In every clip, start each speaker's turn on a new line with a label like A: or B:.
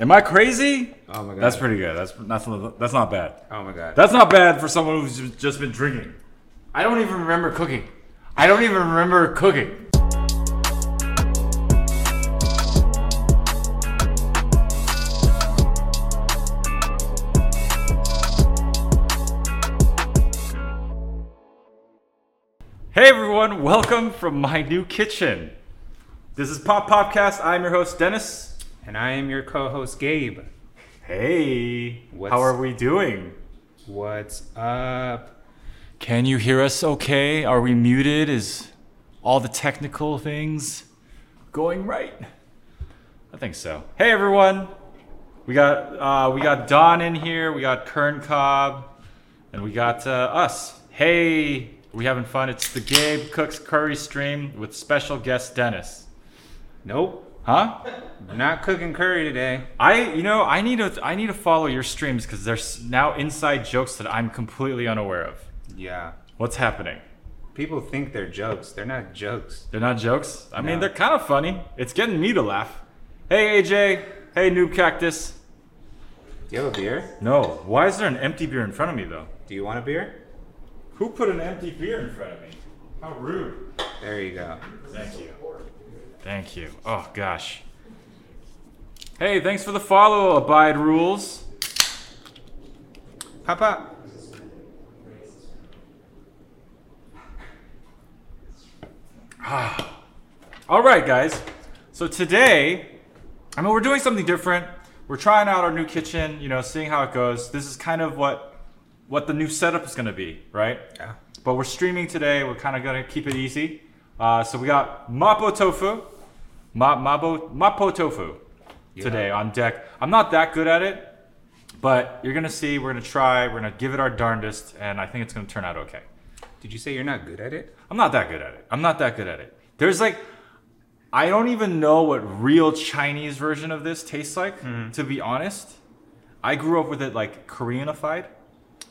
A: Am I crazy?
B: Oh my god.
A: That's pretty good. That's that's not, that's not bad.
B: Oh my god.
A: That's not bad for someone who's ju- just been drinking.
B: I don't even remember cooking. I don't even remember cooking.
A: Hey everyone, welcome from my new kitchen. This is Pop Popcast. I'm your host Dennis.
B: And I am your co-host Gabe.
A: Hey,
B: What's-
A: how are we doing?
B: What's up?
A: Can you hear us okay? Are we muted? Is all the technical things going right? I think so. Hey everyone. We got uh, we got Don in here, we got Kern Cobb, and we got uh, us. Hey, we having fun. It's the Gabe Cooks Curry stream with special guest Dennis.
B: Nope.
A: Huh?
B: I'm not cooking curry today.
A: I you know, I need to I need to follow your streams cuz there's now inside jokes that I'm completely unaware of.
B: Yeah.
A: What's happening?
B: People think they're jokes. They're not jokes.
A: They're not jokes. I mean,
B: No.
A: they're kind of funny. It's getting me to laugh. Hey, AJ. Hey, Noob Cactus.
B: Do you have a beer?
A: No. Why is there an empty beer in front of me, though?
B: Do you want a beer?
A: Who put an empty beer in front of me? How rude.
B: There you go.
A: Thank you. Thank you. Oh, gosh. Hey, thanks for the follow, Abide Rules.
B: Pop up.
A: All right, guys. So today, I mean, we're doing something different. We're trying out our new kitchen, you know, seeing how it goes. This is kind of what what the new setup is going to be, right?
B: Yeah.
A: But we're streaming today. We're kind of gonna keep it easy. Uh, so we got mapo tofu, ma- mabo, mapo tofu today on deck. I'm not that good at it, but you're gonna see. We're gonna try. We're gonna give it our darndest, and I think it's gonna turn out okay.
B: Did you say you're not good at it?
A: I'm not that good at it. I'm not that good at it. There's like, I don't even know what real Chinese version of this tastes like. To be honest, I grew up with it like Koreanified.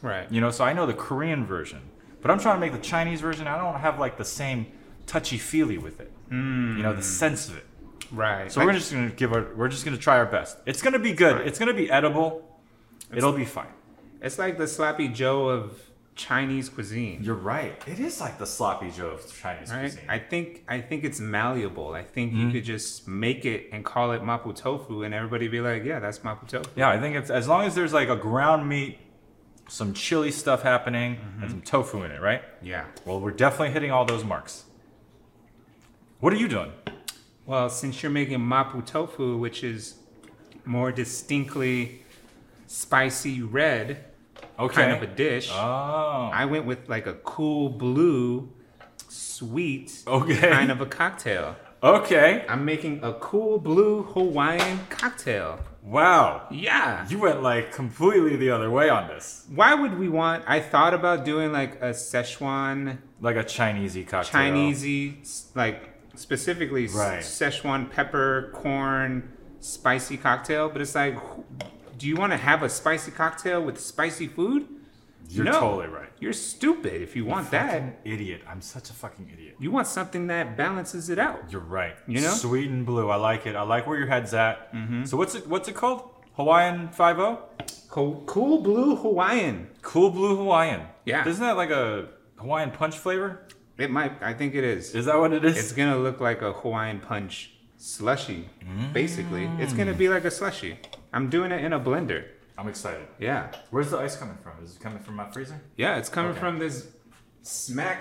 B: Right.
A: You know, so I know the Korean version, but I'm trying to make the Chinese version. I don't have like the same touchy feely with it. You know, the sense of it.
B: Right.
A: So we're just gonna give our, we're just gonna try our best. It's gonna be good. It's gonna be edible. It'll be fine.
B: it's like the sloppy Joe of Chinese cuisine.
A: You're right. It is like the sloppy Joe of Chinese
B: Right.
A: cuisine.
B: I think I think it's malleable. I think
A: Mm-hmm.
B: you could just make it and call it mapo tofu, and everybody be like, "Yeah, that's mapo tofu."
A: yeah, I think it's as long as there's like a ground meat, some chili stuff happening, and some tofu in it, right?
B: Yeah.
A: Well, we're definitely hitting all those marks. What are you doing?
B: Well, since you're making mapo tofu, which is more distinctly spicy red
A: Okay.
B: kind of a dish,
A: oh.
B: I went with like a cool blue, sweet
A: Okay.
B: kind of a cocktail.
A: okay.
B: I'm making a cool blue Hawaiian cocktail.
A: Wow.
B: Yeah.
A: You went like completely the other way on this.
B: Why would we want? I thought about doing like a Szechuan
A: Like a Chinesey cocktail.
B: Chinesey, s- like specifically s-
A: Right.
B: Szechuan pepper, corn, spicy cocktail. But it's like, wh- do you want to have a spicy cocktail with spicy food?
A: You're
B: No.
A: totally right.
B: You're stupid if you want
A: Fucking
B: that.
A: idiot. I'm such a fucking idiot.
B: You want something that balances it out.
A: You're right.
B: You know? Mm-hmm.
A: Sweet and blue. I like it. I like where your head's at. So what's it what's it called? Hawaiian 50?
B: Cool, cool blue Hawaiian.
A: Cool blue Hawaiian.
B: Yeah.
A: Isn't that like a Hawaiian punch flavor?
B: It might. I think it is.
A: Is that what it is?
B: It's gonna look like a Hawaiian punch slushy. Basically, it's gonna
A: Mm.
B: be like a slushy. I'm doing it in a blender.
A: I'm excited.
B: Yeah.
A: Where's the ice coming from? Is it coming from my freezer?
B: Yeah, it's coming
A: Okay.
B: from this smack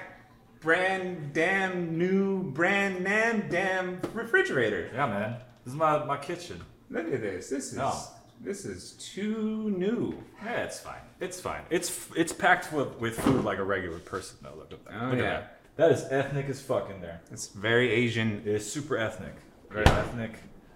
B: brand damn new brand nam damn refrigerator.
A: Yeah, man. This is my, my kitchen.
B: Look at this. This is
A: No.
B: this is too new.
A: Yeah, it's fine. It's fine. It's f- it's packed with, with food like a regular person though. Look at that.
B: Oh,
A: Look
B: yeah.
A: at that. That is ethnic as fuck in there.
B: It's very Asian.
A: It is super ethnic. Very
B: Yeah.
A: ethnic.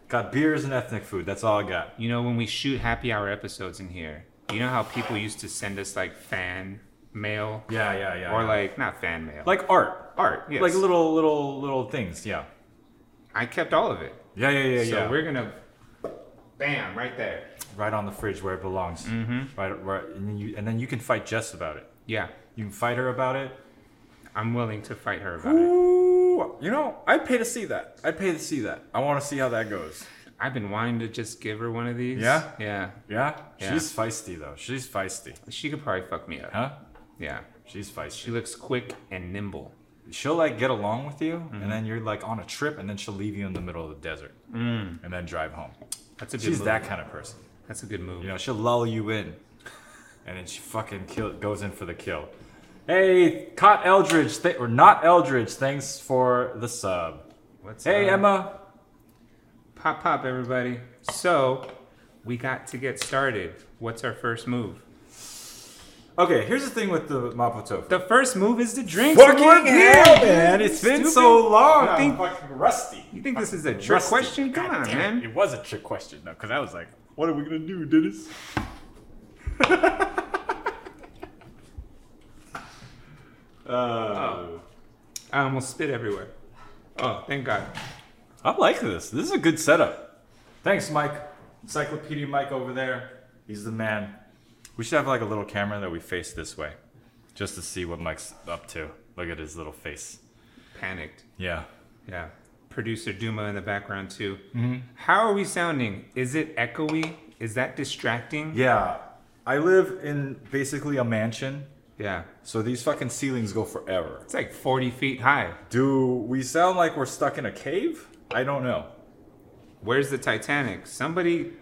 A: Got beers and ethnic food. That's all I got.
B: You know when we shoot happy hour episodes in here, you know how people used to send us like fan mail
A: Yeah, yeah, yeah.
B: or
A: yeah.
B: like not fan mail.
A: like art,
B: art. Yes.
A: like little little little things. Yeah.
B: I kept all of it.
A: Yeah, yeah, yeah,
B: so
A: yeah.
B: we're going to bam right there.
A: right on the fridge where it belongs. Mm-hmm. Right, right, and then you and then you can fight Jess about it.
B: Yeah.
A: You can fight her about it.
B: I'm willing to fight her about it.
A: Ooh, you know, I'd pay to see that. I'd pay to see that. I want to see how that goes.
B: I've been wanting to just give her one of these.
A: Yeah?
B: Yeah.
A: Yeah?
B: Yeah.
A: She's feisty, though. She's feisty.
B: She could probably fuck me up.
A: Huh?
B: Yeah.
A: She's
B: She
A: feisty.
B: looks quick and nimble.
A: She'll, like, get along with you, and then you're, like, on a trip, and then she'll leave you in the middle of the desert, mm. and then drive home.
B: That's a good
A: She's
B: move.
A: that kind of person.
B: That's a good move.
A: You know, she'll lull you in, and then she fucking kill, goes in for the kill. Hey, caught Eldridge, th- or not Eldridge, thanks for the sub.
B: What's
A: Hey,
B: up?
A: Emma.
B: Pop pop everybody. So we got to get started. What's our first move?
A: Okay, here's the thing with the Mapo Tofu.
B: The first move is the drink.
A: Fucking hell, man. It's been so long.
B: You think,
A: fucking rusty.
B: you think this is a trick
A: Rusty.
B: question? Come
A: God
B: on,
A: damn it.
B: man.
A: It was a trick question, though, because I was like, what are we going to do, Dennis? uh,
B: I almost Um, spit everywhere. Oh, thank God.
A: I like this. This is a good setup. Thanks, Mike. Encyclopedia Mike over there. He's the man. We should have like a little camera that we face this way just to see what Mike's up to. Look at his little face.
B: Panicked.
A: Yeah.
B: Yeah. Producer Duma in the background too.
A: Mm-hmm.
B: How are we sounding? Is it echoey? Is that distracting?
A: Yeah. I live in basically a mansion,
B: Yeah.
A: so these fucking ceilings go forever.
B: It's like 40 feet high.
A: Do we sound like we're stuck in a cave? I don't know.
B: Where's the Titanic? Somebody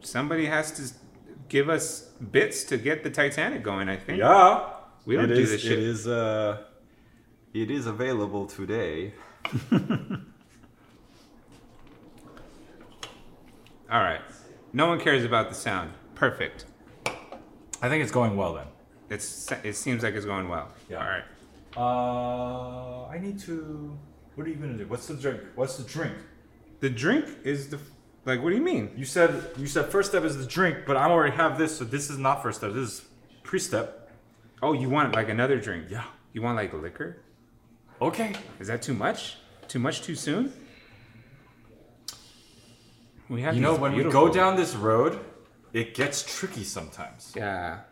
B: somebody has to give us bits to get the Titanic going, I think.
A: Yeah.
B: We don't
A: It
B: do
A: is-
B: this shit.
A: It is uh it is available today.
B: All right. No one cares about the sound. Perfect.
A: I think it's going well then.
B: It's it seems like it's going well.
A: Yeah.
B: All right.
A: Uh, I need to. What are you gonna do? What's the drink? What's the drink?
B: The drink is the like what do you mean?
A: You said you said first step is the drink, but I already have this, so this is not first step. This is pre-step.
B: Oh, you want like another drink.
A: Yeah.
B: You want like liquor?
A: Okay.
B: Is that too much? Too much too soon? We have
A: You know,
B: these
A: when we
B: beautiful-
A: go down this road, it gets tricky sometimes.
B: Yeah.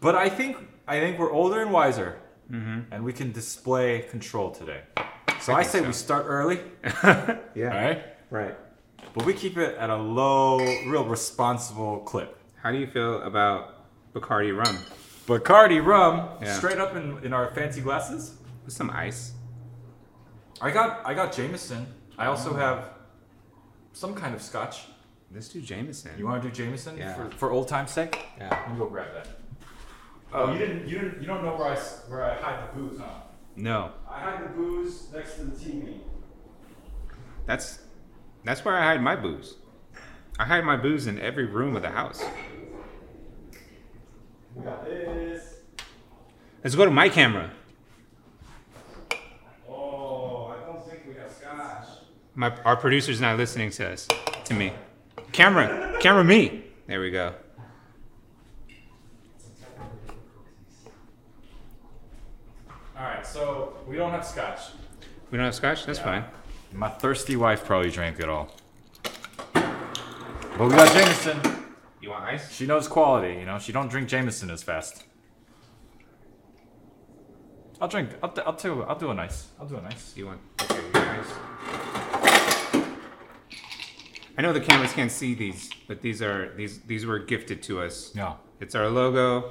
A: But I think I think we're older and wiser, and we can display control today. So I,
B: Mm-hmm. think
A: say
B: so.
A: we start early.
B: Yeah.
A: All right.
B: Right.
A: But we keep it at a low, real responsible clip.
B: How do you feel about Bacardi rum?
A: Bacardi rum,
B: Yeah.
A: straight up in, in our fancy glasses.
B: With some ice.
A: I got I got Jameson. I
B: Oh.
A: also have some kind of scotch.
B: Let's do Jameson.
A: You want to do Jameson
B: Yeah.
A: for, for old time's sake?
B: yeah.
A: Let me go grab that. Oh, you didn't you didn't you don't know where I s- where I hide the booze, huh?
B: No.
A: I hide the booze next to the TV.
B: That's that's where I hide my booze. I hide my booze in every room of the house.
A: We got this.
B: Let's go to my camera.
A: Oh, I don't think we have scotch.
B: My our producer's not listening to us. To me. Camera. Camera me. There we go.
A: All right, so we don't have scotch.
B: We don't have scotch? That's fine.
A: My thirsty wife probably drank it all. But we got Jameson.
B: You want ice?
A: She knows quality, you know. She don't drink Jameson as fast. I'll drink. I'll, do- I'll do. I'll do a nice. I'll do a nice.
B: You want? Okay, guys. I know the cameras can't see these, but these are these these were gifted to us.
A: Yeah.
B: It's our logo,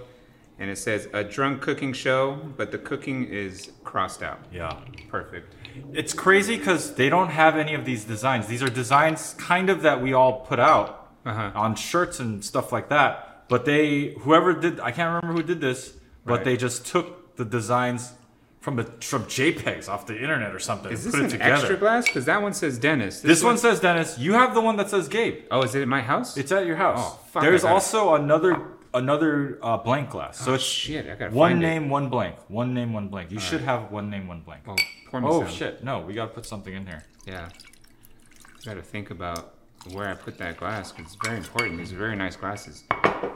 B: and it says a drunk cooking show, but the cooking is crossed out.
A: Yeah.
B: Perfect.
A: It's crazy because they don't have any of these designs. These are designs kind of that we all put out
B: Uh-huh.
A: on shirts and stuff like that. But they, whoever did, I can't remember who did this, but
B: Right.
A: they just took the designs from the from JPEGs off the internet or something.
B: Is
A: and
B: this an
A: put it together.
B: extra glass? Because that one says Dennis.
A: This one says Dennis. You have the one that says Gabe.
B: Oh, is it at my house?
A: It's at your house.
B: Oh, fuck,
A: There's
B: I gotta-
A: also another another uh, blank glass. So
B: oh,
A: it's
B: shit. I gotta
A: one
B: find
A: name, one blank. One name, one blank. You should have one name, one blank.
B: It. Well, pour me
A: oh
B: some.
A: shit! No, we gotta put something in here.
B: Yeah. I gotta think about where I put that glass 'cause it's very important. These are very nice glasses.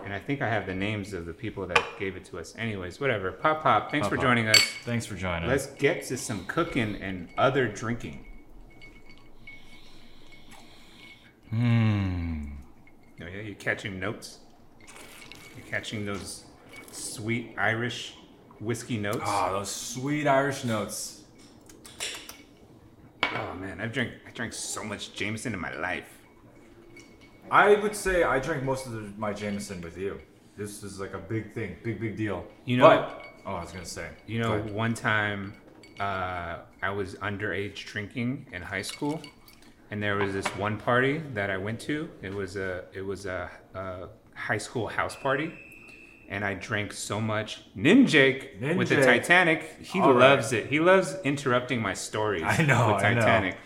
B: And I think I have the names of the people that gave it to us. Anyways, whatever. Pop Pop, thanks for
A: Pop.
B: joining us.
A: Thanks for joining.
B: Let's get to some cooking and other drinking. Hmm. Oh, yeah, you're catching notes. You're catching those sweet Irish whiskey notes.
A: Ah, those sweet Irish notes.
B: Oh, man, I've drank I drank so much Jameson in my life.
A: I would say I drink most of the, my Jameson with you. This is like a big thing, big big deal.
B: You know-
A: But, oh, I was gonna say.
B: You know,
A: but-
B: one time uh, I was underage drinking in high school, and there was this one party that I went to. It was a it was a, a high school house party, and I drank so much Ninjake with the
A: Ninjake.
B: Titanic. He
A: All right.
B: loves it. He loves interrupting my stories.
A: I know,
B: with
A: I know.
B: Titanic.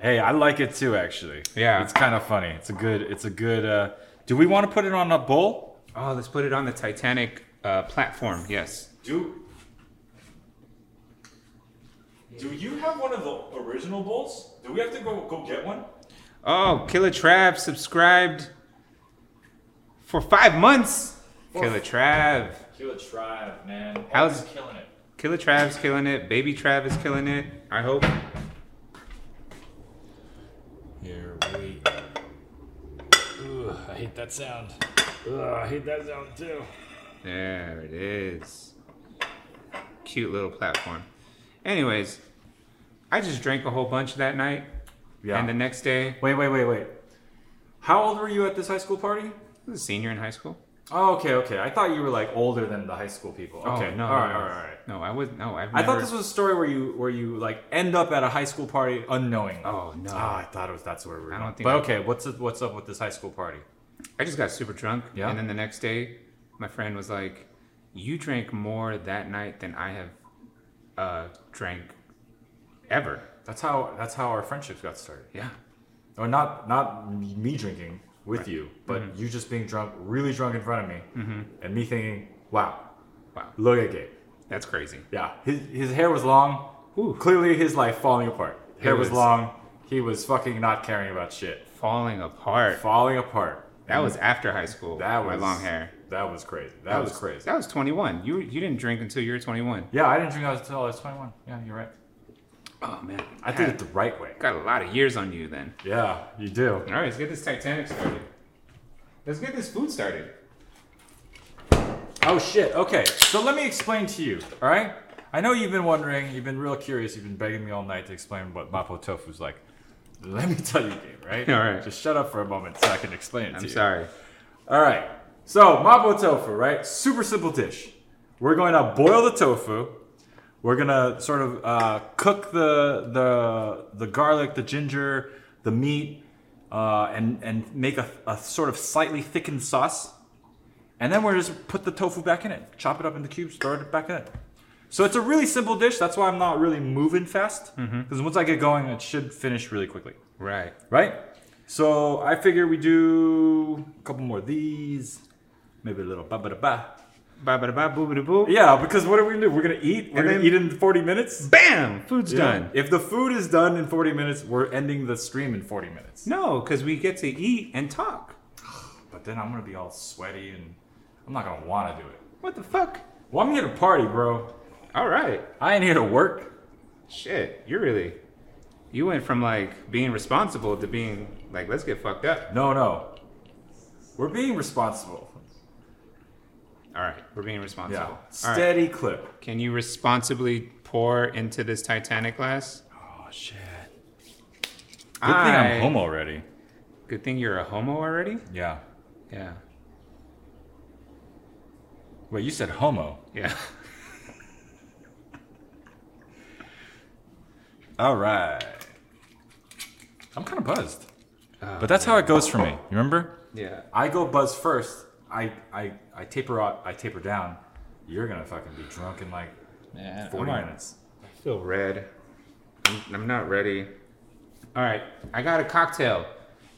A: Hey, I like it too, actually.
B: Yeah.
A: it's kind of funny. It's a good. It's a good. Uh, do we want to put it on a bowl?
B: Oh, let's put it on the Titanic uh, platform. Yes.
A: Do. Do you have one of the original bowls? Do we have to go go get one?
B: Oh, Killer Trav subscribed for five months. Killer Trav.
A: Kill it, Tribe, man.
B: How's-
A: Always killing it?
B: Killer Trav's killing it. Baby Trav is killing it. I hope.
A: Here we. Ugh, I hate that sound. Ugh, I hate that sound too.
B: There it is. Cute little platform. Anyways, I just drank a whole bunch that night.
A: Yeah.
B: And the next day,
A: wait, wait, wait, wait. How old were you at this high school party?
B: I was a senior in high school.
A: Oh, okay, okay. I thought you were like older than the high school people. Okay,
B: Oh, no,
A: all right,
B: no,
A: all
B: no.
A: right, all right.
B: No, I was no. I've
A: I
B: never,
A: thought this was a story where you where you like end up at a high school party unknowing.
B: Oh no!
A: Ah, I thought it was that's where we were.
B: I
A: going.
B: don't think
A: but
B: I-
A: okay, what's up- what's up with this high school party?
B: I just got super drunk.
A: Yeah.
B: And then the next day, my friend was like, "You drank more that night than I have uh, drank ever."
A: That's how that's how our friendships got started.
B: Yeah.
A: Or not not me drinking with you, but
B: Mm-hmm.
A: you just being drunk, really drunk in front of me, and me thinking, "Wow,
B: Wow.
A: look at Gabe."
B: That's crazy.
A: Yeah, his, his hair was long.
B: Ooh.
A: Clearly, his life falling apart. Hair was
B: was-
A: long. He was fucking not caring about shit.
B: Falling apart.
A: Falling apart.
B: That was after high school.
A: That was
B: my long hair.
A: That was crazy. That, was, crazy.
B: That was 21. You you didn't drink until you were 21.
A: yeah, I didn't drink until I was 21. Yeah, you're right.
B: Oh man,
A: I did it the right way.
B: Got a lot of years on you then.
A: Yeah, you do.
B: All right, let's get this Titanic started. Let's get this food started.
A: Oh shit. Okay, so let me explain to you. All right. I know you've been wondering. You've been real curious. You've been begging me all night to explain what mapo tofu's like. Let me tell you, Gabe. Right.
B: All right.
A: Just shut up for a moment so I can explain it to
B: I'm
A: you.
B: sorry.
A: All right. So mapo tofu, right? Super simple dish. We're going to boil the tofu. We're gonna sort of uh, cook the the the garlic, the ginger, the meat, uh, and and make a, a sort of slightly thickened sauce. And then we're just put the tofu back in it, chop it up into cubes, throw it back in it. So it's a really simple dish. That's why I'm not really moving fast because once I get going, it should finish really quickly
B: Right.
A: right? So I figure we do a couple more of these, maybe a little ba ba da ba.
B: Ba ba da ba boo ba da boo.
A: Yeah, because what are we gonna do? We're gonna eat. We're
B: And
A: gonna
B: then-
A: eat in 40 minutes.
B: Bam! Food's done.
A: If the food is done in 40 minutes, we're ending the stream in 40 minutes.
B: No, because we get to eat and talk.
A: But then I'm gonna be all sweaty and I'm not gonna wanna do it.
B: What the fuck?
A: Well, I'm here to party, bro.
B: All right.
A: I ain't here to work.
B: Shit, you really. You went from like being responsible to being like, let's get fucked up.
A: No, no. We're being responsible.
B: All right, we're being responsible.
A: Yeah.
B: All right.
A: Steady clip.
B: Can you responsibly pour into this Titanic glass?
A: Oh shit. Good
B: I-
A: thing I'm home already.
B: Good thing you're a homo already?
A: Yeah.
B: Yeah.
A: Wait, you said homo.
B: Yeah.
A: All right. I'm kind of buzzed. but that's how it goes for me. You remember?
B: Yeah.
A: I go buzz first. I, I, I taper out. I taper down. You're gonna fucking be drunk in like 40 minutes.
B: I feel red. I'm, I'm not ready. All right, I got a cocktail.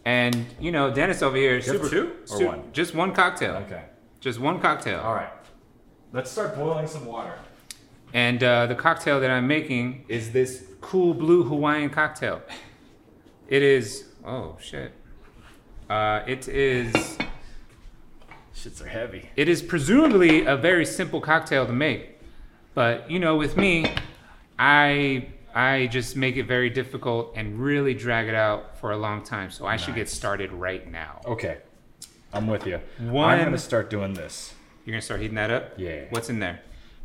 B: And, you know, Dennis over here.
A: have two or
B: su-
A: one?
B: Just one cocktail.
A: Okay.
B: Just one cocktail.
A: All right. Let's start boiling some water.
B: And uh, the cocktail that I'm making is this cool blue Hawaiian cocktail. It is. Oh shit. Uh, it is.
A: Shits are heavy.
B: It is presumably a very simple cocktail to make, but you know, with me, I I just make it very difficult and really drag it out for a long time. So I should get started right now.
A: Okay. I'm with you.
B: One-
A: I'm gonna start doing this.
B: You're gonna start heating that up.
A: Yeah.
B: What's in there?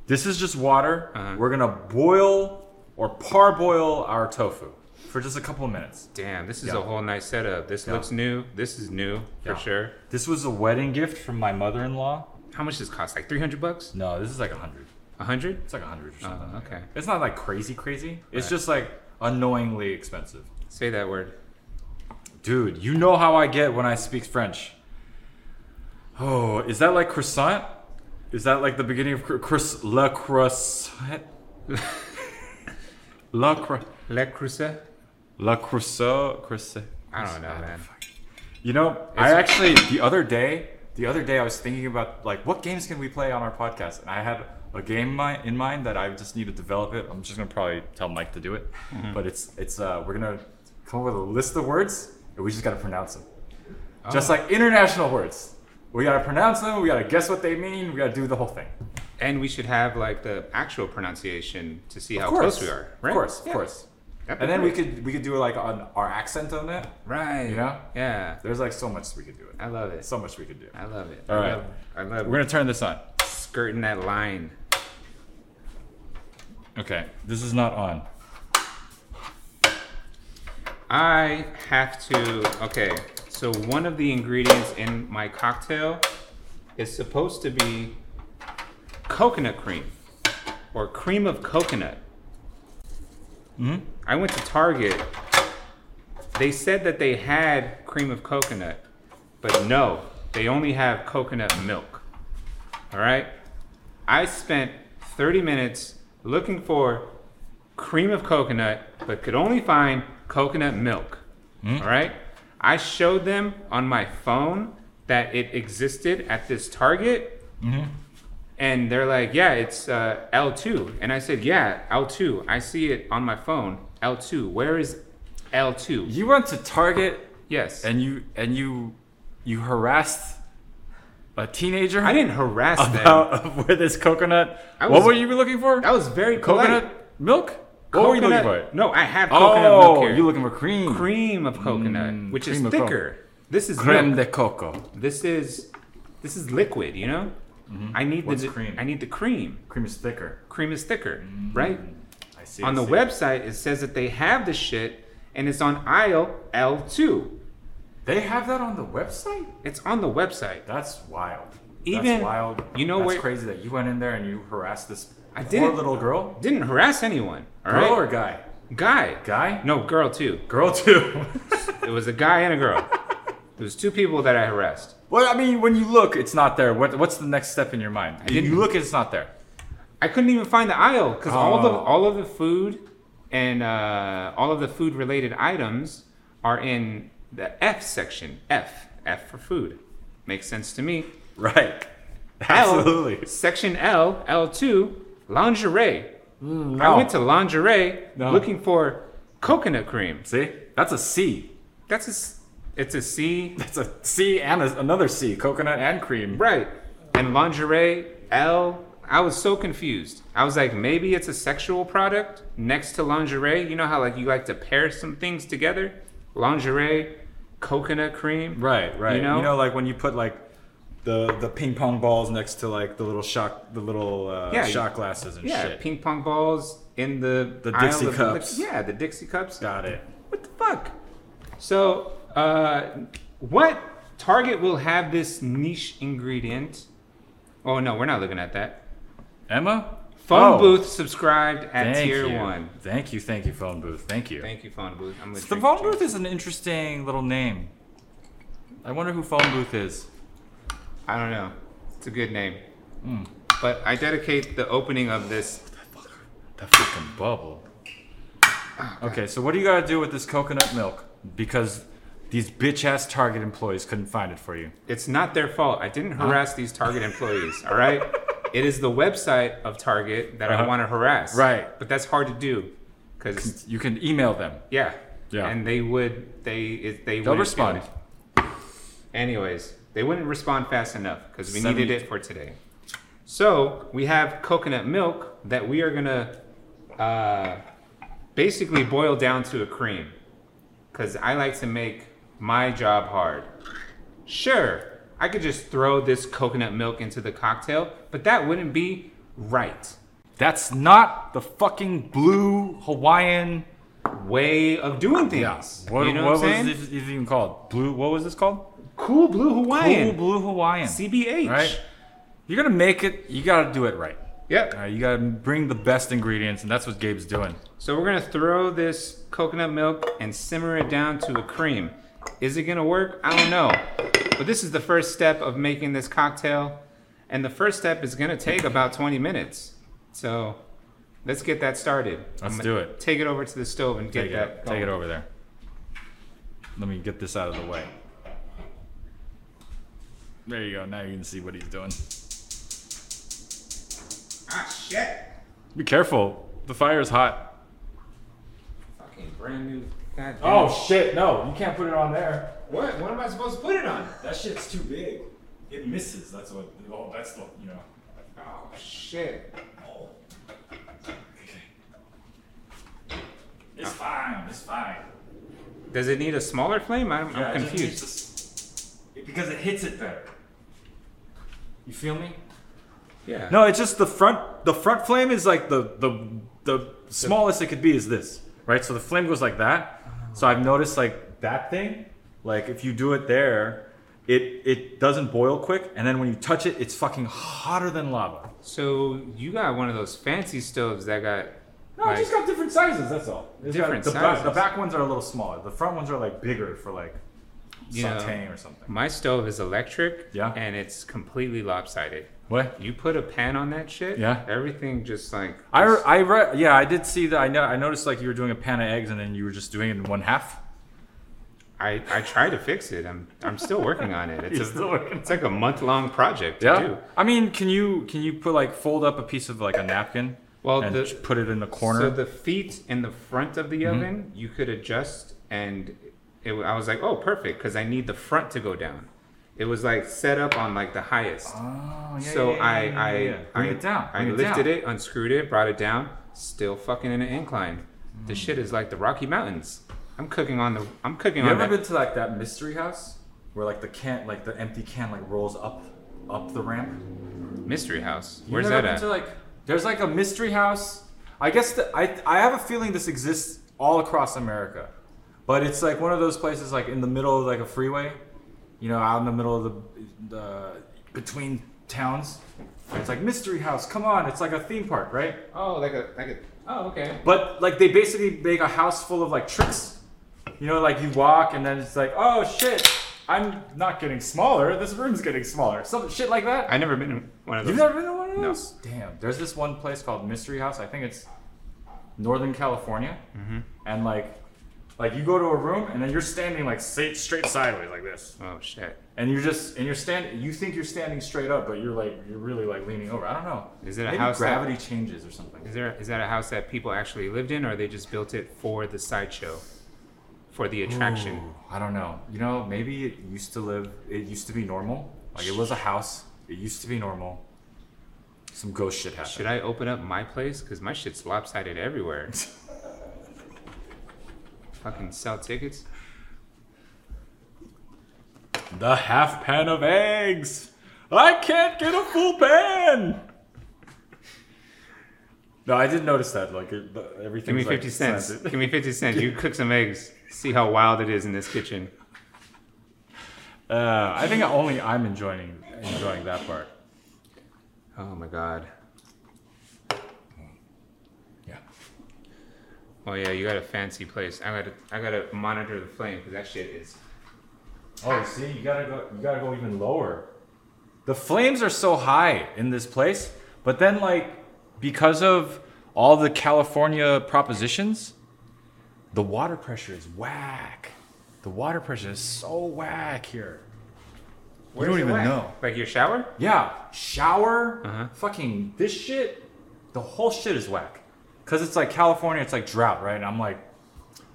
A: This is just water.
B: Uh-huh.
A: We're gonna boil or parboil our tofu. for just a couple of minutes.
B: Damn, this is
A: Yeah.
B: a whole nice setup. This
A: Yeah.
B: looks new. This is new for
A: Yeah.
B: sure.
A: This was a wedding gift from my mother-in-law.
B: How much does this cost? Like 300 bucks?
A: No, this is like a hundred.
B: A 100?
A: It's like a hundred or something.
B: Oh, okay.
A: It's not like crazy, crazy. It's
B: Right.
A: just like annoyingly expensive.
B: Say that word.
A: Dude, you know how I get when I speak French. Oh, is that like croissant? Is that like the beginning of cro- croiss- la croissant? la cro-
B: Le Creuset?
A: la croissant croissant.
B: I don't know, man.
A: You know, I actually the other day, the other day I was thinking about like what games can we play on our podcast, and I had a game in mi- in mind that I just need to develop it. I'm just gonna probably tell Mike to do it,
B: Mm-hmm.
A: but it's it's uh, we're gonna come up with a list of words, and we just gotta pronounce them,
B: Oh.
A: just like international words. We gotta pronounce them. We gotta guess what they mean. We gotta do the whole thing.
B: And we should have like the actual pronunciation to see how
A: Of course
B: close we are. Right?
A: Of course, of course.
B: That'd be
A: And then we
B: great.
A: could we could do like on our accent on that.
B: Right.
A: You know?
B: Yeah.
A: There's like so much we could do.
B: I love
A: It.
B: it.
A: So much we could do.
B: I love it.
A: All
B: I
A: right.
B: love, I love
A: We're gonna turn this on.
B: skirting that line.
A: Okay, this is not on.
B: I have to. Okay, so one of the ingredients in my cocktail is supposed to be coconut cream or cream of coconut.
A: Hmm?
B: I went to Target. They said that they had cream of coconut, but no, they only have coconut milk. All right? I spent 30 minutes looking for cream of coconut, but could only find coconut milk. All right? I showed them on my phone that it existed at this Target. And they're like, yeah, it's uh, L2. And I said, yeah, L2. I see it on my phone. L2. Where is L2?
A: You went to Target
B: Yes.
A: and you and you you harassed a teenager
B: I didn't harass them.
A: about with this coconut.
B: I
A: what
B: was-
A: were you looking for?
B: That was very
A: coconut
B: polite.
A: milk. What were you looking
B: Coconut-
A: for?
B: No, I have coconut milk
A: Oh,
B: here.
A: you looking for cream? Mm,
B: cream of coconut, which is
A: cream of coco.
B: thicker. This is
A: Creme
B: milk.
A: de coco.
B: This is this is liquid. You know, I need
A: Mm-hmm. What's
B: the
A: cream?
B: I need the cream.
A: Cream is thicker.
B: Cream is thicker, right?
A: I see.
B: on
A: I
B: the
A: see.
B: website, it says that they have the shit, and it's on aisle L two.
A: they have that on the website.
B: It's on the website.
A: That's wild.
B: Even-
A: That's wild.
B: you know
A: That's
B: where-
A: crazy that you went in there and you harassed this
B: I
A: poor
B: didn't-
A: little girl.
B: Didn't harass anyone. All
A: Girl
B: right,
A: or guy?
B: guy.
A: Guy?
B: No, girl too.
A: Girl too.
B: It was a guy and a girl. there was two people that I harassed.
A: Well, I mean, when you look, it's not there. What, what's the next step in your mind? You,
B: didn't-
A: you look, it's not there.
B: I couldn't even find the aisle because all the
A: Oh.
B: all of the food and uh, all of the food related items are in the F section. F F for food. Makes sense to me.
A: Right.
B: L,
A: Absolutely.
B: section L L two lingerie. I
A: Mm, no.
B: went to lingerie
A: No.
B: looking for coconut cream.
A: See? That's a C.
B: That's a s- it's a C
A: That's a C and a, another C. Coconut and cream.
B: right and lingerie L. I was so confused. I was like, maybe it's a sexual product next to lingerie. You know how like you like to pair some things together, lingerie, coconut cream.
A: Right, right.
B: You know?
A: like when you put like the the ping pong balls next to like the little shot, the little uh,
B: Yeah, you-
A: shot glasses and
B: Yeah,
A: shit.
B: ping pong balls in the
A: The
B: aisle
A: Dixie
B: of
A: cups.
B: yeah, the Dixie cups.
A: Got it.
B: What the fuck? So, uh, what Target will have this niche ingredient? Oh no, we're not looking at that.
A: Emma?
B: Phone
A: Oh,
B: booth subscribed at
A: Thank
B: tier
A: you.
B: one.
A: Thank you, thank you, phone booth. Thank you.
B: Thank you, phone booth. I'm gonna
A: the
B: drink-
A: phone
B: drink.
A: booth is an interesting little name. I wonder who phone booth is.
B: I don't know. It's a good name.
A: Hmm.
B: But I dedicate the opening of this.
A: That fucking bubble. Okay, so what do you gotta do with this coconut milk? Because these bitch ass Target employees couldn't find it for you.
B: It's not their fault. I didn't harass these Target employees. All right. It is the website of Target that I
A: Uh-huh.
B: want to harass.
A: Right.
B: But that's hard to do, because
A: You can email them.
B: yeah.
A: Yeah.
B: And they would. They it, they
A: They'll
B: wouldn't feel
A: respond.
B: it. Anyways, they wouldn't respond fast enough because we
A: Seven-
B: needed it for today. So we have coconut milk that we are gonna uh, basically boil down to a cream because I like to make my job hard. Sure, I could just throw this coconut milk into the cocktail, but that wouldn't be right.
A: That's not the fucking blue Hawaiian
B: way of doing things.
A: What,
B: you know
A: what was
B: what, I'm saying?
A: this is even called? Blue. What was this called?
B: Cool Blue
A: Cool
B: Hawaiian.
A: Blue Hawaiian.
B: CBH.
A: Right. You're gonna make it. You gotta do it right.
B: Yep.
A: All right, Uh, you gotta bring the best ingredients, and that's what Gabe's doing.
B: So we're gonna throw this coconut milk and simmer it down to a cream. Is it gonna work? I don't know. But this is the first step of making this cocktail, and the first step is gonna take about 20 minutes. So let's get that started.
A: Let's
B: I'ma
A: do it.
B: Take it over to the stove and get
A: Take
B: that.
A: it. Take it over there. Let me get this out of the way. There you go. Now you can see what he's doing.
B: Ah, shit!
A: Be careful. The fire's hot.
B: Fucking brand new. God
A: Oh shit! No, you can't put it on there.
B: What? What am I supposed to put it on?
A: That shit's too big. It misses. That's what. Oh, that's the. You know.
B: Oh shit!
A: It's fine. It's fine.
B: Does it need a smaller flame? I'm,
A: Yeah,
B: I'm
A: it just
B: confused.
A: keeps us- because it hits it better. You feel me?
B: yeah.
A: No, it's just the front. The front flame is like the the the smallest it could be is this, right? So the flame goes like that. So I've noticed like that thing, like if you do it there, it it doesn't boil quick, and then when you touch it, it's fucking hotter than lava.
B: So you got one of those fancy stoves that got.
A: No,
B: like-
A: it's just got different sizes. That's all. It's got-
B: Different
A: the back- the
B: sizes.
A: back ones are a little smaller. The front ones are like bigger for like
B: Yeah.
A: sautéing or something.
B: My stove is electric.
A: Yeah.
B: And it's completely lopsided.
A: What?
B: You put a pan on that shit.
A: Yeah.
B: Everything just like.
A: I, re- I re- yeah, I did see that. I know I noticed like you were doing a pan of eggs and then you were just doing it in one half.
B: I I try to fix it. I'm I'm still working on it. It's
A: You're
B: a,
A: still working.
B: It's like a month long project to do.
A: I mean, can you can you put like fold up a piece of like a napkin
B: Well,
A: and
B: the-
A: just put it in the corner? Mm-hmm.
B: So the feet in the front of the oven, you could adjust, and it, wa- I was like, oh, perfect, because I need the front to go down. It was like set up on like the highest.
A: oh, yeah,
B: so
A: yeah, yeah,
B: I,
A: yeah,
B: I,
A: yeah, yeah. bring
B: I,
A: it down.
B: I
A: bring
B: lifted
A: down.
B: it, unscrewed it, brought it down. Still fucking in an incline. The shit is like the Rocky Mountains. I'm cooking on the. I'm cooking
A: You
B: on
A: ever
B: that.
A: been to like that mystery house where like the can like the empty can like rolls up up the ramp?
B: Mystery House.
A: You
B: Where's
A: never
B: that
A: been
B: at?
A: to, like, there's like a mystery house. I guess the, I I have a feeling this exists all across America, but it's like one of those places like in the middle of like a freeway, you know, out in the middle of the the between towns. It's like mystery house. Come on, it's like a theme park, right?
B: oh, like a like a. Oh, okay.
A: But like they basically make a house full of like tricks. You know, like you walk and then it's like, oh shit, I'm not getting smaller. This room's getting smaller. Some shit like that.
B: I never been in one of those.
A: You've never been to one of
B: No.
A: those? Damn. There's this one place called Mystery House. I think it's Northern California. Mm-hmm. And like, like you go to a room and then you're standing like straight, straight sideways like this,
B: oh shit.
A: and you're just and you're standing. You think you're standing straight up, but you're like you're really like leaning over. I don't know.
B: Is it a
A: Maybe
B: house that-
A: Gravity changes or something.
B: Is there is that a house that people actually lived in, or they just built it for the sideshow, for the attraction?
A: Ooh, I don't know. You know, maybe it used to live. It used to be normal. Like it was a house. It used to be normal. Some ghost shit happened.
B: Should I open up my place? Cause my shit's lopsided everywhere. Fucking sell tickets.
A: The half pan of eggs. I can't get a full pan. No, I did notice that. Like it, the- everything's
B: Give me
A: like,
B: fifty cents.
A: slanted.
B: Give me fifty cents. You cook some eggs. See how wild it is in this kitchen.
A: Uh, I think only I'm enjoying enjoying that part.
B: Oh my god.
A: Yeah.
B: Oh yeah, you got a fancy place. I gotta I gotta monitor the flame because that shit is.
A: Oh, see, you gotta go. You gotta go even lower. The flames are so high in this place, but then like because of all the California propositions, the water pressure is whack. The water pressure is so whack here.
B: Where's
A: don't
B: it
A: even
B: at?
A: know.
B: Like your shower?
A: Yeah, shower,
B: Uh-huh.
A: fucking this shit, the whole shit is whack. Cause it's like California, it's like drought, right? And I'm like,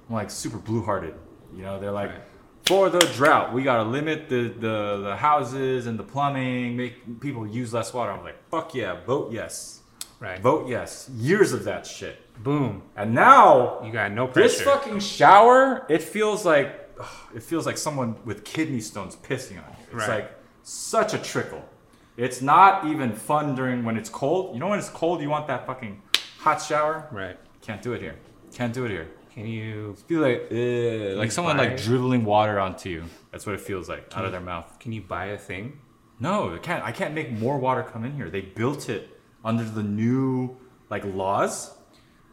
A: I'm like super blue-hearted. You know, they're like,
B: Right.
A: for the drought, we gotta limit the, the the houses and the plumbing, make people use less water. I'm like, fuck yeah, vote yes,
B: Right.
A: vote yes. Years of that shit,
B: Boom.
A: and now
B: You got no pressure.
A: this fucking shower, it feels like ugh, it feels like someone with kidney stones pissing on you. It's
B: Right.
A: like such a trickle. It's not even fun during when it's cold. You know when it's cold, you want that fucking hot shower.
B: Right.
A: Can't do it here. Can't do it here.
B: Can you
A: Feel like uh, like someone
B: buy-
A: like dribbling water onto you. That's what it feels like out of their mouth.
B: can you buy a thing?
A: No, I can't. I can't make more water come in here. They built it under the new like laws.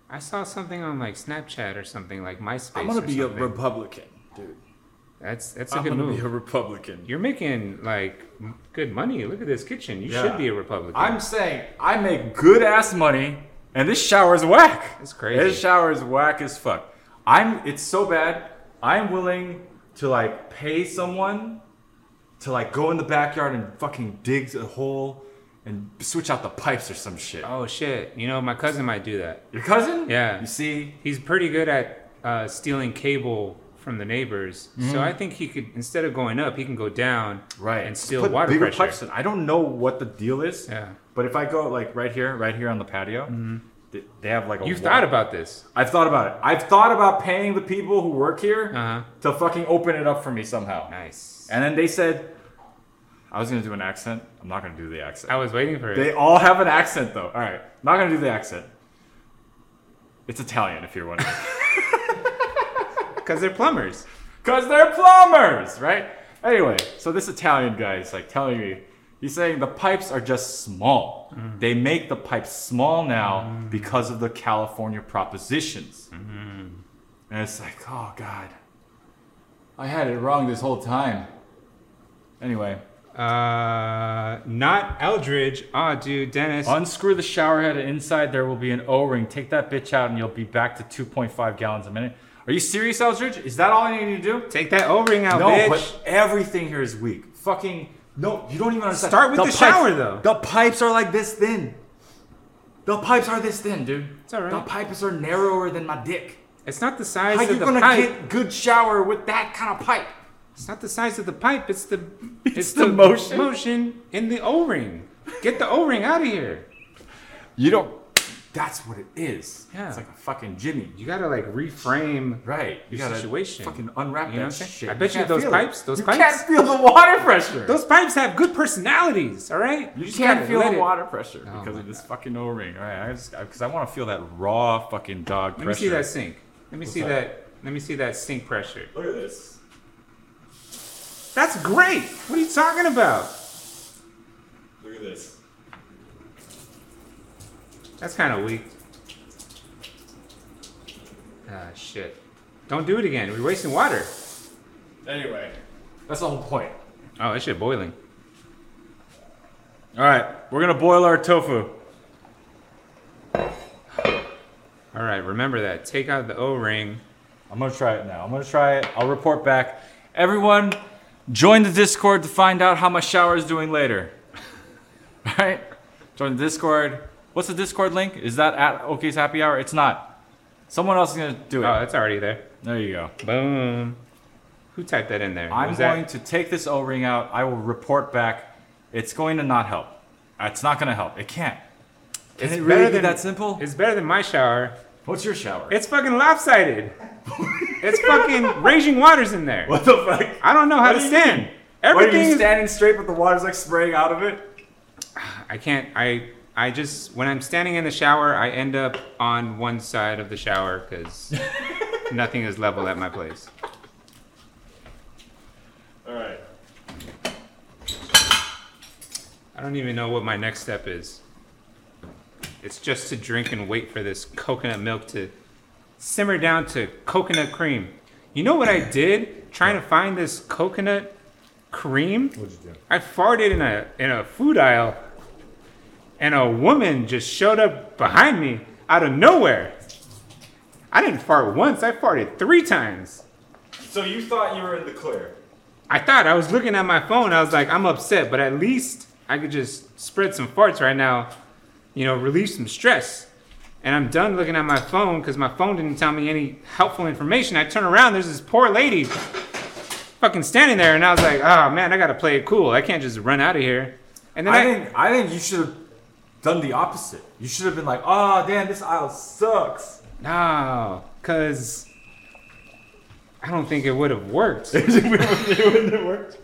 B: I saw something on like Snapchat or something like MySpace.
A: I'm gonna
B: or
A: be a
B: something.
A: Republican, dude.
B: that's that's a
A: I'm
B: good
A: gonna be
B: move.
A: a Republican.
B: You're making like m- good money. Look at this kitchen. You
A: Yeah.
B: should be a Republican.
A: I'm saying I make good ass money, and this shower's whack.
B: That's crazy.
A: This shower's whack as fuck. I'm. It's so bad. I'm willing to like pay someone to like go in the backyard and fucking dig a hole and switch out the pipes or some shit.
B: oh shit! You know my cousin might do that.
A: Your cousin?
B: Yeah.
A: You see,
B: He's pretty good at uh, stealing cable from the neighbors. So I think he could instead of going up, he can go down
A: Mm-hmm. right
B: and steal
A: Put
B: water
A: bigger
B: pressure.
A: pipes in. i don't know what the deal is
B: Yeah. Mm-hmm.
A: but if i go like right here right here on the patio th- they have like a
B: You've
A: wall.
B: thought about this.
A: i've thought about it i've thought about paying the people who work here
B: Uh-huh.
A: to fucking open it up for me somehow
B: Nice.
A: and then they said i was gonna do an accent i'm not gonna do the accent
B: I was waiting for it.
A: they all have an accent though all right not gonna do the accent it's italian if you're wondering
B: Because they're plumbers.
A: Because they're plumbers, right? Anyway, so this Italian guy is like telling me, he's saying the pipes are just small. They make the pipes small now because of the California propositions. Mm-hmm. And it's like, oh God, I had it wrong this whole time. Anyway,
B: Uh, not Eldridge. Ah, dude, Dennis.
A: unscrew the shower head and inside there will be an O-ring. Take that bitch out and you'll be back to 2.5 gallons a minute. Are you serious, Eldridge? Is that all I need to do?
B: Take that O-ring out,
A: No,
B: bitch.
A: but everything here is weak. Fucking no, you don't even understand.
B: Start with the shower, though.
A: The pipes are like this thin. The pipes are this thin, dude.
B: It's all right.
A: The pipes are narrower than my dick.
B: It's not the size
A: How
B: of
A: you
B: the
A: gonna
B: pipe.
A: get good shower with that kind of pipe?
B: It's not the size of the pipe. It's the it's,
A: the motion.
B: motion in the O-ring. Get the O-ring out of here.
A: You don't. That's what it is.
B: Yeah.
A: It's like a fucking Jimmy.
B: You gotta like reframe.
A: Right. You
B: Your
A: gotta
B: situation.
A: Fucking unwrap
B: You
A: that
B: know what I'm saying?
A: shit.
B: I bet you
A: can't
B: those
A: feel
B: pipes- those
A: you
B: pipes-
A: can't feel the water pressure.
B: Those pipes have good personalities. All right.
A: You
B: just
A: can't
B: gotta
A: feel
B: let
A: the
B: it-
A: water pressure
B: Oh
A: because
B: my
A: of this fucking O-ring. All right, I just because I, want to feel that raw fucking dog
B: Let me
A: pressure.
B: see that sink. Let me see
A: that?
B: that? Let me see that sink pressure.
A: Look at this.
B: That's great. What are you talking about?
A: Look at this.
B: That's kind of weak. Ah, shit. Don't do it again. We're wasting water.
A: Anyway, that's the whole point.
B: Oh, that shit boiling.
A: All right, we're gonna boil our tofu.
B: All right, remember that. Take out the O-ring.
A: I'm gonna try it now. I'm gonna try it. I'll report back. Everyone, join the Discord to find out how my shower is doing later. All right, join the Discord. What's the Discord link? Is that at OK's Happy Hour? It's not. Someone else is gonna do it.
B: Oh, that's already there.
A: there you go.
B: Boom. Who typed that in there?
A: I'm
B: Was
A: going
B: that?
A: to take this O-ring out. I will report back. It's going to not help. It's not going to help. It can't. Can
B: It's
A: it really
B: better
A: be
B: than-
A: that simple?
B: It's better than my shower.
A: What's your shower?
B: It's fucking lopsided. it's fucking raging waters in there.
A: what the fuck?
B: I don't know
A: What
B: how to
A: do you
B: stand.
A: mean?
B: Everything is.
A: standing straight, but the water's like spraying out of it?
B: I can't. I. I just when I'm standing in the shower, I end up on one side of the shower because nothing is level at my place.
A: All right.
B: I don't even know what my next step is. It's just to drink and wait for this coconut milk to simmer down to coconut cream. You know what I did trying to find this coconut cream?
A: What'd you do?
B: I farted in a in a food aisle, and a woman just showed up behind me out of nowhere. I didn't fart once. I farted three times.
A: So you thought you were in the clear.
B: I thought I was looking at my phone. I was like, I'm upset, but at least I could just spread some farts right now, you know, relieve some stress. And I'm done looking at my phone because my phone didn't tell me any helpful information. I turn around, there's this poor lady fucking standing there, and I was like, oh man, I gotta play it cool. I can't just run out of here. And then I,
A: I think I think you should have done the opposite. You should have been like, oh damn, this aisle sucks.
B: no, because I don't think it would have worked.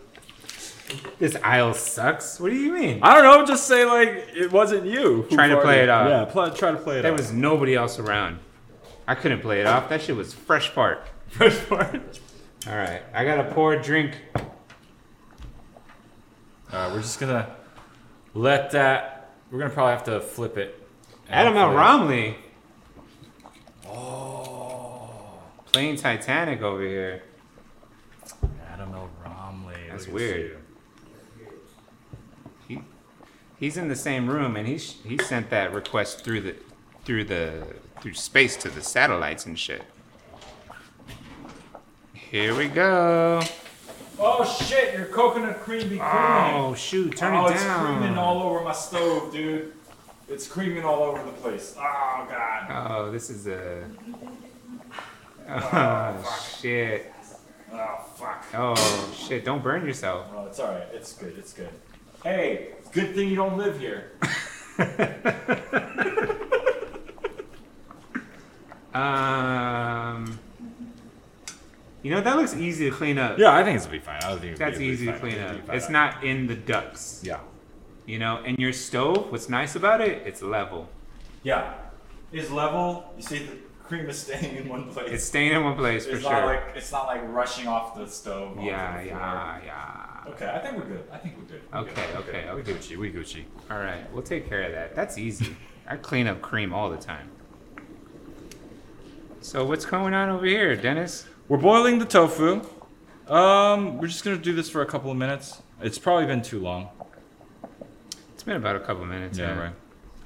B: This aisle sucks. What do you mean?
A: I don't know. Just say like it wasn't you. who
B: Try to play
A: farted.
B: it off.
A: Yeah, pl- try to play it
B: There
A: off.
B: was nobody else around. I couldn't play it off. That shit was fresh fart.
A: First part.
B: All right, I gotta pour a drink.
A: Uh, we're just gonna let that. We're gonna probably have to flip it.
B: Adam L.
A: Hopefully-
B: Romley. Oh, playing Titanic over here.
A: Adam L. Romley.
B: That's
A: look at
B: weird.
A: you.
B: He, he's in the same room, and he sh- he sent that request through the through the through space to the satellites and shit. Here we go.
A: Oh shit! Your coconut cream be creaming.
B: Oh shoot! Turn
A: oh,
B: it
A: it's creaming
B: down.
A: all over my stove, dude. It's creaming all over the place. Oh god.
B: oh, this is a. Oh shit!
A: Oh fuck.
B: Oh shit! Don't burn yourself.
A: Well, it's all right. It's good. It's good. Hey, good thing you don't live here.
B: Um. You know that looks easy to clean up.
A: Yeah, I think it's gonna be fine. I think it'll
B: That's
A: be
B: easy to
A: fine.
B: clean
A: It'll be
B: up.
A: fine.
B: It's not in the ducts.
A: Yeah.
B: You know, and your stove, what's nice about it, it's level.
A: Yeah. Is level. You see, the cream is staying in one place.
B: It's staying in one place for
A: It's
B: sure.
A: not like it's not like rushing off the stove. onto
B: yeah,
A: the floor.
B: yeah, yeah.
A: Okay, I think we're good. I think we're good. We're
B: Okay,
A: good.
B: okay,
A: We're
B: okay.
A: Gucci. We Gucci.
B: All right, we'll take care of that. That's easy. I clean up cream all the time. So what's going on over here, Dennis?
A: We're boiling the tofu. Um, we're just gonna do this for a couple of minutes. It's probably been too long.
B: It's been about a couple minutes.
A: Yeah, right.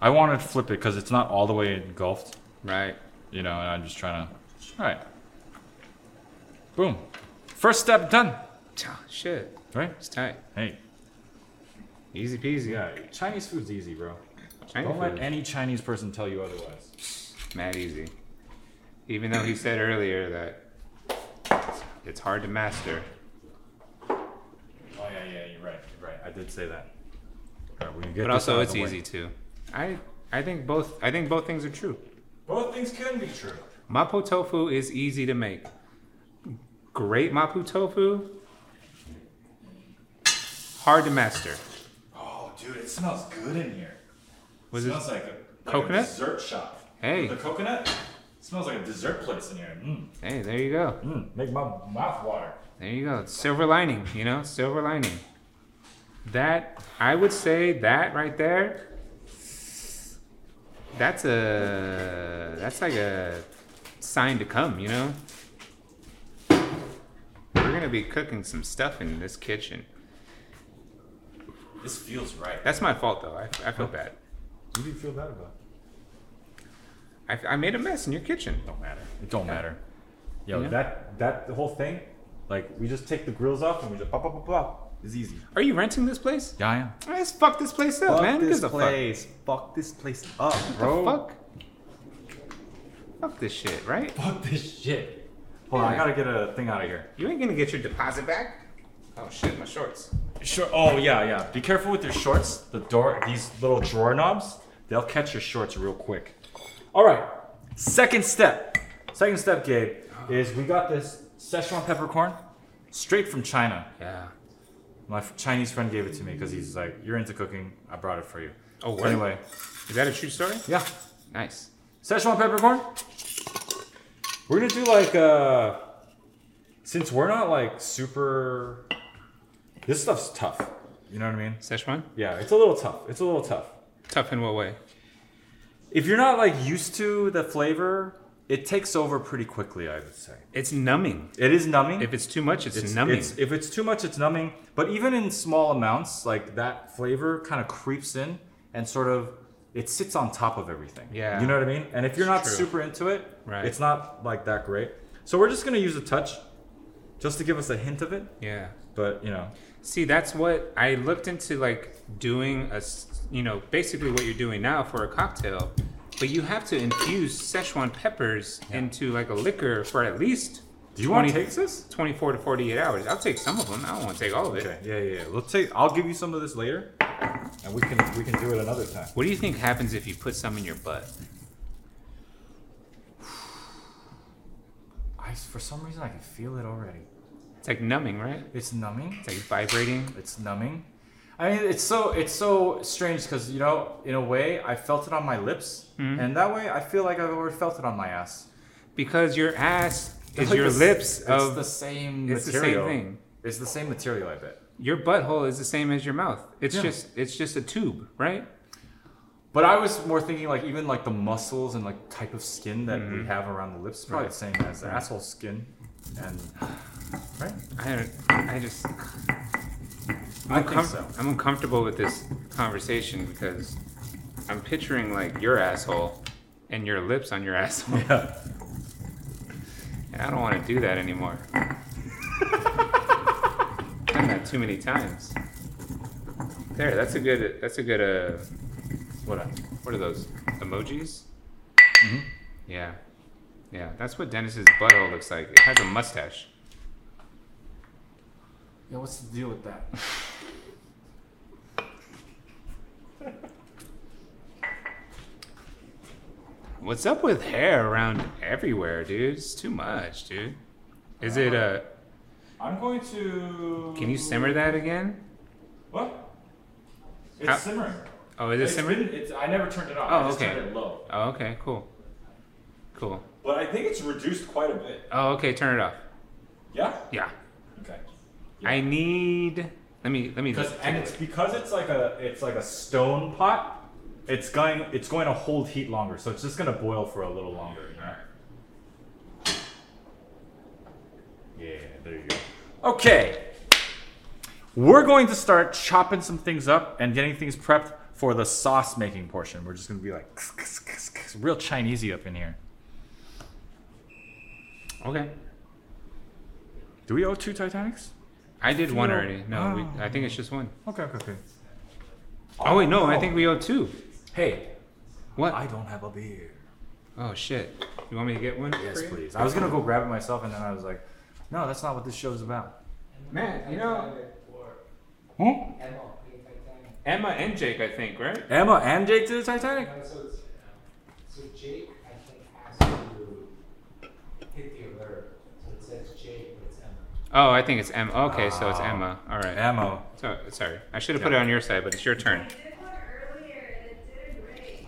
A: I wanted to flip it because it's not all the way engulfed,
B: Right.
A: you know. And I'm just trying to. All right. Boom. First step done.
B: Tch, Shit,
A: Right.
B: it's tight.
A: Hey.
B: Easy peasy.
A: Yeah. Chinese food's easy, bro.
B: Chinese
A: Don't let
B: food.
A: any Chinese person tell you otherwise.
B: Mad easy. Even though he said earlier that it's hard to master.
A: Oh yeah, yeah, you're right, you're right. I did say that. All right, we're gonna get
B: But
A: this out
B: also
A: of
B: it's
A: the way.
B: easy too. I I think both I think both things are true.
A: Both things can be true.
B: Mapo tofu is easy to make. Great mapo tofu. Hard to master.
A: Oh, dude, it smells good in here.
B: Was
A: it
B: it-
A: smells like a like
B: coconut?
A: a dessert shop.
B: Hey.
A: the coconut It smells like a dessert place in here. Mm,
B: Hey, there you go.
A: mm, make my mouth water.
B: There you go. Silver lining, you know, silver lining. That I would say that right there. That's a that's like a sign to come, you know. We're gonna be cooking some stuff in this kitchen.
A: This feels right.
B: That's my fault though. I, I feel bad.
A: What do you feel bad about?
B: I, I made a mess in your kitchen.
A: Don't matter. It don't matter. Yo,
B: Yeah.
A: that that the whole thing, like we just take the grills off and we just pop, pop, pop, pop. It's easy.
B: Are you renting this place?
A: Yeah, I am.
B: Let's fuck this place up, man. Who gives a
C: Fuck this place up,
B: fuck?
A: bro.
B: The fuck? Fuck this shit, right?
A: Fuck this shit. Hold on, I
B: Yeah.
A: gotta get a thing out of here.
B: You ain't gonna get your deposit back. Oh shit, my shorts.
A: Sure. Oh yeah, yeah. Be careful with your shorts. The door, these little drawer knobs, they'll catch your shorts real quick. All right. Second step. Second step, Gabe, is we got this Szechuan peppercorn straight from China.
B: Yeah.
A: My f- Chinese friend gave it to me because he's like, "You're into cooking. I brought it for you."
B: Oh,
A: So
B: word?
A: Anyway,
B: Is that a true story?
A: yeah.
B: Nice.
A: Szechuan peppercorn. We're gonna do like uh, since we're not like super. This stuff's tough. You know what I mean?
B: Szechuan?
A: Yeah, it's a little tough. It's a little tough.
B: Tough in what way?
A: If you're not like used to the flavor, it takes over pretty quickly, I would say.
B: It's numbing.
A: It is numbing.
B: If it's too much, it's, numbing.
A: it's- if it's too much, it's numbing. But even in small amounts, like that flavor kind of creeps in and sort of it sits on top of everything.
B: Yeah.
A: You know what I mean? And if you're not
B: True.
A: super into it,
B: Right.
A: it's not like that great. So we're just gonna use a touch just to give us a hint of it.
B: yeah.
A: But you know.
B: See, that's what I looked into, like doing a, s- you know, basically what you're doing now for a cocktail, but you have to infuse Szechuan peppers into like a liquor for at least.
A: Do you want to
B: 20
A: take this?
B: 24 to 48 hours? I'll take some of them. I don't want to take all of it.
A: Okay, yeah, yeah, yeah. Let's take I'll give you some of this later. And we can we can do it another time.
B: What do you think happens if you put some in your butt?
A: I, for some reason, I can feel it already.
B: It's like numbing, right?
A: It's numbing.
B: It's like vibrating.
A: It's numbing. I mean, it's so it's so strange because
B: Mm-hmm.
A: you know, in a way, I felt it on my lips, and that way, I feel like I've already felt it on my ass.
B: because your ass is
A: Like
B: your
A: the s-
B: lips
A: It's
B: of
A: the same
B: it's the same
A: material.
B: thing.
A: It's the same material, I bet.
B: your butthole is the same as your mouth. It's just it's just a tube, right?
A: But I was more thinking like even like the muscles and like type of skin that
B: Mm-hmm.
A: we have around the lips, probably the same as the asshole skin. And right,
B: I don't, I just I'm,
A: think
B: uncom-
A: so.
B: I'm uncomfortable with this conversation because I'm picturing like your asshole and your lips on your asshole,
A: yeah.
B: and I don't want to do that anymore. Done that too many times. There, that's a good. That's a good. Uh, what? are- What are those emojis?
A: Mm-hmm.
B: Yeah, yeah. That's what Dennis's butthole looks like. It has a mustache.
A: Yeah, what's the deal with that?
B: What's up with hair around everywhere, dude? It's too much, dude. Is it uh
A: I'm going to.
B: can you simmer that again?
A: What? It's
B: How-
A: simmering.
B: Oh, is it
A: It's
B: simmering?
A: been- it's- I never turned it off.
B: Oh,
A: I just
B: okay.
A: turned it low.
B: Oh, okay, cool. Cool.
A: But I think it's reduced quite a bit.
B: Oh, okay, turn it off.
A: Yeah.
B: Yeah.
A: Okay.
B: I need let me let me
A: Because
B: take
A: and
B: a
A: it's
B: look.
A: because it's like a it's like a stone pot. It's going it's going to hold heat longer, so it's just going to boil for a little longer. you know? Yeah, there you go. Okay. We're going to start chopping some things up and getting things prepped for the sauce making portion. We're just going to be like real Chinesey up in here.
B: Okay.
A: Do we owe two Titanics?
B: I did one
A: Feel-
B: already. No, we, I think it's just one.
A: Okay, okay, okay.
B: Oh wait, no, I think we owe two.
A: Hey,
B: What?
A: I don't have a beer.
B: oh shit. You want me to get one?
A: Yes,
B: for you?
A: please. I was gonna go grab it myself, and then I was like, no, that's not what this show's about.
B: Man, you know
A: Hmm?
B: Emma and Jake, I think, right?
A: Emma and Jake to the Titanic.
D: So, it's- so Jake, I think, has to hit the alert. So it says Jake, but it's Emma.
B: Oh, I think it's Emma. Okay, so it's
A: Oh.
B: Emma. All right.
A: Emma.
B: So, sorry, I should have put it on your side, but it's your turn.
E: I did one earlier and it didn't ring.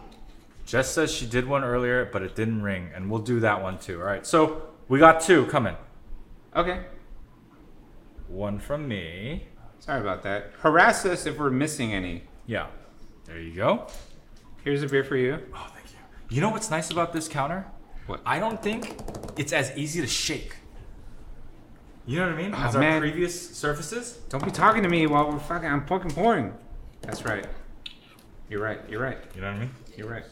A: Jess says she did one earlier, but it didn't ring, and we'll do that one too. All right. So we got two coming.
B: Okay,
A: One from me.
B: sorry about that. Harass us if we're missing any.
A: Yeah. There you go.
B: Here's a beer for you.
A: Oh, thank you. You know what's nice about this counter?
B: What?
A: I don't think it's as easy to shake. You know what I mean?
B: Oh,
A: As
B: man.
A: our previous surfaces.
B: Don't be talking to me while we're fucking. I'm fucking pouring. That's right. You're right. You're right.
A: You know what I mean?
B: You're right.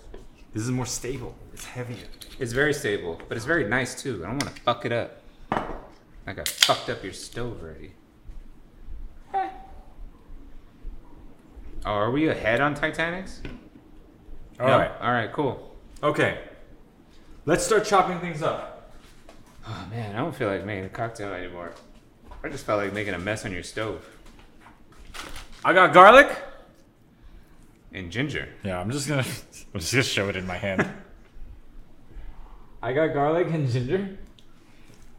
A: This is more stable. It's heavier.
B: It's very stable, but it's very nice too. I don't want to fuck it up. Like I fucked up your stove already. Eh. Oh, are we ahead on Titanics?
A: All
B: No?
A: right.
B: All right. Cool.
A: Okay. Let's start chopping things up.
B: Oh man, I don't feel like making a cocktail anymore. I just felt like making a mess on your stove.
A: I got garlic.
B: And ginger.
A: Yeah, I'm just gonna I'm just gonna show it in my hand. I got garlic and ginger.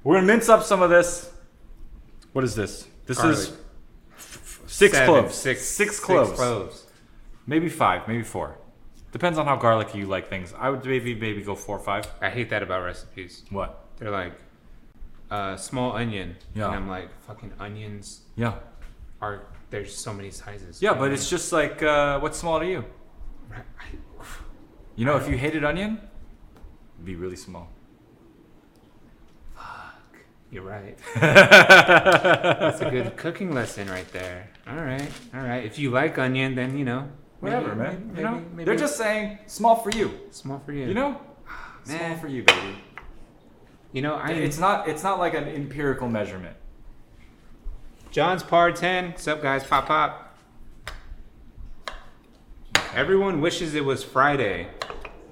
A: We're gonna mince up some of this. What is this? This is
B: Garlic.
A: six
B: Seven,
A: cloves.
B: Six,
A: six cloves.
B: Six cloves.
A: Maybe five, maybe four. Depends on how garlicky you like things. I would maybe maybe go four or five.
B: I hate that about recipes.
A: What?
B: They're like, uh, small onion.
A: Yeah.
B: And I'm like, fucking onions
A: Yeah.
B: are, there's so many sizes.
A: Yeah, but it's just like uh, what's small to you?
B: I-
A: You know, if you hated onion, it'd be really small.
B: You're right. That's a good cooking lesson right there. All right. All right. If you like onion, then, you know.
A: Whatever,
B: maybe-
A: man.
B: maybe-
A: you know,
B: maybe
A: they're just saying small for you.
B: small for you.
A: You know, small
B: Man.
A: for you, baby.
B: You know, I
A: It's not. It's not like an empirical measurement.
B: John's par 10. What's up, guys? Pop, pop. Everyone wishes it was Friday.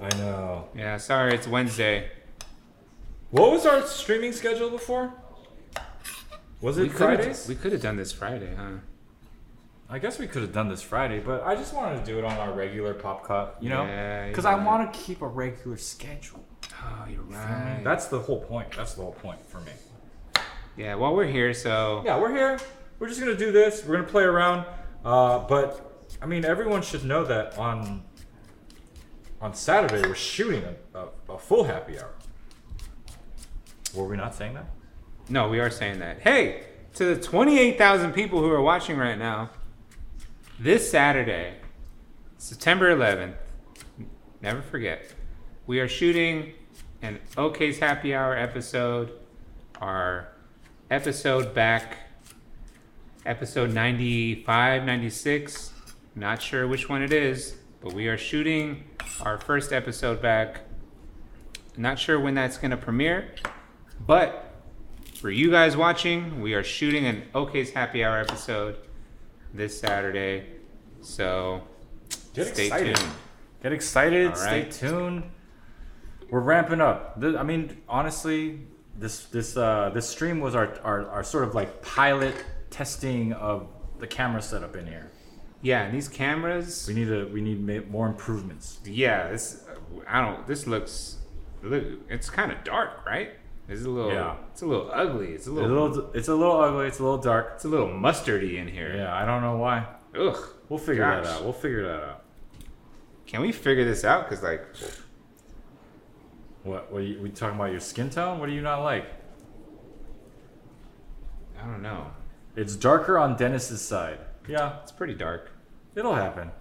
A: I know.
B: Yeah, sorry, it's Wednesday.
A: What was our streaming schedule before? Was it
B: We could
A: Fridays?
B: have we could have done this Friday, huh?
A: I guess we could have done this Friday, but I just wanted to do it on our regular pop cut. You know,
B: Yeah, you're
A: because I
B: right.
A: want to keep a regular schedule.
B: Oh, you're right.
A: That's the whole point. That's the whole point for me.
B: yeah, well, we're here, so
A: yeah, we're here. We're just gonna do this. We're gonna play around. Uh, but I mean, everyone should know that on on Saturday we're shooting a, a, a full happy hour. Were we not saying that?
B: No, we are saying that. Hey, to the 28,000 people who are watching right now, this Saturday, September 11th, never forget, we are shooting an OK's Happy Hour episode, our episode back, episode 95, 96. Not sure which one it is, but we are shooting our first episode back. Not sure when that's going to premiere, but for you guys watching, we are shooting an OK's Happy Hour episode this Saturday. So
A: Get
B: Stay
A: excited.
B: tuned.
A: Get excited.
B: All right.
A: Stay tuned. We're ramping up. Th- I mean, honestly, this this uh, this stream was our, our our sort of like pilot testing of the camera setup in here.
B: yeah, and these cameras,
A: We need to we need ma- more improvements.
B: yeah, this I don't. This looks, look, it's kind of dark, right? It's a little,
A: Yeah.
B: it's a little ugly. It's a
A: It's a
B: little,
A: little it's a little ugly. It's a little dark.
B: it's a little mustardy in here.
A: Yeah, I don't know why.
B: Ugh.
A: We'll figure that
B: Gosh.
A: out. We'll figure that out.
B: Can we figure this out? Cause like,
A: What what are you, we talking about? Your skin tone? What do you not like?
B: I don't know.
A: It's darker on Dennis's side. Yeah,
B: It's pretty dark.
A: It'll happen.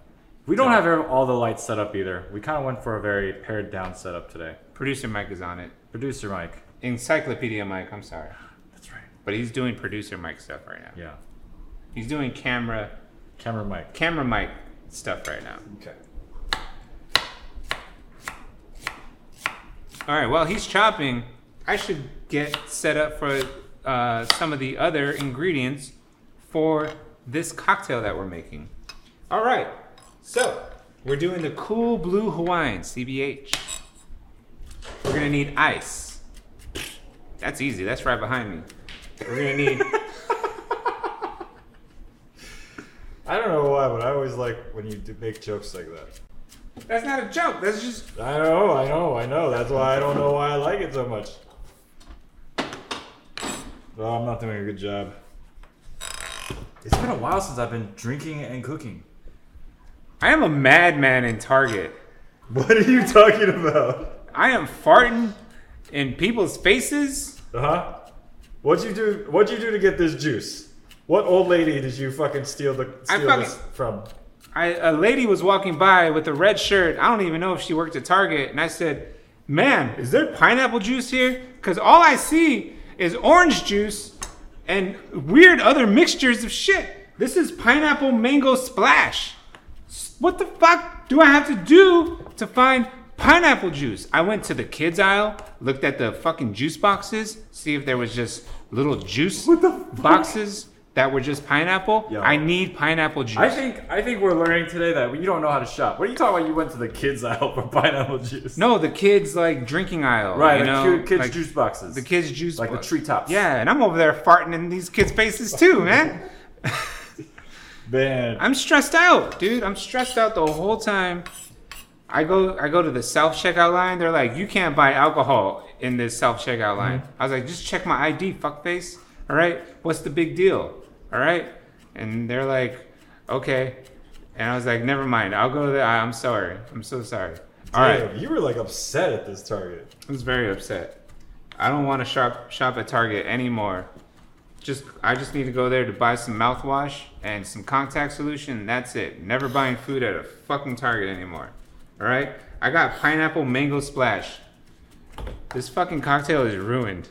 A: We don't have all the lights set up either. We kind of went for a very pared down setup today.
B: Producer Mike is on it.
A: Producer Mike.
B: Encyclopedia Mike. I'm sorry,
A: That's right.
B: but he's doing producer Mike stuff right now.
A: Yeah.
B: He's doing camera,
A: Camera Mike.
B: camera Mike stuff right now.
A: Okay.
B: All right, while he's chopping, I should get set up for uh, some of the other ingredients for this cocktail that we're making. All right, so we're doing the Cool Blue Hawaiian CBH. We're gonna need ice. That's easy. That's right behind me. We're gonna need.
A: I don't know why, but I always like when you do make jokes like that.
B: that's not a joke. That's just.
A: I know, I know, I know. That's why I don't know why I like it so much. Oh, I'm not doing a good job. It's been a while since I've been drinking and cooking.
B: I am a madman in Target.
A: What are you talking about?
B: I am farting in people's faces.
A: Uh huh. What'd you do? What'd you do to get this juice? What old lady did you fucking steal the
B: I
A: steal
B: fucking-
A: this from?
B: I, a lady was walking by with a red shirt. I don't even know if she worked at Target. And I said, Man, is there pineapple juice here? Because all I see is orange juice and weird other mixtures of shit. This is pineapple mango splash. S- What the fuck do I have to do to find pineapple juice? I went to the kids aisle, looked at the fucking juice boxes, see if there was just little juice boxes that were just pineapple.
A: Yo.
B: I need pineapple juice.
A: I think I think we're learning today that you don't know how to shop. What are you talking about? You went to the kids aisle for pineapple juice?
B: No, the kids like drinking aisle.
A: right?
B: you
A: the
B: know,
A: cute kids
B: like,
A: juice boxes.
B: The kids juice.
A: like the
B: box.
A: treetops.
B: Yeah, and I'm over there farting in these kids' faces too, man.
A: man.
B: I'm stressed out, dude. I'm stressed out the whole time. I go, I go to the self checkout line. They're like, you can't buy alcohol in this self checkout line.
A: Mm-hmm.
B: I was like, just check my ID, fuckface. All right, what's the big deal? All right, and they're like, okay. And I was like, never mind. I'll go to the. I'm sorry. I'm so sorry. All right.
F: Damn, you were like upset at this target.
B: I was very upset. I don't want to shop shop at Target anymore. Just I just need to go there to buy some mouthwash and some contact solution. And that's it. Never buying food at a fucking Target anymore. All right. I got pineapple mango splash. This fucking cocktail is ruined.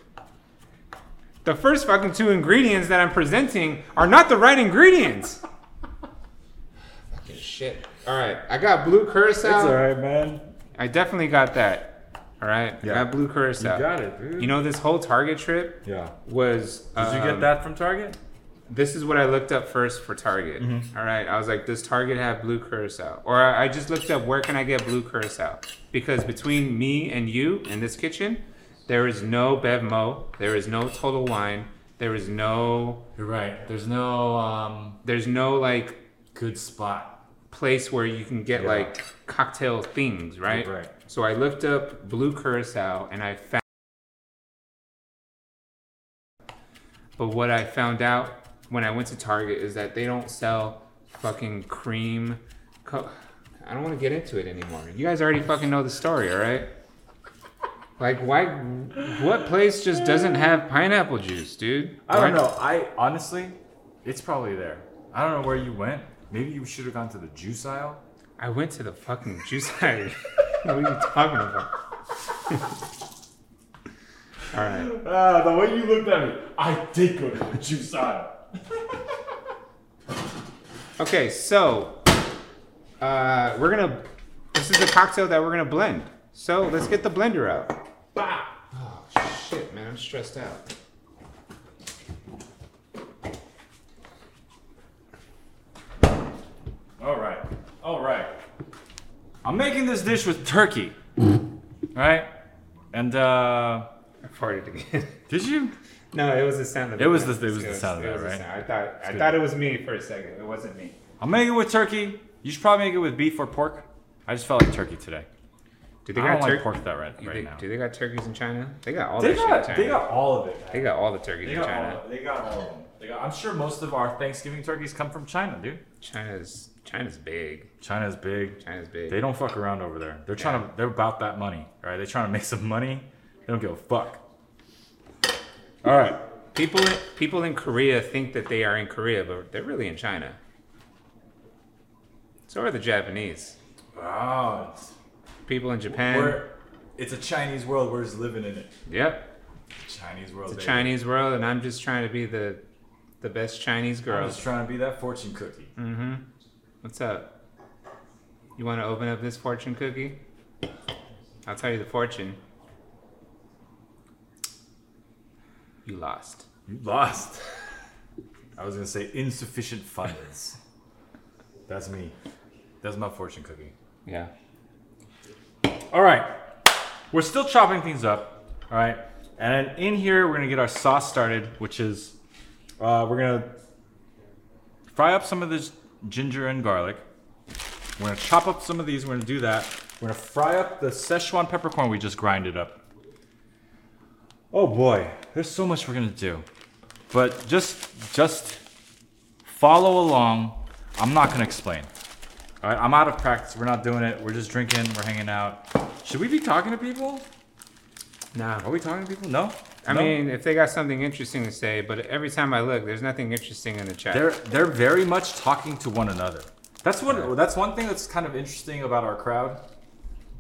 B: The first fucking two ingredients that I'm presenting are not the right ingredients. fucking shit. All right. I got blue curacao.
A: Oh.
F: It's alright, man.
B: I definitely got that. All right, I
A: Yeah.
B: got blue curacao.
A: You got it, dude.
B: You know Um, this whole Target trip
F: Yeah.
B: was.
A: did you get that from Target?
B: This is what I looked up first for Target.
A: Mm-hmm.
B: All right, I was like, does Target have blue curacao? Or I I just looked up where can I get blue curacao because between me and you in this kitchen, there is no Bevmo, there is no Total Wine, there is no,
A: You're right. There's no um,
B: there's no like
A: good spot.
B: place where you can get
A: Yeah.
B: like cocktail things, right?
A: Right.
B: So I looked up blue curacao and I found. But what I found out when I went to Target is that they don't sell fucking cream. Co- I don't want to get into it anymore. You guys already fucking know the story, all right? Like, why? What place just doesn't have pineapple juice, dude?
A: I don't
B: Why-
A: know. I honestly, it's probably there. I don't know where you went. Maybe you should have gone to the juice aisle.
B: I went to the fucking juice aisle. what are you talking about? All right.
A: Ah, the way you looked at me, I did go to the juice aisle.
B: Okay, so uh, we're gonna. This is a cocktail that we're gonna blend. So let's get the blender out. Bah! Oh shit, man! I'm stressed out.
A: All right, all right. I'm making this dish with turkey, right? And uh,
B: I farted again.
A: did you?
B: no, it was the sound of
A: It was the- it was the sound of
B: it
A: it,
B: was the
A: right?
B: sound. I thought I
A: good.
B: thought it was me for a second. It wasn't me.
A: I'm making it with turkey. You should probably make it with beef or pork. I just felt like turkey today.
B: Do they
A: I
B: got
A: don't like
B: turkey?
A: pork that right,
B: do,
A: right
B: they,
A: now.
B: do they got turkeys in China? They got all
A: They
B: that
A: got,
B: shit in China.
A: they got all of it. man.
B: They got all the turkeys in China.
A: All, they got all of them. They got, I'm sure most of our Thanksgiving turkeys come from China, dude.
B: China's China's big.
A: China's big.
B: China's big.
A: They don't fuck around over there. They're trying to. They're about that money. All right. They're trying to make some money. They don't give a fuck. All right.
B: people in, people in Korea think that they are in Korea, but they're really in China. So are the Japanese.
A: Wow. It's,
B: People in Japan.
F: We're, it's a Chinese world. We're just living in it.
B: yep.
F: Chinese world.
B: The
F: baby.
B: Chinese world, and I'm just trying to be the the best Chinese
F: I'm
B: girl.
F: just trying to be that fortune cookie.
B: What's up? You want to open up this fortune cookie? I'll tell you the fortune. You lost.
F: You lost. I was gonna say insufficient funds. That's me. That's my fortune cookie.
B: Yeah.
A: All right. We're still chopping things up. All right. And in here, we're going to get our sauce started, which is uh, we're going to fry up some of this ginger and garlic. We're going to chop up some of these. We're going to do that. We're going to fry up the Szechuan peppercorn we just grinded up. Oh boy, there's so much we're going to do. But just just follow along. I'm not going to explain. All right, I'm out of practice. We're not doing it. We're just drinking. We're hanging out. Should we be talking to people?
B: Nah.
A: Are we talking to people? No.
B: I
A: No?
B: mean, if they got something interesting to say, but every time I look, there's nothing interesting in the chat.
A: they're they're very much talking to one another. That's one. That's one thing that's kind of interesting about our crowd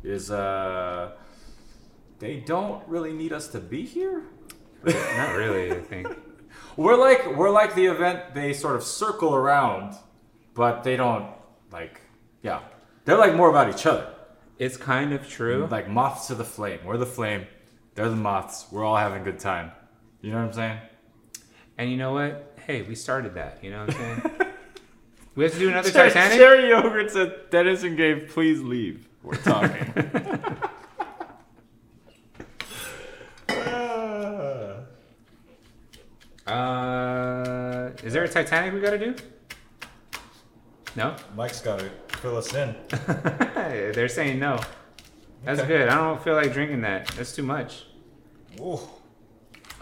A: is uh, they don't really need us to be here.
B: Not really, I think.
A: We're like we're like the event. They sort of circle around, but they don't like. Yeah, they're like more about each other.
B: It's kind of true.
A: Like moths to the flame. We're the flame. They're the moths. We're all having a good time. You know what I'm saying?
B: And you know what? Hey, we started that. You know what I'm saying? we have to do another
A: Cher-
B: Titanic?
A: Cherry yogurt said Dennison gave, please leave. We're talking.
B: Uh, is there a Titanic we gotta do? No?
F: Mike's gotta fill us in.
B: They're saying no. That's
F: Okay.
B: good. I don't feel like drinking that. That's too much.
F: Ooh.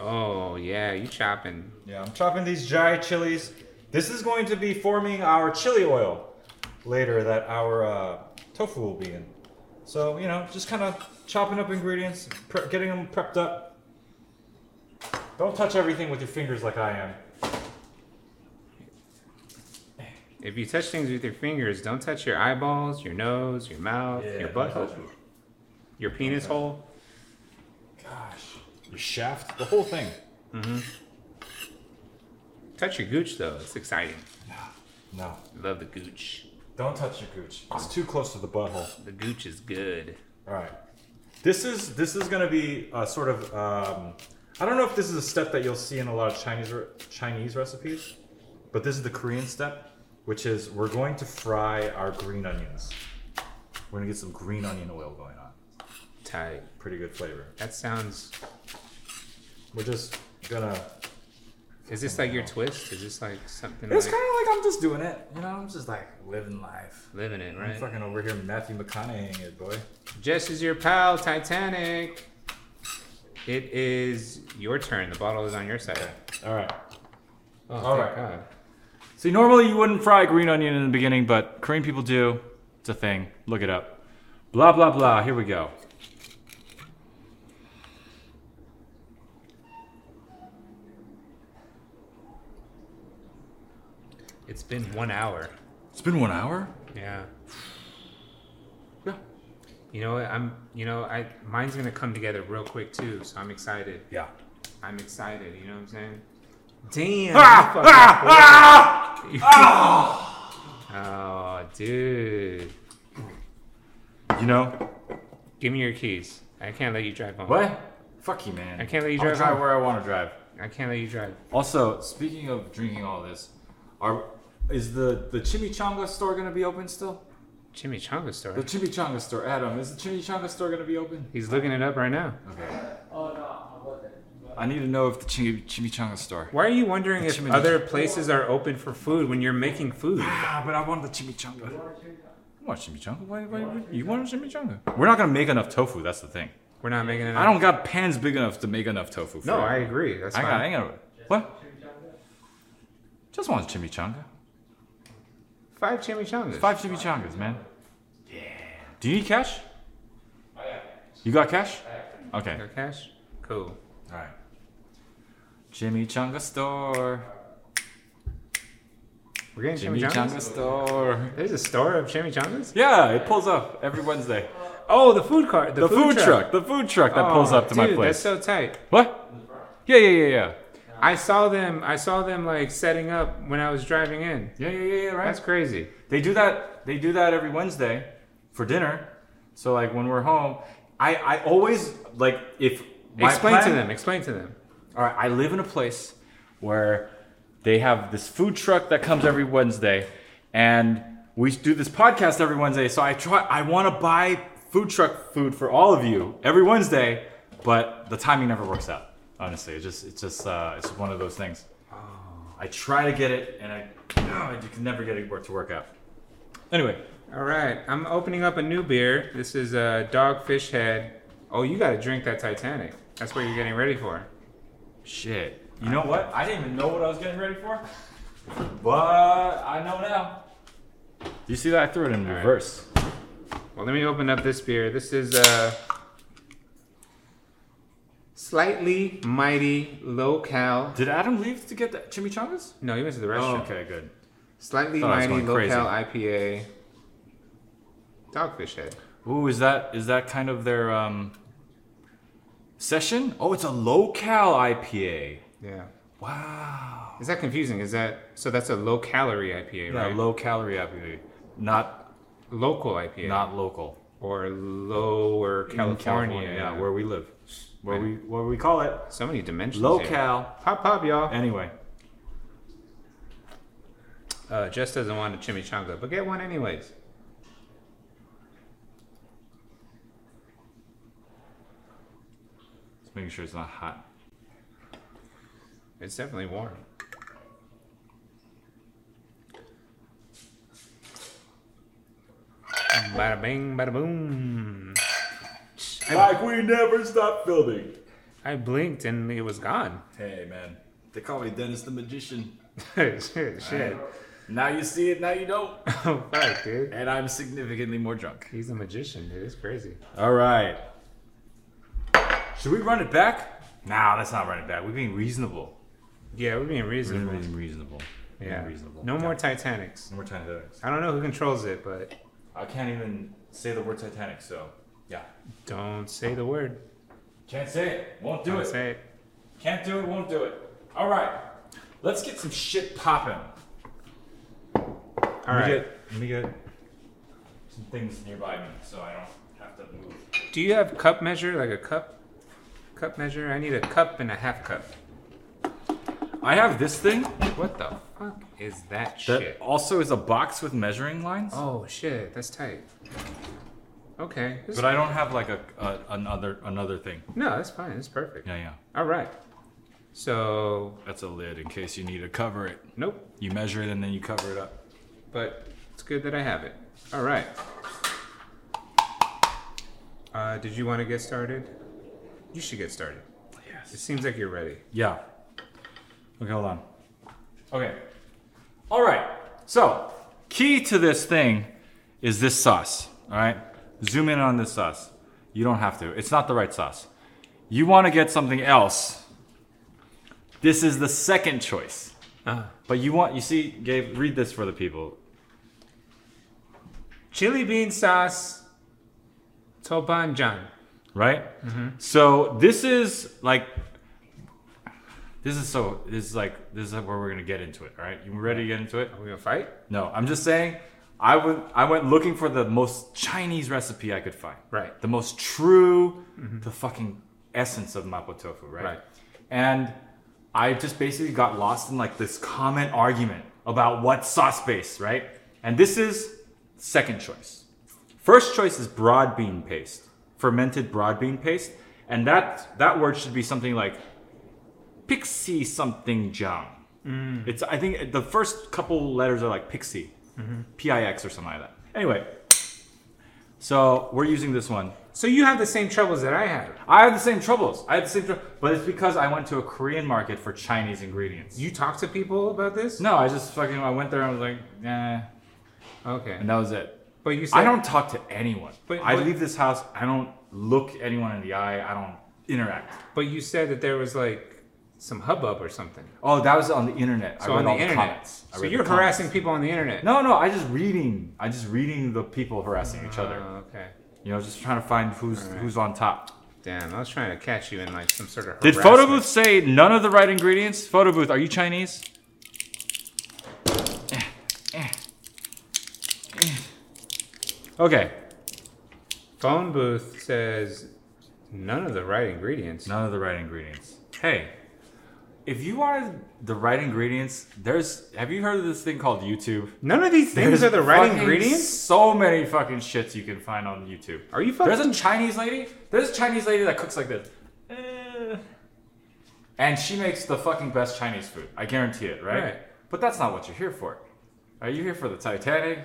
B: Oh, yeah, you chopping.
F: Yeah, I'm chopping these dry chilies. This is going to be forming our chili oil later that our uh, tofu will be in. So, you know, just kind of chopping up ingredients, pre- getting them prepped up. Don't touch everything with your fingers like I am.
B: If you touch things with your fingers, don't touch your eyeballs, your nose, your mouth,
F: Yeah,
B: your
F: don't
B: butthole,
F: touch me.
B: your penis hole.
F: Gosh. Your shaft, the whole thing.
B: Touch your gooch though. It's exciting.
F: No,
B: Love the gooch.
F: don't touch your gooch. It's too close to the butthole.
B: The gooch is good.
F: All right. This is this is going to be a sort of um, I don't know if this is a step that you'll see in a lot of Chinese re- Chinese recipes, but this is the Korean step, which is we're going to fry our green onions. We're going to get some green onion oil going on.
B: Tight.
F: Pretty good flavor.
B: That sounds.
F: We're just gonna.
B: Is this like your twist? Is this like something
F: It's
B: like
F: kind of like I'm just doing it, you know. I'm just like living life.
B: living it,
F: I'm
B: right?
F: fucking over here Matthew McConaughey it, boy.
B: Jess is your pal, Titanic. It is your turn. The bottle is on your side.
F: All right.
B: Oh,
F: All right.
B: thank God.
A: See, normally you wouldn't fry green onion in the beginning, but Korean people do. It's a thing. Look it up. Blah, blah, blah. Here we go.
B: It's been one hour.
A: It's been one hour.
B: Yeah.
A: Yeah.
B: You know, what, I'm. You know, I mine's gonna come together real quick too. So I'm excited.
A: Yeah.
B: I'm excited. You know what I'm saying? Damn.
A: Ah,
B: you
A: ah, ah!
B: fucking- Oh, dude.
A: You know
B: Give me your keys. I can't let you drive home.
A: what? Fuck you, man.
B: I can't let you
A: I'll
B: drive
A: drive
B: home.
A: where I want to drive.
B: I can't let you drive.
A: Also, speaking of drinking all this, are is the the chimichanga store gonna be open still?
B: Chimichanga
A: The
B: store.
A: chimichanga store, Adam. Is the chimichanga store gonna be open?
B: He's looking it up right now.
A: Okay.
D: Oh, no, I wasn't. But
A: I need to know if the chim- chimichanga store.
B: Why are you wondering if
A: Chimichanga.
B: other places are open for food when you're making food?
A: Ah, but I want the chimichanga. I want chimichanga. Why, why, would- you want a chimichanga? We're not gonna make enough tofu. That's the thing.
B: We're not making it.
A: I don't got pans big enough to make enough tofu. For
B: No,
A: you.
B: I agree. That's
A: I
B: fine.
A: got. I got. What? Just want a chimichanga.
B: Five chimichangas.
A: Five chimichangas, man. Yeah. Do you need cash? You got cash? Okay.
B: Got cash. Cool.
A: All right. Chimichanga store.
B: We're getting
A: Chimichanga
B: chimichangas.
A: store.
B: There's a store of chimichangas.
A: Yeah, it pulls up every Wednesday.
B: Oh, the food cart. The,
A: The food truck. The food truck that pulls
B: Oh,
A: up to my
B: dude,
A: place.
B: That's so tight.
A: What? Yeah, yeah, yeah, yeah.
B: I saw them. I saw them like setting up when I was driving in.
A: Yeah, yeah, yeah, yeah. Right.
B: That's crazy.
A: They do that. They do that every Wednesday for dinner. So like when we're home, I I always like if my
B: Explain to
A: plan-
B: them. Explain to them.
A: All right, I live in a place where they have this food truck that comes every Wednesday, and we do this podcast every Wednesday. So I try. I want to buy food truck food for all of you every Wednesday, but the timing never works out. Honestly, it's just it's just uh, it's one of those things. I try to get it, and I no, I can never get it work to work out. Anyway,
B: All right, I'm opening up a new beer. This is a uh, Dogfish Head. Oh, you got to drink that Titanic. That's what you're getting ready for.
A: shit. You know what? I didn't even know what I was getting ready for, but I know now. Do you see that? I threw it in
B: right.
A: reverse.
B: Well, let me open up this beer. This is uh, slightly mighty low cal.
A: Did Adam leave to get the chimichangas? Oh.
B: No, you went to the restaurant.
A: good.
B: Slightly
A: Thought I was
B: mighty
A: going
B: low
A: crazy.
B: cal IPA. Dogfish Head.
A: Ooh, is that is that kind of their um session? Oh, it's a low-cal IPA.
B: Yeah.
A: Wow.
B: Is that confusing? Is that so? That's a low calorie IPA,
A: Yeah,
B: right?
A: low-calorie IPA, not
B: Local IPA.
A: not local.
B: or lower
A: In
B: California.
A: yeah, where we live, where we where we call it
B: so many dimensions. here.
A: low-cal.
B: Pop, pop, y'all.
A: Anyway,
B: Uh, Jess doesn't want a chimichanga, but get one anyways.
A: just making sure it's not hot.
B: It's definitely warm. Bada bing, bada boom. I,
A: we never stop filming.
B: I blinked and it was gone.
A: Hey man, they call me Dennis the Magician.
B: shit, shit.
A: Now you see it, now you don't.
B: Oh, fuck, dude.
A: And I'm significantly more drunk.
B: He's a magician, dude. It's crazy.
A: All right. Should we run it back? Nah, let's not run it back. We're being reasonable.
B: Yeah, we're being
A: We're
B: reasonable.
A: being reasonable. We're
B: Yeah.
A: being reasonable.
B: No more Titanics.
A: No more Titanic.
B: I don't know who controls it, but
A: I can't even say the word Titanic, so yeah.
B: don't say the word.
A: Can't say it. Won't do
B: Don't
A: it.
B: say it.
A: Can't do it. Won't do it. All right. Let's get some shit popping.
B: All right.
A: Let me get some things nearby me so I don't have to move.
B: Do you have cup measure, like a cup, cup measure? I need a cup and a half cup.
A: I have this thing
B: What the fuck is that
A: that
B: shit?
A: also is a box with measuring lines.
B: Oh shit, that's tight. Okay. this-
A: But I don't have like a, a another another thing.
B: no, that's fine. It's perfect.
A: Yeah, yeah.
B: All right. So
A: That's a lid in case you need to cover it.
B: nope,
A: You measure it and then you cover it up.
B: but it's good that I have it. All right. Uh, did you want to get started? You should get started. It
A: Yes.
B: seems like you're ready.
A: Yeah. Okay, hold on. Okay. All right. So, key to this thing is this sauce. All right. Zoom in on this sauce. You don't have to. It's not the right sauce. You want to get something else. This is the second choice. But you want you see, Gabe, read this for the people.
B: Chili bean sauce, tobanjan.
A: right? So this is like, this is so this is like this is where we're gonna get into it. All right, you ready to get into it?
B: Are we gonna fight?
A: No, I'm just saying. I went I went looking for the most Chinese recipe I could find.
B: Right.
A: The most true, the fucking essence of mapo tofu. Right.
B: Right.
A: And I just basically got lost in like this common argument about what sauce base, right? And this is second choice. First choice is broad bean paste, fermented broad bean paste, and that that word should be something like pixie something jam. It's I think the first couple letters are like pixie, P-I-X or something like that. Anyway, so we're using this one.
B: So you have the same troubles that I had.
A: I have the same troubles. I have the same trouble, but it's because I went to a Korean market for Chinese ingredients.
B: You talk to people about this?
A: No, I just fucking I went there and I was like, nah,
B: Okay.
A: and that was it.
B: But you said
A: I don't talk to anyone.
B: But-
A: I
B: but-
A: leave this house. I don't look anyone in the eye. I don't interact.
B: But you said that there was like some hubbub or something.
A: Oh, that was on the internet.
B: So
A: I read
B: on the
A: all
B: internet.
A: the comments. I
B: so
A: read the
B: you're
A: comments.
B: harassing people on the internet.
A: No, no, I just reading. I just reading the people harassing each other.
B: Oh, okay.
A: You know, just trying to find who's who's on top.
B: Damn, I was trying to catch you in like some sort of.
A: Did photo booth say none of the right ingredients? Photo booth, are you Chinese? Eh, eh, eh. Okay,
B: Phone booth says none of the right ingredients.
A: none of the right ingredients. Hey, if you wanted the right ingredients, there's. Have you heard of this thing called YouTube?
B: None of these things
A: There's
B: are the right
A: fucking
B: ingredients.
A: So many fucking shits you can find on YouTube.
B: Are you fucking?
A: There's a Chinese lady. There's a Chinese lady that cooks like this. Eh. And she makes the fucking best Chinese food. I guarantee it, right?
B: Right.
A: But that's not what you're here for. Are you here for the Titanic?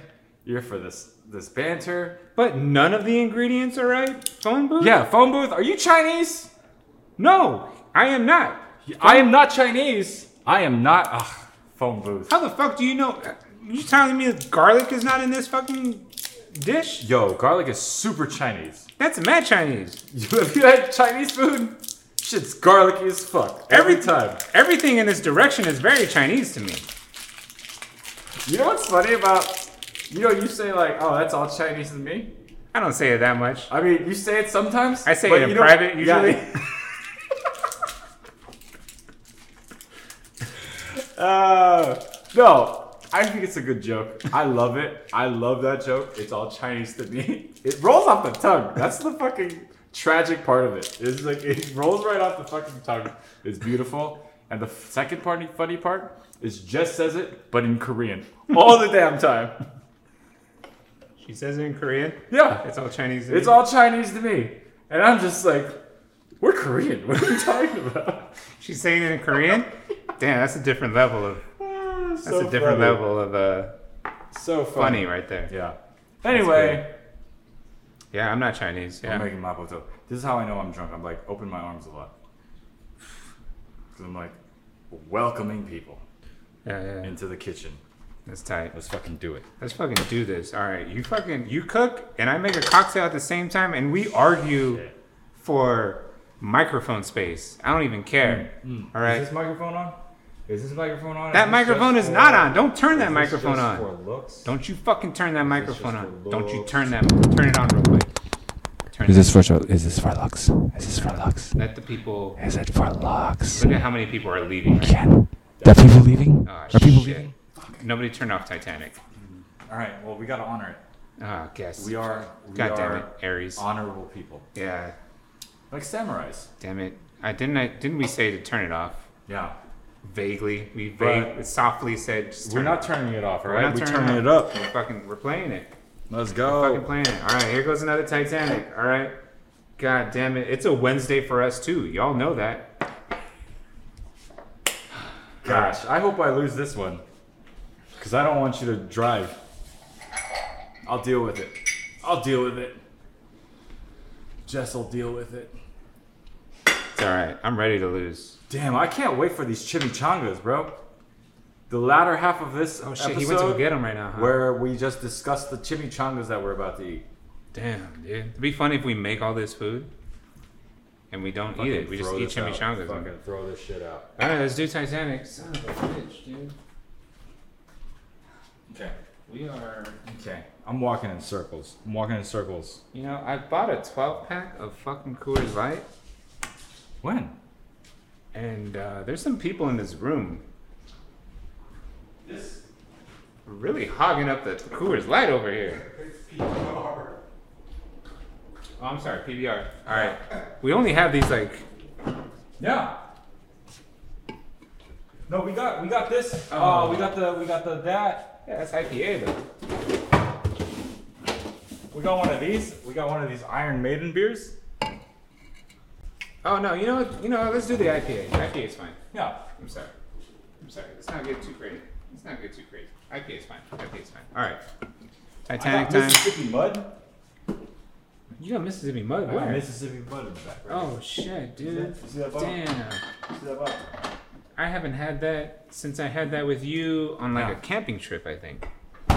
A: You're here for this this banter.
B: but none of the ingredients are right. Phone booth.
A: Yeah, phone booth. Are you Chinese?
B: No, I am not.
A: I am not Chinese. I am not. Ugh, phone booth.
B: How the fuck do you know? You telling me that garlic is not in this fucking dish?
A: Yo, garlic is super Chinese.
B: That's mad Chinese.
A: Have you had Chinese food? Shit's garlicky as fuck. Every time.
B: Everything in this direction is very Chinese to me.
A: You know what's funny about you know you say like oh that's all Chinese to me.
B: I don't say it that much.
A: I mean you say it sometimes.
B: I say
A: but
B: it in
A: you don't-
B: private
A: yeah.
B: usually.
A: Uh, no, I think it's a good joke. I love it. I love that joke. It's all Chinese to me. It rolls off the tongue. That's the fucking tragic part of it. It's like it rolls right off the fucking tongue. It's beautiful. And the second part, funny part is just says it, but in Korean all the damn time.
B: She says it in Korean.
A: Yeah,
B: It's all Chinese. to
A: It's
B: me.
A: all Chinese to me. And I'm just like, we're Korean. What are you talking about?
B: She's saying it in Korean. Damn, that's a different level of.
A: That's
B: That's a different level of uh,
A: So
B: funny
A: funny.
B: right there. Yeah.
A: Yeah. Anyway,
B: good. I'm not Chinese. Yeah.
A: I'm making mapo tofu. This is how I know I'm drunk. I'm like, open my arms a lot. Because I'm like, welcoming people
B: yeah, yeah, yeah.
A: into the kitchen.
B: That's tight.
A: Let's fucking do it.
B: Let's fucking do this. All right, you fucking you cook and I make a cocktail at the same time, and we argue
A: Shit.
B: for microphone space. I don't even care.
A: Mm,
B: All
F: Is
B: right,
F: this microphone on? Is this microphone on?
B: that
F: this
B: microphone is
F: just
B: not
F: for-
B: on. Don't turn that
F: is this
B: microphone
F: just
B: on.
F: For looks?
B: Don't you fucking turn that
F: this
B: microphone
F: just
B: on.
F: for
B: Don't you
F: looks?
B: turn that. Turn it on real quick. Turn
G: Is
B: it-
G: this for show? Is this for Lux? Is this for Lux?
B: Let the people.
G: Is it for Lux?
B: Look at how many people are leaving. Right?
G: Can the people leaving?
B: Oh,
G: Are people
B: shit.
G: leaving?
B: Nobody turned off Titanic.
A: All right. Well, we got to honor it.
B: Ah, guess.
A: We are. We
B: God damn
A: are
B: it, Aries.
A: Honorable people.
B: Yeah,
A: Like samurais.
B: damn it. I didn't. I didn't. We say to turn it off.
A: Yeah.
B: Vaguely, we
A: But-
B: vague, softly said. Just
A: We're
B: turn
A: not
B: it.
A: turning it off, all
B: We're
A: right?
B: not
A: We're
B: turning
A: turning
B: it
A: it up.
B: We're fucking. We're playing it.
A: Let's
B: Fucking
A: go.
B: playing it. All right, here goes another Titanic. All right. God damn it, it's a Wednesday for us too. Y'all know that.
A: Gosh, I hope I lose this one. Because I don't want you to drive. I'll deal with it. I'll deal with it. Jess will deal with it.
B: It's all right. I'm ready to lose.
A: Damn, I can't wait for these chimichangas, bro. The latter half of this
B: Oh shit,
A: episode
B: he went to go get him right now. Huh?
A: where we just discussed the chimichangas that we're about to eat.
B: Damn, dude. It'd be funny if we make all this food and we don't eat it. We just
A: Fucking
B: eat
A: throw this out.
B: chimichangas.
A: Fucking throw this shit out.
B: All right, let's do Titanic. Son of a bitch, dude.
A: Okay.
B: We are.
A: Okay. I'm walking in circles. I'm walking in circles.
B: You know, I bought a 12 pack of fucking Coors Light,
A: When?
B: and uh, there's some people in this room
H: This
B: really hogging up the Coors Light over here. Oh, I'm sorry, PBR. All right, we only have these like.
A: Yeah. No, we got we got this. Oh, we got the we got the that.
B: Yeah, that's IPA though.
A: We got one of these. We got one of these Iron Maiden beers.
B: Oh no, you know what? You know, what? let's do the IPA. The IPA is fine.
A: Yeah.
B: I'm sorry. I'm sorry. Let's not get too crazy. Let's not get too crazy. IPA is fine. IPA is fine. All right. Titanic
A: I got
B: time.
A: Mississippi mud.
B: You got Mississippi mud.
A: I got
B: Where?
A: Mississippi mud in the back. Right?
B: oh shit, dude.
A: that- see that bottle?
B: Damn.
A: See that bottle?
B: I haven't had that since I had that with you on like
A: Yeah.
B: a camping trip, I think.
A: All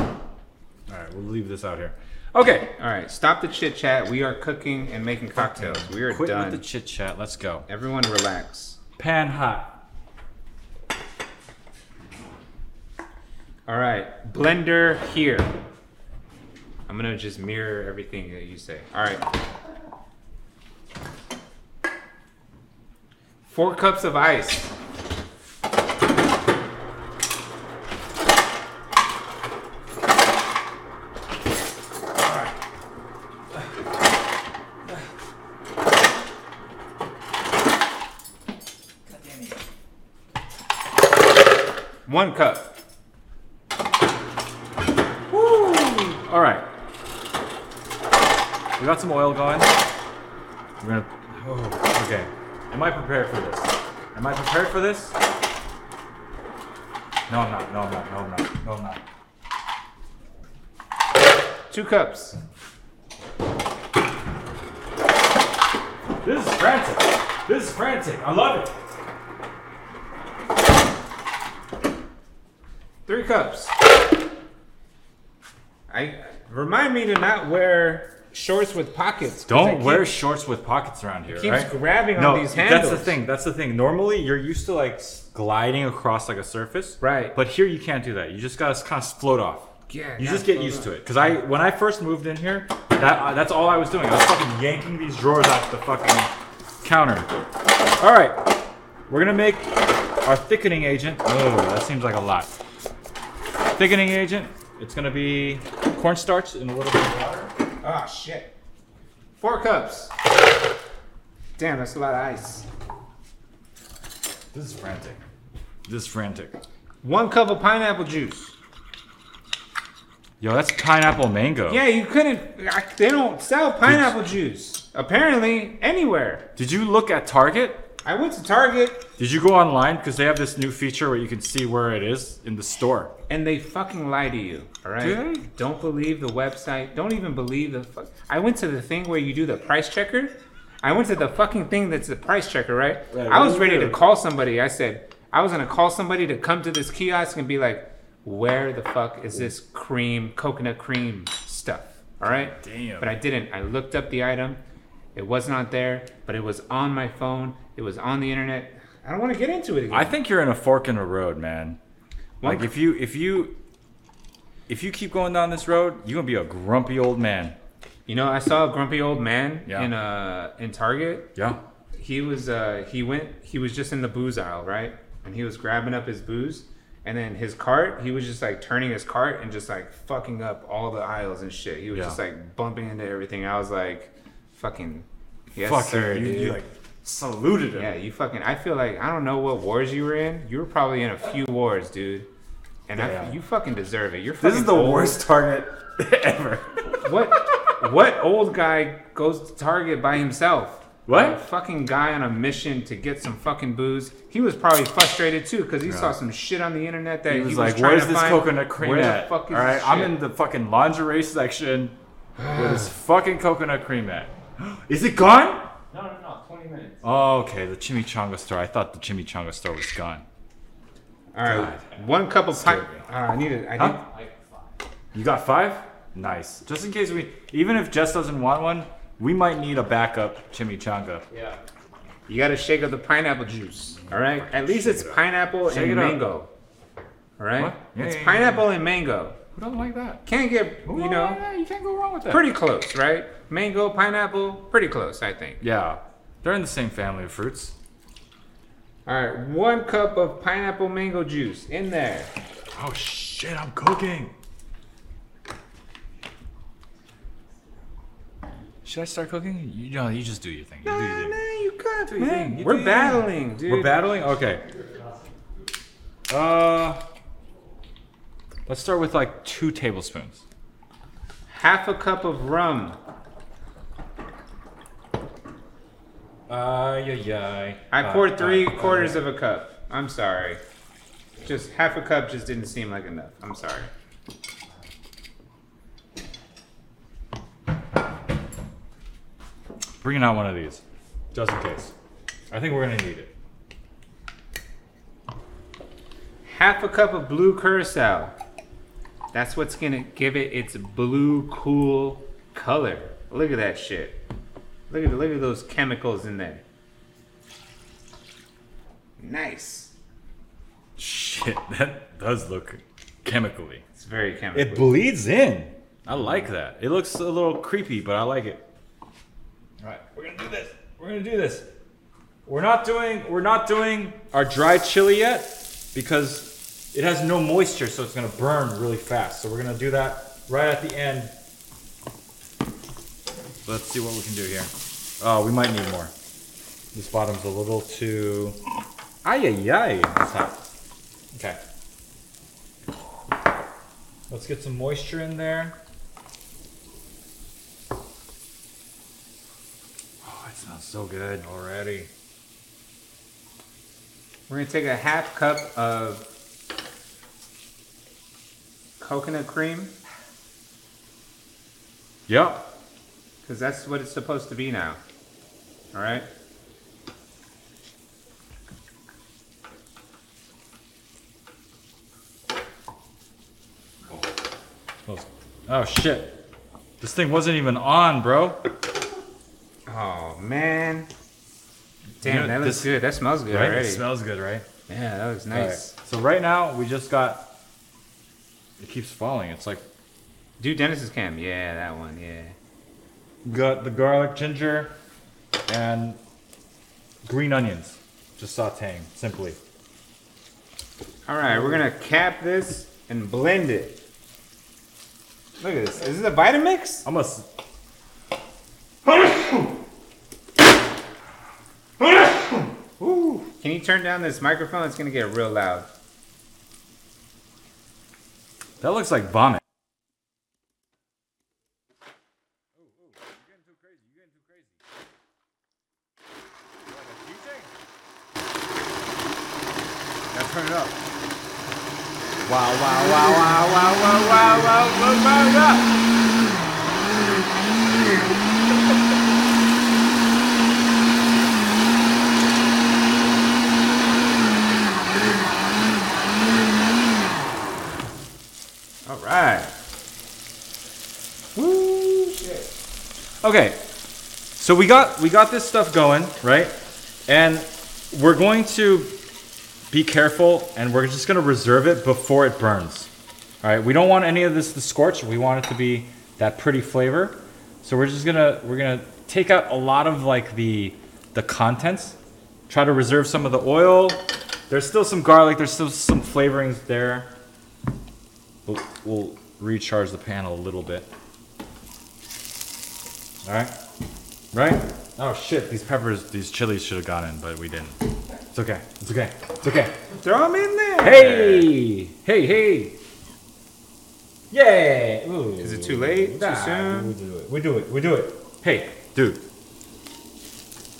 A: right, we'll leave this out here.
B: Okay. All right. Stop the chit chat. We are cooking and making cocktails. We are
H: Quit
B: done.
H: with the chit chat. Let's go.
B: Everyone relax.
H: Pan hot.
B: All right. Blender here. I'm gonna just mirror everything that you say. All right. Four cups of ice. One cup.
H: All right. We got some oil going. We're gonna. Oh, okay.
A: Am I prepared for this? Am I prepared for this? No, I'm not. No, I'm not. No, I'm not. No, I'm not.
B: Two cups.
A: This is frantic. This is frantic. I love it.
B: Three cups. I remind me to not wear shorts with pockets. 'cause I
A: Don't
B: keep-
A: wear shorts with pockets around here.
B: keeps
A: right?
B: grabbing on
A: no,
B: these
A: That's the
B: handles.
A: thing. That's the thing. Normally, you're used to like s- gliding across like a surface.
B: Right.
A: But here, you can't do that. You just gotta kind of float off.
B: Yeah,
A: You
B: gotta
A: just get
B: float
A: used
B: off.
A: to it. Because I, when I first moved in here, that uh, that's all I was doing. I was fucking yanking these drawers off the fucking counter. All right. We're gonna make our thickening agent. Oh, that seems like a lot. Thickening agent. It's gonna be cornstarch and a little bit of water.
B: Ah, shit. Four cups. Damn, that's a lot of ice.
A: This is frantic. This is frantic.
B: One cup of pineapple juice.
A: Yo, that's pineapple mango.
B: Yeah, you couldn't. I, they don't sell pineapple juice apparently anywhere.
A: Did you look at Target?
B: I went to Target
A: Did you go online? Because they have this new feature where you can see where it is in the store.
B: and they fucking lie to you. All right.
A: Do they?
B: Don't believe the website. Don't even believe the. Fuck. I went to the thing where you do the price checker. I went to the fucking thing that's the price checker, right?
A: Right,
B: I was
A: what do you
B: ready
A: do?
B: to call somebody. I said I was gonna call somebody to come to this kiosk and be like, "Where the fuck is this cream, coconut cream stuff?" All right.
A: Damn.
B: But I didn't. I looked up the item. It was not there, but it was on my phone. It was on the internet. I don't want to get into it again.
A: I think you're in a fork in the road, man.
B: One
A: Like
B: cu-
A: if you if you if you keep going down this road, you're gonna be a grumpy old man.
B: You know, I saw a grumpy old man
A: Yeah.
B: in uh in Target.
A: Yeah.
B: He was uh he went he was just in the booze aisle, right? And he was grabbing up his booze and then his cart, he was just like turning his cart and just like fucking up all the aisles and shit. He was
A: Yeah.
B: just like bumping into everything. I was like, fucking yes,
A: Fuck
B: sir,
A: you,
B: dude.
A: you like saluted him.
B: yeah, you fucking I feel like I don't know what wars you were in. You were probably in a few wars, dude. And I,
A: Yeah.
B: you fucking deserve it. You're fucking
A: This is the
B: old.
A: worst target ever.
B: What what old guy goes to Target by himself?
A: What?
B: A fucking guy on a mission to get some fucking booze. He was probably frustrated too because he saw some shit on the internet that
A: He was, like,
B: trying
A: "Where's
B: to
A: this
B: find.
A: coconut cream
B: Where
A: at?
B: the fuck is
A: All right,
B: this
A: I'm
B: shit?"
A: in the fucking lingerie section. Where this fucking coconut cream at? Is it gone?
B: No, no, no. Twenty minutes.
A: Oh, okay, the chimichanga store. I thought the chimichanga store was gone.
B: All right, one cup of pine. Uh, I need it. I
A: Huh?
B: need.
A: You got five? Nice. Just in case we, even if Jess doesn't want one, we might need a backup chimichanga.
B: Yeah. You gotta shake up the pineapple juice. All right. At least it's pineapple
A: it
B: and
A: up.
B: mango. All right.
A: What? Yeah,
B: it's
A: yeah, yeah,
B: pineapple and mango.
A: Who doesn't like that?
B: Can't get,
A: Who
B: you
A: doesn't like
B: know,
A: that? you can't go wrong with that.
B: pretty close, right? Mango, pineapple, pretty close, I think.
A: Yeah, they're in the same family of fruits.
B: All right, one cup of pineapple mango juice in there.
A: Oh shit, I'm cooking. Should I start cooking? You no, you just do your thing. Ah, You do your thing.
B: you got
A: your thing, you do
B: We're
A: your thing.
B: battling, dude.
A: We're battling? Okay. Uh let's start with like two tablespoons.
B: Half a cup of rum.
F: Uh, yeah, yeah.
A: Ah,
B: I poured three quarters of a cup. I'm sorry. Just half a cup just didn't seem like enough. I'm sorry.
A: Bringing out one of these.
F: just in case. I think we're gonna need it.
B: Half a cup of blue curacao. That's what's gonna give it its blue cool color. Look at that shit. Look at look at those chemicals in there. Nice.
A: Shit, that does look chemically.
B: It's very chemical.
F: It bleeds in.
A: I like that. It looks a little creepy, but I like it.
F: All right, we're gonna do this. We're gonna do this. We're not doing we're not doing our dry chili yet because it has no moisture, so it's gonna burn really fast. So we're gonna do that right at the end.
A: Let's see what we can do here.
F: Oh, we might need more. This bottom's a little too. Ay ay ay! It's hot. Okay. Let's get some moisture in there.
A: Oh, it smells so good already.
B: We're gonna take a half cup of coconut cream
A: Yep.
B: because that's what it's supposed to be now. All right.
A: Oh shit. This thing wasn't even on, bro.
B: Oh man. Damn,
A: You know,
B: that looks
A: this-
B: good. That smells good
A: Right?
B: already.
A: It smells good, right?
B: yeah, that looks
A: All right.
B: nice.
A: So right now we just got. It keeps falling. It's like
B: Do Dennis's cam. Yeah, that one. Yeah.
F: Got the garlic, ginger, and green onions. Just sautéing simply.
B: All right, we're gonna cap this and blend it. Look at this. Is this a Vitamix?
F: I'm gonna. s-
B: Ooh. Can you turn down this microphone? It's gonna get real loud.
A: that looks like vomit.
B: Now turn it up. Wow! Wow! Wow! Wow! Wow! Wow! Wow! Wow! Wow! Wow! wow. All right. Woo! Shit.
A: Okay. So we got we got this stuff going, right? And we're going to be careful, and we're just gonna reserve it before it burns. All right. We don't want any of this to scorch. We want it to be that pretty flavor. So we're just gonna we're gonna take out a lot of like the the contents. Try to reserve some of the oil. There's still some garlic. There's still some flavorings there. We'll, we'll recharge the pan a little bit. All right. Right? Oh shit, these peppers, these chilies should have gone in, but we didn't. It's okay. It's okay. It's okay.
B: Throw him in there.
A: Hey! Hey, hey!
F: Yay! Ooh.
B: Is it too late? Too
F: Nah, We
B: soon?
F: do it. We do it. We do it.
A: Hey, dude.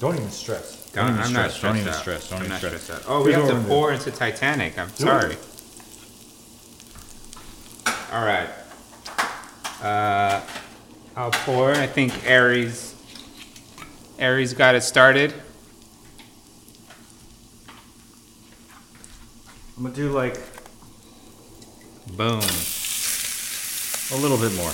F: Don't even stress.
A: Don't even
B: I'm not
A: stress, don't
B: stressed
A: even
B: out.
A: stress, don't
B: I'm
A: even
B: not
A: stress.
B: stressed out. Oh, we
F: Here's
B: have
F: what
B: to
F: we're
B: pour into Titanic. I'm
F: it.
B: sorry. All right. Uh, I'll pour. I think Aries. Aries got it started.
C: I'm gonna do like
B: Boom.
A: A little bit more.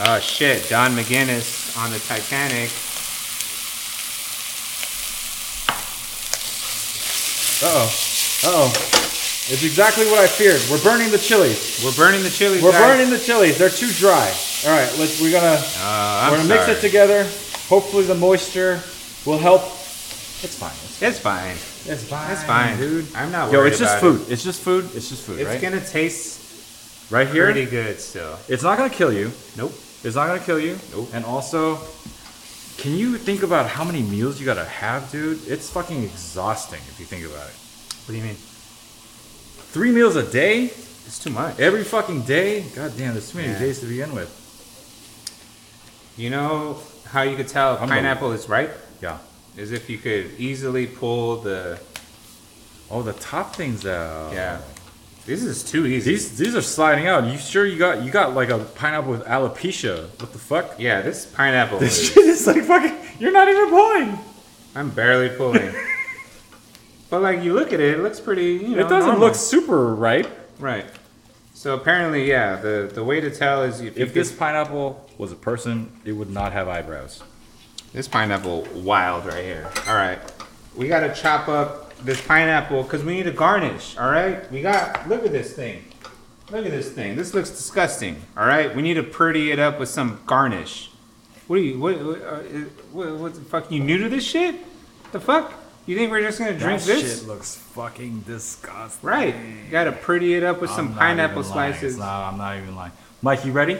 B: Oh shit! Don McGinnis on the Titanic.
F: Uh oh. Uh oh. It's exactly what I feared. We're burning the chilies.
B: We're burning the chilies.
F: We're
B: guys.
F: burning the chilies. They're too dry. All right, let's. We're gonna.
B: Uh, I'm
F: we're gonna mix
B: sorry.
F: it together. Hopefully, the moisture will help. It's fine. It's,
B: It's fine.
F: it's fine.
B: It's fine, dude. I'm not worried.
A: Yo, it's just
B: about it.
A: food. It's just food. It's just food,
B: It's
A: right?
B: gonna taste
A: right here.
B: pretty good still.
A: It's not gonna kill you.
B: Nope.
A: It's not gonna kill you.
B: Nope.
A: And also, can you think about how many meals you gotta have, dude? It's fucking exhausting if you think about it.
B: What do you mean?
A: Three meals a day,
B: It's too much.
A: every fucking day. God damn, there's too many
B: Yeah.
A: days to begin with.
B: You know how you could tell if
A: I'm a-
B: pineapple is ripe
A: Yeah.
B: is if you could easily pull the
A: Oh, the top things out.
B: yeah. This is too easy.
A: These these are sliding out. You sure you got you got like a pineapple with alopecia? What the fuck?
B: yeah, this pineapple.
A: This
B: Is,
A: shit is like fucking. You're not even pulling.
B: I'm barely pulling. but like you look at it, it looks pretty. You know,
A: It doesn't
B: normal.
A: look super ripe.
B: right. So apparently, yeah, the the way to tell is if, you
A: If this pineapple was a person, it would not have eyebrows.
B: This pineapple wild right here. All right, we gotta chop up this pineapple because we need a garnish. All right, we got. Look at this thing. Look at this thing. This looks disgusting. All right, we need to pretty it up with some garnish. What are you? What? What, uh, what, what the fuck? You new to this shit? The fuck? You think we're just gonna drink this?
A: looks fucking disgusting.
B: Right. You gotta pretty it up with some pineapple slices.
A: I'm not even lying. Mike, you ready?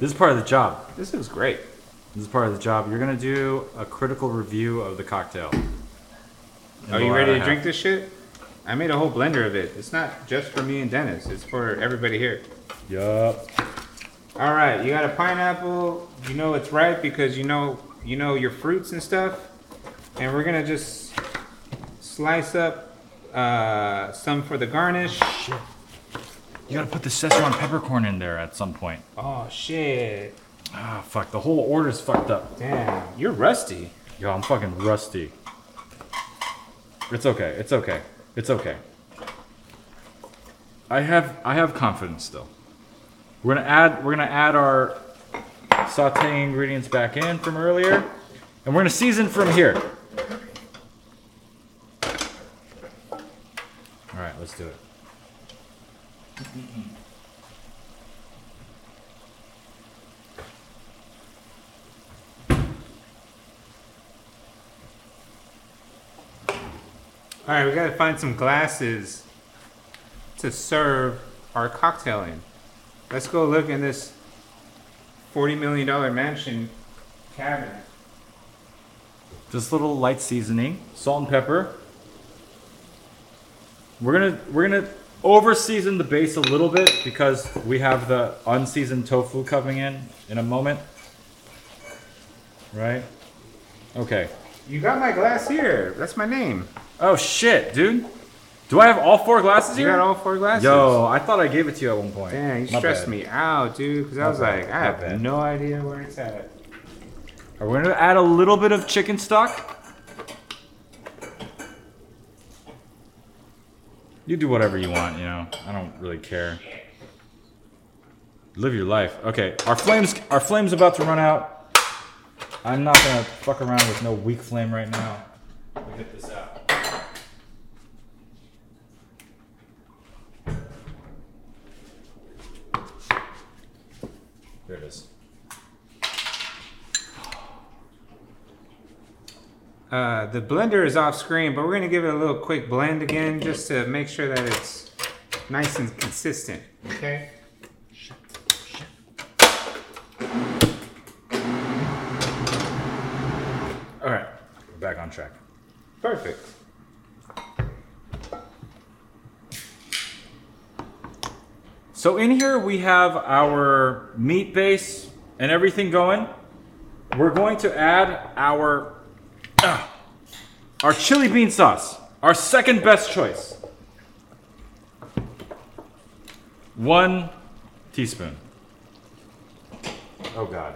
A: This is part of the job.
B: This looks great.
A: This is part of the job. You're gonna do a critical review of the cocktail.
B: Are you ready to drink this shit? I made a whole blender of it. It's not just for me and Dennis. It's for everybody here.
A: Yup.
B: All right, you got a pineapple. You know it's ripe because you know you know your fruits and stuff. And we're gonna just slice up uh, some for the garnish.
A: You gotta put the Szechuan peppercorn in there at some point.
B: Oh shit!
A: Ah, fuck. The whole order's fucked up.
B: Damn, you're rusty.
A: Yo, I'm fucking rusty. It's okay. It's okay. It's okay. I have I have confidence still. We're gonna add we're gonna add our sauteing ingredients back in from earlier, and we're gonna season from here. All right, let's do it.
B: All right, we gotta find some glasses to serve our cocktail in. Let's go look in this forty million dollar mansion cabinet.
A: Just a little light seasoning, salt and pepper. We're gonna we're gonna over season the base a little bit because we have the unseasoned tofu coming in in a moment. Right? Okay.
B: You got my glass here. That's my name.
A: Oh shit, dude. Do I have all four glasses
B: You
A: here?
B: got all four glasses.
A: Yo, I thought I gave it to you at one point.
B: Dang, you
A: My
B: stressed
A: bad.
B: me out, dude. Because I was
A: bad,
B: like, I
A: my
B: have
A: bad.
B: no idea where it's at.
A: Are we gonna add a little bit of chicken stock? You do whatever you want, you know. I don't really care. Live your life. Okay, our flames our flames about to run out. I'm not gonna fuck around with no weak flame right now. We get this out. There it is.
B: Uh, the blender is off screen, but we're gonna give it a little quick blend again, just to make sure that it's nice and consistent. Okay.
A: All right, we're back on track.
B: Perfect.
A: So in here we have our meat base and everything going. We're going to add our ah, our chili bean sauce, our second best choice. One teaspoon. Oh God.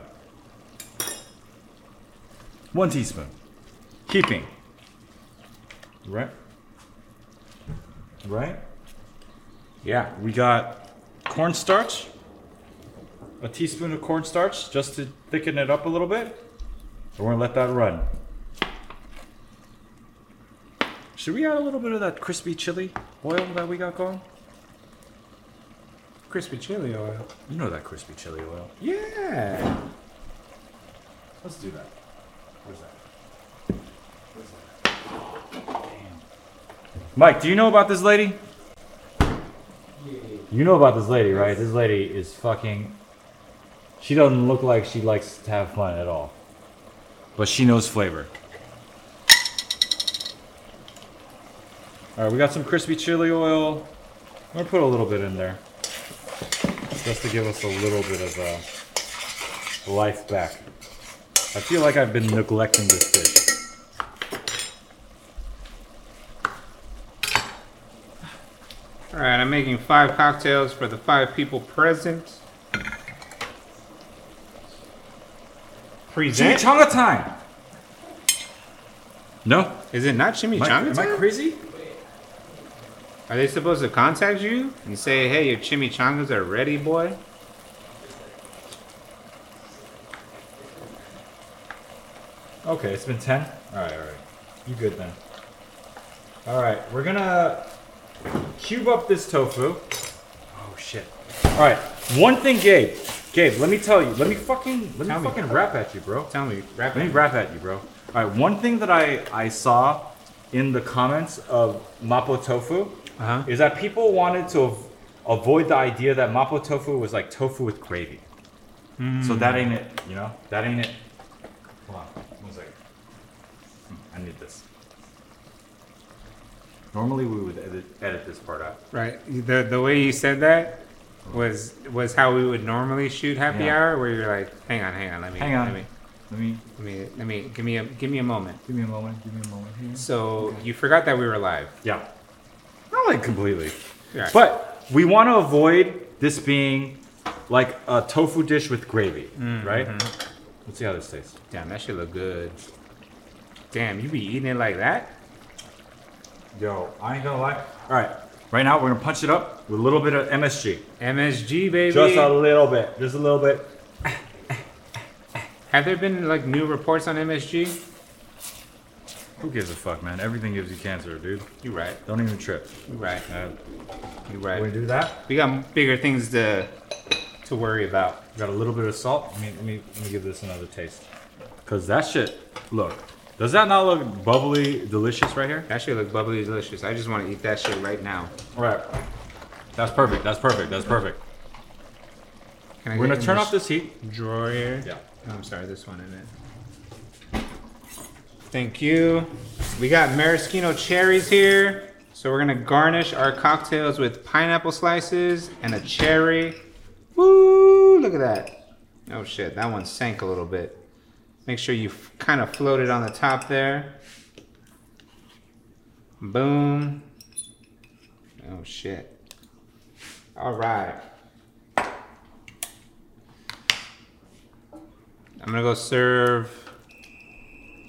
A: One teaspoon. Keeping. Right. Right. Yeah, we got cornstarch, a teaspoon of cornstarch just to thicken it up a little bit. We're gonna let that run.
I: Should we add a little bit of that crispy chili oil that we got going?
B: Crispy chili oil.
I: You know that crispy chili oil.
B: Yeah.
I: Let's do that. Where's that? Where's that? Damn. Mike, do you know about this lady?
A: You know about this lady, right? This lady is fucking. She doesn't look like she likes to have fun at all.
I: But she knows flavor.
A: All right, we got some crispy chili oil. I'm gonna put a little bit in there, just to give us a little bit of uh, life back. I feel like I've been neglecting this dish.
B: All right, I'm making five cocktails for the five people present. Present?
A: Chimichanga time. No,
B: Is it not
A: am I,
B: chimichanga
A: am I
B: time?
A: crazy?
B: Are they supposed to contact you and say, hey, your chimichangas are ready, boy?
A: Okay, it's been 10. All right, all right. You good then. All right, we're gonna cube up this tofu.
B: Oh, shit.
A: All right, one thing, Gabe. Gabe, let me tell you. Let me fucking let me
B: Tell me.
A: fucking rap at you, bro.
B: Tell me, wrap
A: Let me
B: it.
A: rap at you, bro. All right, one thing that I I saw in the comments of mapo tofu
B: Uh-huh.
A: is that people wanted to av- avoid the idea that mapo tofu was like tofu with gravy. So that ain't it, you know. That ain't it. Hold on, one second. Hmm, I need this. Normally we would edit, edit this part out.
B: Right. The the way you said that was was how we would normally shoot happy
A: Yeah.
B: hour, where you're like, hang on, hang on, let me,
A: Hang on.
B: let me,
A: Let me
B: let me, let me, give me a, give me a moment.
A: give me a moment. Give me a moment here.
B: So you forgot that we were live.
A: Yeah. Not like completely.
B: Yeah.
A: But we want to avoid this being like a tofu dish with gravy, right? Let's see how this tastes.
B: Damn, that shit look good. Damn, you be eating it like that?
A: Yo, I ain't gonna lie. All right. Right now, we're gonna punch it up with a little bit of MSG.
B: MSG baby.
A: Just a little bit. Just a little bit.
B: Have there been like new reports on MSG?
A: Who gives a fuck, man? Everything gives you cancer, dude.
B: You right.
A: Don't even trip.
B: You right.
A: Uh,
B: You
A: we
B: right.
A: do that.
B: We got bigger things to to worry about.
A: Got a little bit of salt. Let me, let me, let me give this another taste. Cause that shit, look. Does that not look bubbly, delicious right here?
B: That shit look bubbly delicious. I just want to eat that shit right now.
A: Right. That's perfect. That's perfect. That's perfect.
B: Can I
A: We're
B: get
A: gonna
B: in
A: turn
B: this
A: off this heat.
B: drawer here?
A: Yeah.
B: Oh, I'm sorry, this one in it. Thank you. We got maraschino cherries here. So we're gonna garnish our cocktails with pineapple slices and a cherry. Woo! Look at that. Oh shit, that one sank a little bit. Make sure you f- kind of float it on the top there. Boom. Oh shit. All right. I'm gonna go serve.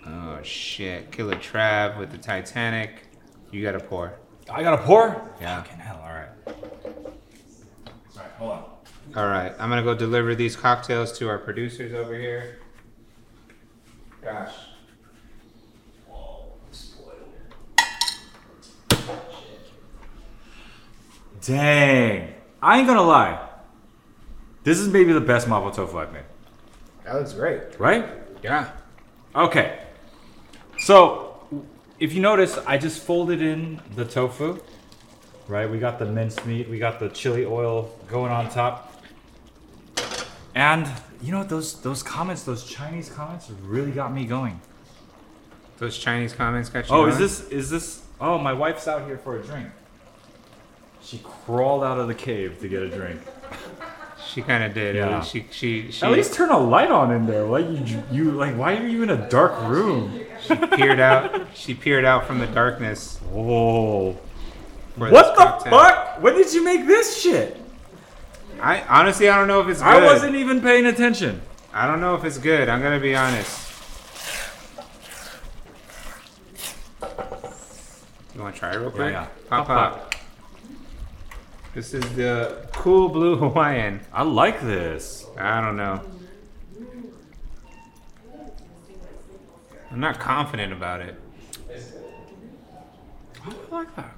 B: Oh shit! Killer Trav with the Titanic. You gotta pour.
A: I gotta pour.
B: Yeah.
A: Fucking hell. All right. All right. Hold on.
B: All right. I'm gonna go deliver these cocktails to our producers over here. Gosh.
A: Dang. I ain't gonna lie. This is maybe the best mapo tofu I've made.
B: That looks great.
A: Right?
B: Yeah.
A: Okay. So, if you notice, I just folded in the tofu. Right? We got the minced meat. We got the chili oil going on top. And you know what? Those those comments, those Chinese comments, really got me going.
B: Those Chinese comments got you.
A: Oh, is
B: going?
A: this is this? Oh, my wife's out here for a drink. She crawled out of the cave to get a drink.
B: She kind of did.
A: Yeah.
B: Yeah. She she she
A: At least turn a light on in there. Why you you like? Why are you in a dark room?
B: peered out. She peered out from the darkness.
A: Oh,
B: for
A: what
B: this
A: the
B: cocktail.
A: fuck? When did you make this shit?
B: I honestly I don't know if it's good.
A: I wasn't even paying attention.
B: I don't know if it's good. I'm gonna be honest. You want to try it real quick?
A: yeah. Pop,
B: Pop, pop. This is the cool blue Hawaiian.
A: I like this.
B: I don't know. I'm not confident about it.
A: I like that.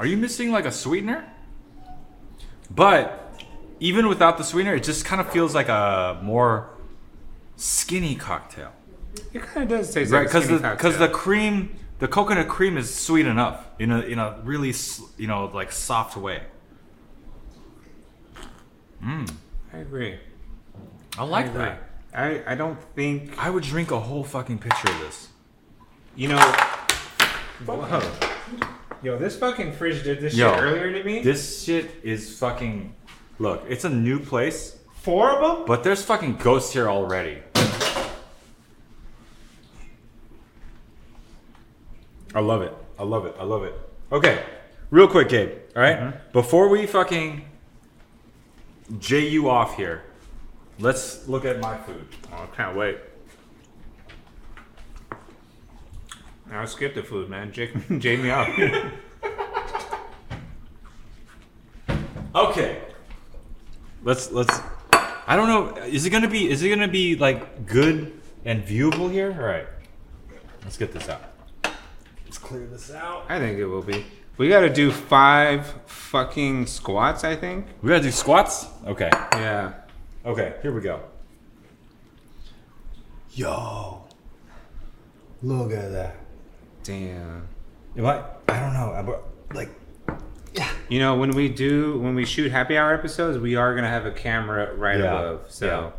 A: Are you missing like a sweetener? But even without the sweetener, it just kind of feels like a more skinny cocktail,
B: It kind of does taste
A: right?
B: like a
A: Because
B: skinny
A: the because the
B: cocktail.
A: cream, the coconut cream is sweet enough in a in a really s- you know like soft way.
B: I agree.
A: I
B: I
A: like
B: agree.
A: that.
B: I, I don't think
A: I would drink a whole fucking pitcher of this.
B: you know. Whoa. Yo, this fucking fridge did this
A: Yo,
B: shit earlier to me.
A: This shit is fucking. Look, it's a new place,
B: four of them.
A: but there's fucking ghosts here already.
F: I love it. I love it. I love it. Okay, real quick, Gabe.
A: All right? Before we fucking J you off here, let's look at my food.
B: Oh, I can't wait. I'll skip the food, man. Jake, Jake me out.
A: Okay. Let's let's. I don't know. Is it gonna be? Is it gonna be like good and viewable here? All right. Let's get this out. Let's clear this out.
B: I think it will be. We got to do five fucking squats. I think.
A: We gotta do squats. Okay.
B: Yeah.
A: Okay. Here we go.
F: Yo, look at that.
B: Damn.
F: Am I? I don't know. I'm, like,
B: You know, when we do when we shoot happy hour episodes, we are gonna have a camera right
F: Yeah.
B: above. So
F: Yeah.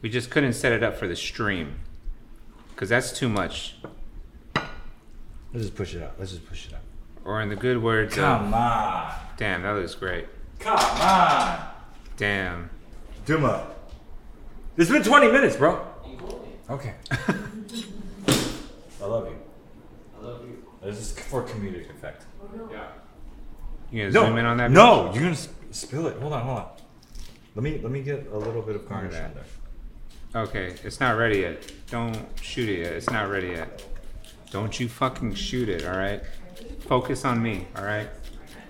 B: we just couldn't set it up for the stream because that's too much.
F: let's just push it up. Let's just push it up.
B: Or in the good words
F: Come on.
B: of, "Damn, that looks great."
F: Come on.
B: Damn.
F: Duma. It's been 20 minutes, bro. Okay. I love you.
D: I love you.
F: This is for comedic effect.
B: You gonna zoom in on that?
F: no, you're gonna s- spill it. Hold on, hold on. Let me let me get a little bit of garnish on there.
B: bitch? Okay, it's not ready yet. Don't shoot it yet. It's not ready yet. Don't you fucking shoot it, all right? Focus on me, all right?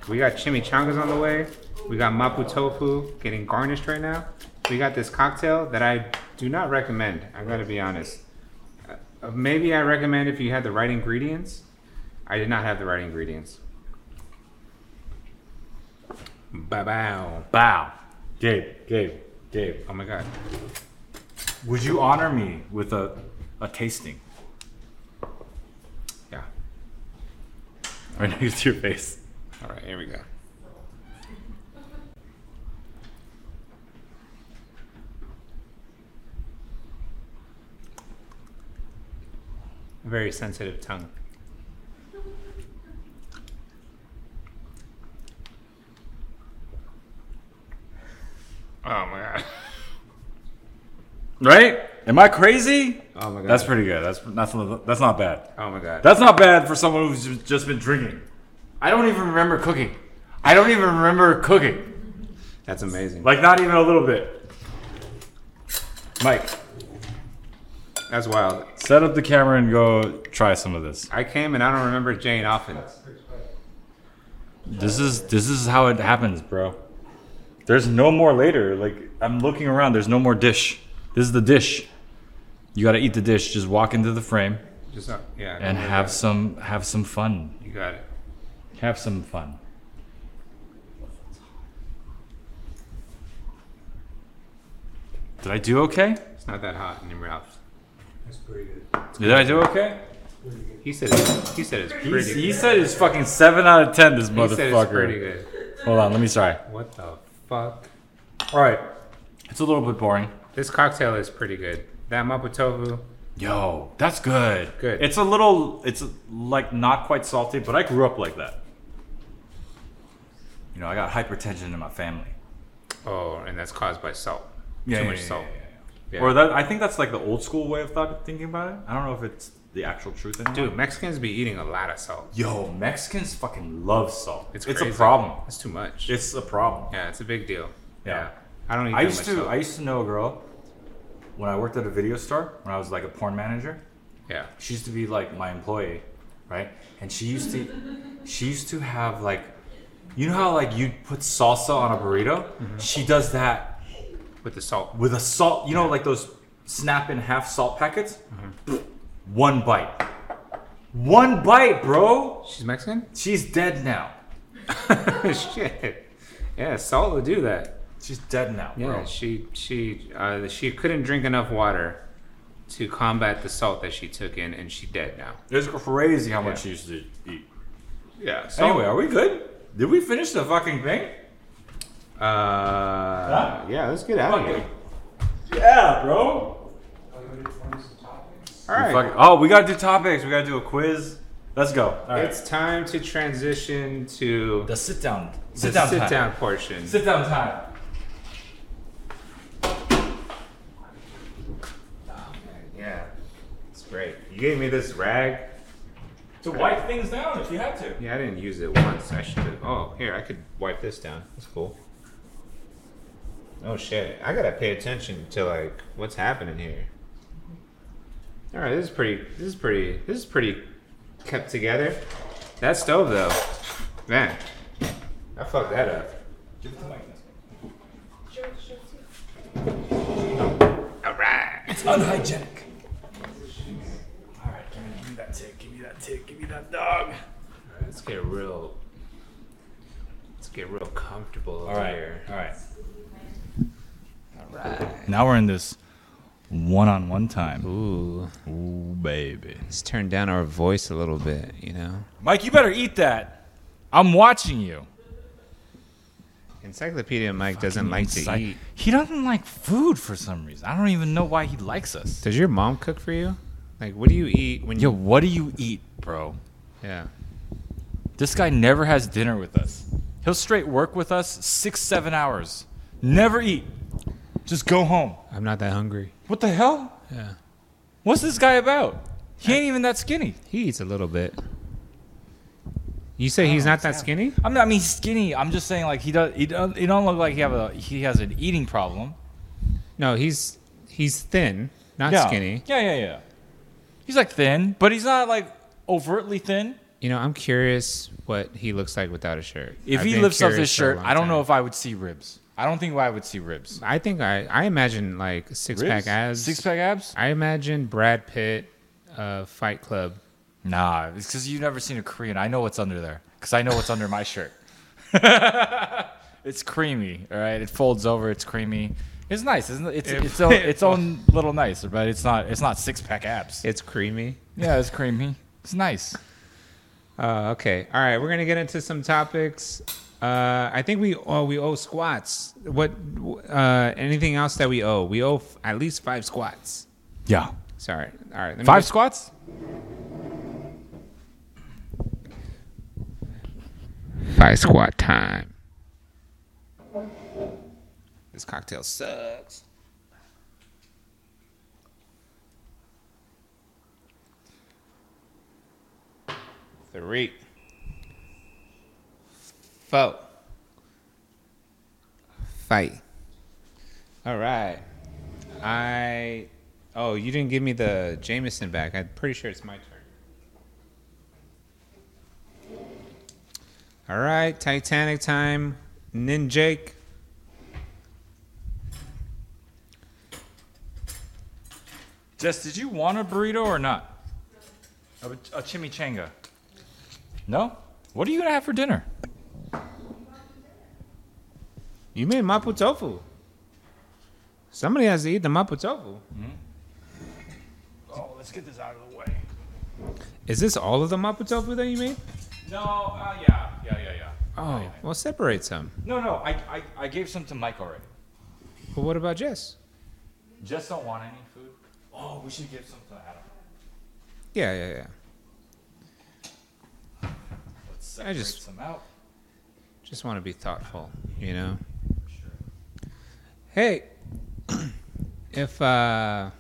B: We got chimichangas on the way. We got mapu tofu getting garnished right now. We got this cocktail that I do not recommend. I gotta be honest. Uh, maybe I recommend if you had the right ingredients. I did not have the right ingredients. Bow bow.
A: Bow. Gabe. Gabe. Gabe.
B: Oh my god.
A: Would you honor me with a a tasting?
B: Yeah.
A: Right next to your face.
B: All right, here we go. Very sensitive tongue. Oh my god.
A: Right? Am I crazy?
B: Oh my god.
A: That's pretty good. That's that's not- that's not bad.
B: Oh my god.
A: That's not bad for someone who's ju- just been drinking. I don't even remember cooking. I don't even remember cooking.
B: That's amazing.
A: Like not even a little bit. Mike,
B: That's wild.
A: set up the camera and go try some of this.
B: I came and I don't remember Jane often.
A: This is this is how it happens, bro. There's no more later. Like I'm looking around, there's no more dish. This is the dish. You got to eat the dish. Just walk into the frame
B: Just uh, yeah. don't
A: and
B: worry
A: have
B: about
A: some have some fun.
B: it. You got it.
A: Have some fun. Did I do okay?
B: It's not that hot in your mouth.
D: That's pretty good.
A: Did I do okay?
B: He said it's, he said it's
A: He,
B: pretty.
A: he said it's fucking seven out of ten. This
B: He said it's
A: motherfucker.
B: pretty good.
A: Hold on, let me try.
B: What the fuck?
F: All right.
A: It's a little bit boring.
B: This cocktail is pretty good. That mapo tofu.
A: Yo, that's good.
B: Good.
A: It's a little. It's like not quite salty, but I grew up like that. You know, I got hypertension in my family.
B: Oh, and that's caused by salt.
A: Yeah,
B: Too
A: yeah,
B: much
A: yeah,
B: salt.
A: yeah, yeah.
B: Yeah.
A: Or that I think that's like the old school way of thought, thinking about it. I don't know if it's the actual truth anymore.
B: Dude, Mexicans be eating a lot of salt.
A: Yo, Mexicans fucking love salt.
B: It's
A: It's,
B: crazy.
A: a problem.
B: It's too much.
A: It's a problem.
B: yeah, it's a big deal.
A: Yeah.
B: I don't eat
A: I
B: that
A: used
B: much
A: to
B: salt.
A: I used to know a girl when I worked at a video store when I was like a porn manager.
B: yeah.
A: She used to be like my employee, right? And she used to she used to have like you know how like you put salsa on a burrito? She does that
B: With the salt.
A: with a salt, Mm-hmm. you know like those snap in half salt packets? One bite. One bite, bro.
B: She's Mexican?
A: She's dead now.
B: Shit. Yeah, salt would do that.
A: She's dead now,
B: Yeah,
A: bro.
B: she she uh, she couldn't drink enough water to combat the salt that she took in, and she dead now.
A: It's crazy how much
B: Yeah.
A: she used to eat.
B: Yeah. So
F: Anyway, are we good? Did we finish the fucking thing?
B: uh, yeah, let's get out of here.
A: Yeah, bro.
D: Oh, you want to form some topics?
B: All right.
A: Fuck- oh, we gotta do topics. We gotta do a quiz. Let's go. All right.
B: It's time to transition to
F: The sit down.
B: the
F: Sit down.
B: sit
F: time.
B: down portion.
F: Sit down time.
B: Yeah, it's great. You gave me this rag.
F: To wipe things down if you have to.
B: Yeah, I didn't use it once. I should have. Oh, here, I could wipe this down. That's cool. Oh, shit. I gotta pay attention to, like, what's happening here. Alright, this is pretty. This is pretty. This is pretty kept together. That stove, though. Man, I fucked that up. Alright.
F: Unhygienic.
B: Let's get real. Let's get real comfortable over
F: All right.
B: here.
F: All right.
A: Now we're in this one-on-one time.
B: Ooh,
A: Ooh, baby.
B: let's turn down our voice a little bit, you know?
A: Mike, you better eat that. I'm watching you.
B: Encyclopedia Mike doesn't like to
A: Inside-
B: eat.
A: He doesn't like food for some reason. I don't even know why he likes us.
B: Does your mom cook for you? Like, what do you eat when
A: Yo,
B: you?
A: what do you eat, bro?
B: Yeah.
A: This guy never has dinner with us. He'll straight work with us six, seven hours. Never eat. Just go home.
B: I'm not that hungry.
A: What the hell?
B: Yeah.
A: What's this guy about? He ain't even that skinny.
B: He eats a little bit. You say he's not that skinny?
A: I'm not I mean he's skinny. I'm just saying like he does. He don't, he don't look like he have a he has an eating problem.
B: No, he's he's thin, not
A: yeah.
B: skinny.
A: Yeah, yeah, yeah. He's like thin, but he's not like overtly thin.
B: You know, I'm curious what he looks like without a shirt.
A: If
B: I've
A: he
B: been
A: lifts up his
B: curious for a
A: shirt,
B: long
A: I don't know
B: time.
A: if I would see ribs. I don't think I would see ribs.
B: I think I I imagine like six pack abs.
A: Six pack abs?
B: I imagine Brad Pitt, uh, Fight Club.
A: Nah, it's because you've never seen a Korean. I know what's under there because I know what's under my shirt. it's creamy, all right. It folds over. It's creamy. It's nice, isn't it? It's
B: It-
A: its own, its own little nice, but it's not it's not six pack abs.
B: It's creamy.
A: yeah, it's creamy. It's nice.
B: Uh, okay. All right. We're gonna get into some topics. Uh, I think we oh, we owe squats. What? Uh, anything else that we owe? We owe f- at least five squats.
A: Yeah,
B: Sorry. All right. Let me
A: five
B: just-
A: squats.
B: five squat time. This cocktail sucks. Three. Four. Fight. All right. I. Oh, you didn't give me the Jameson back. I'm pretty sure it's my turn. All right, Titanic time. Ninjake.
A: Jess, did you want a burrito or not? A, a chimichanga. No. What are you gonna have for dinner?
B: You made mapo tofu. Somebody has to eat the mapo tofu.
A: Oh, let's get this out of the way.
B: Is this all of the mapo tofu that you made?
A: No. Uh, yeah. Yeah. Yeah. Yeah.
B: Oh, well, separate some.
A: No, no, I, I, I gave some to Mike already.
B: But what about Jess?
A: Just don't want any food. Oh, we should give some to Adam.
B: Yeah, yeah, yeah.
A: Let's
B: I
A: separate
B: just-
A: some out.
B: Just want to be thoughtful, you know. Hey, if uh,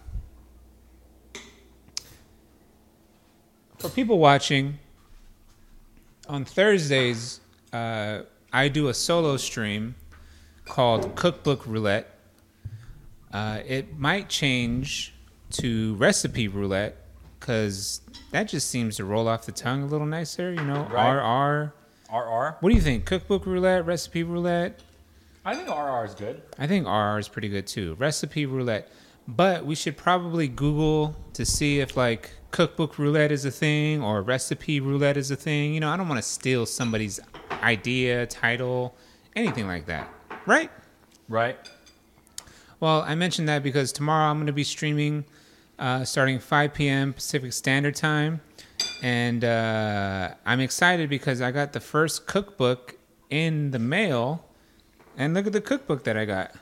B: for people watching, on Thursdays uh, I do a solo stream called Cookbook Roulette. Uh, it might change to Recipe Roulette because that just seems to roll off the tongue a little nicer, you know.
A: Right.
B: RR.
A: RR.
B: What do you think? Cookbook roulette, recipe roulette?
A: I think RR is good.
B: I think RR is pretty good too. Recipe roulette. But we should probably Google to see if like cookbook roulette is a thing or recipe roulette is a thing. You know, I don't want to steal somebody's idea, title, anything like that. Right?
A: Right?
B: Well, I mentioned that because tomorrow I'm going to be streaming uh, starting 5 p.m. Pacific Standard Time. And uh, I'm excited because I got the first cookbook in the mail. And look at the cookbook that I got.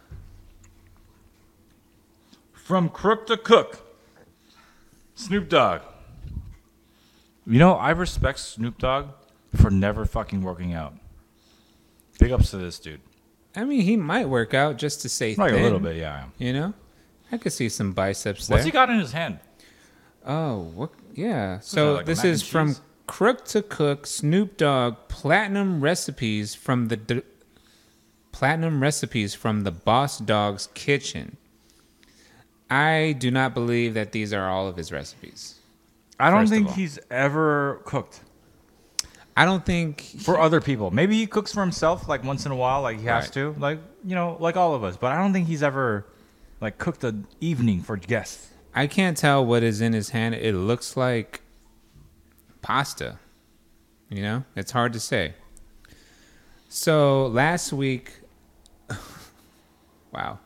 A: From crook to cook. Snoop Dogg. You know, I respect Snoop Dogg for never fucking working out. Big ups to this dude.
B: I mean, he might work out just to say
A: Like a
B: thin,
A: little bit, yeah. I am.
B: You know, I could see some biceps there.
A: What's he got in his hand?
B: Oh, what? Yeah. So
A: like a
B: this
A: mac
B: is
A: and
B: from
A: cheese?
B: Crook to Cook Snoop Dogg Platinum Recipes from the D- Platinum Recipes from the Boss Dog's Kitchen. I do not believe that these are all of his recipes.
A: I don't
B: First of
A: think
B: all.
A: he's ever cooked
B: I don't think
A: for other people. Maybe he cooks for himself like once in a while, like he has
B: Right.
A: to, like you know, like all of us. But I don't think he's ever like cooked an evening for guests.
B: I can't tell what is in his hand. It looks like pasta. You know, it's hard to say. So last week, wow.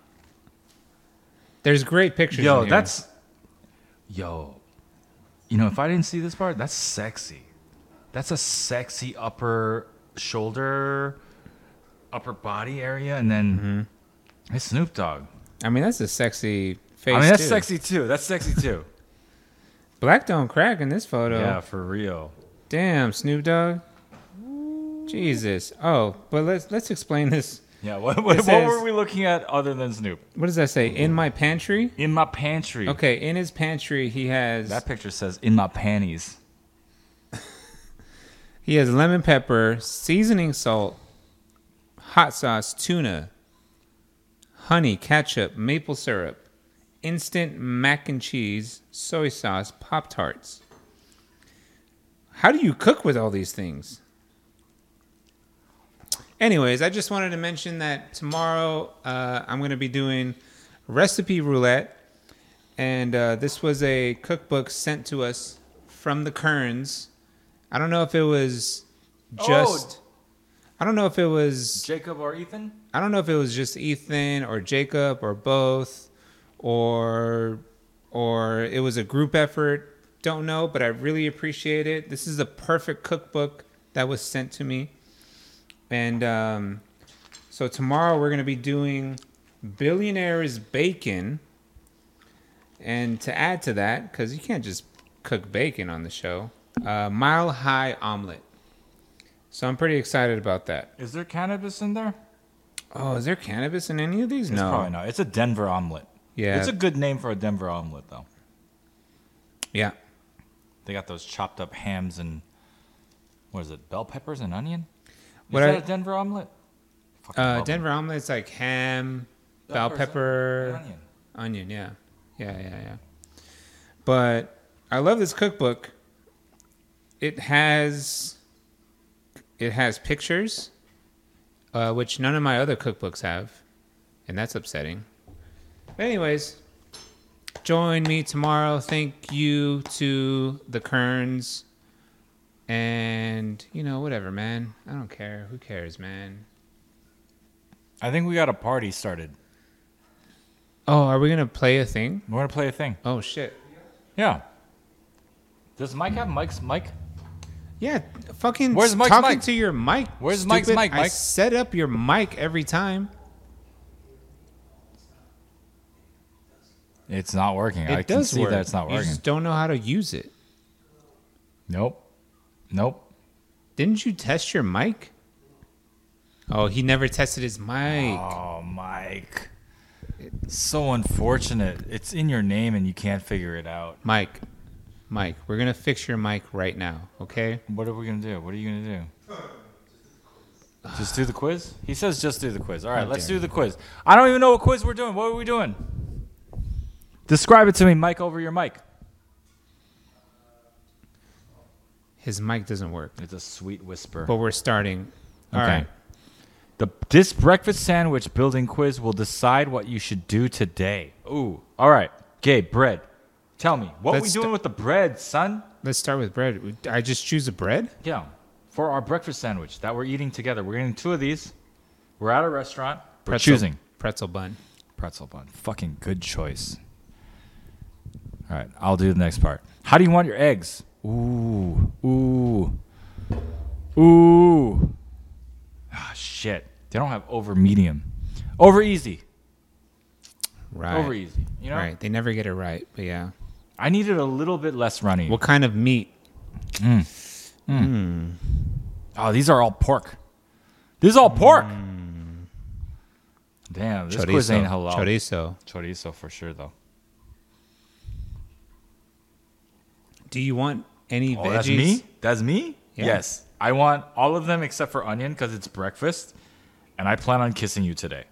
B: There's great pictures. in
A: Yo,
B: here.
A: that's yo. You know, if I didn't see this part, that's sexy. That's a sexy upper shoulder, upper body area, and then it's Snoop Dogg.
B: I mean, that's a sexy Mm-hmm. face.
A: I mean, that's
B: too.
A: sexy too. That's sexy too.
B: Black don't crack in this photo.
A: yeah, for real.
B: Damn, Snoop Dogg. Jesus. Oh, but let's let's explain this.
A: Yeah, what, what,
B: This
A: what
B: is-
A: were we looking at other than Snoop?
B: What does that say? In my pantry.
A: In my pantry.
B: Okay, in his pantry, he has
A: That picture says in my panties.
B: He has lemon pepper, seasoning salt, hot sauce, tuna, honey, ketchup, maple syrup, instant mac and cheese, soy sauce, Pop Tarts. How do you cook with all these things? Anyways, I just wanted to mention that tomorrow uh, I'm going to be doing recipe roulette. And uh, this was a cookbook sent to us from the Kerns. I don't know if it was just. I don't know if it was.
A: Jacob or Ethan?
B: I don't know if it was just Ethan or Jacob or both, or or it was a group effort. Don't know, but I really appreciate it. This is the perfect cookbook that was sent to me, and um, so tomorrow we're gonna be doing billionaires bacon. And to add to that, because you can't just cook bacon on the show, uh, mile high omelet. So I'm pretty excited about that.
A: Is there cannabis in there?
B: Oh, is there cannabis in any of these?
A: It's
B: no.
A: probably not. It's a Denver omelet.
B: Yeah.
A: It's a good name for a Denver omelet, though.
B: Yeah. Uh,
A: They got those chopped up hams and, what is it, bell peppers and onion? Is
B: What
A: that
B: I-
A: a Denver omelet? Fucking love
B: Uh,
A: 'em.
B: Denver omelet's like ham, bell
A: peppers,
B: pepper,
A: onion.
B: onion. Yeah. Yeah, yeah, yeah. But I love this cookbook. It has it has pictures, uh, which none of my other cookbooks have, and that's upsetting. But anyways, join me tomorrow. Thank you to the Kerns. And you know, whatever, man. I don't care. Who cares, man?
A: I think we got a party started.
B: Oh, are we gonna play a thing?
A: We're going to play a thing.
B: Oh shit.
A: Yeah. Does Mike have Mike's Mike?
B: Yeah, fucking.
A: Where's
B: s-
A: Mike's
B: talking
A: mic?
B: to your mic?
A: Where's
B: stupid.
A: Mike's mic,
B: I
A: Mike?
B: set up your mic every time.
A: It's not working.
B: It
A: I
B: does
A: can see
B: work.
A: that it's not
B: You
A: working.
B: just don't know how to use it.
A: Nope. Nope.
B: Didn't you test your mic? Oh, he never tested his mic.
A: Oh, Mike. So unfortunate. It's in your name and you can't figure it out.
B: Mike, Mike, we're gonna fix your mic right now, okay?
A: What are we going to do? What are you going to do? Just do the quiz? He says just do the quiz. All right, let's
B: dare
A: do the quiz. I don't even know what quiz we're doing. What are we doing? Describe it to me, Mike, over your mic.
B: His mic doesn't work,
A: It's a sweet whisper.
B: but we're starting. All right.
A: Okay. The this breakfast sandwich building quiz will decide what you should do today. Ooh, all right, Gabe, bread. Tell me, what we
B: Let's
A: doing
B: st-
A: with the bread, son?
B: Let's start with bread. I just choose a bread.
A: Yeah, for our breakfast sandwich that we're eating together. We're getting two of these. We're at a restaurant. We're choosing
B: pretzel bun.
A: pretzel bun. Fucking good choice. All right, I'll do the next part. How do you want your eggs? Ooh, ooh, ooh. Ah, shit. They don't have over medium, over easy,
B: Right.
A: over easy. You know,
B: Right. They never get it right, but yeah.
A: I needed a little bit less runny.
B: What kind of meat?
A: Oh, these are all pork. This is all pork. Mm. Damn, this quiz ain't halal.
B: Chorizo.
A: Chorizo for sure, though.
B: Do you want any
A: Oh,
B: veggies?
A: that's me. That's me.
B: Yeah.
A: Yes, I want all of them except for onion because it's breakfast, and I plan on kissing you today.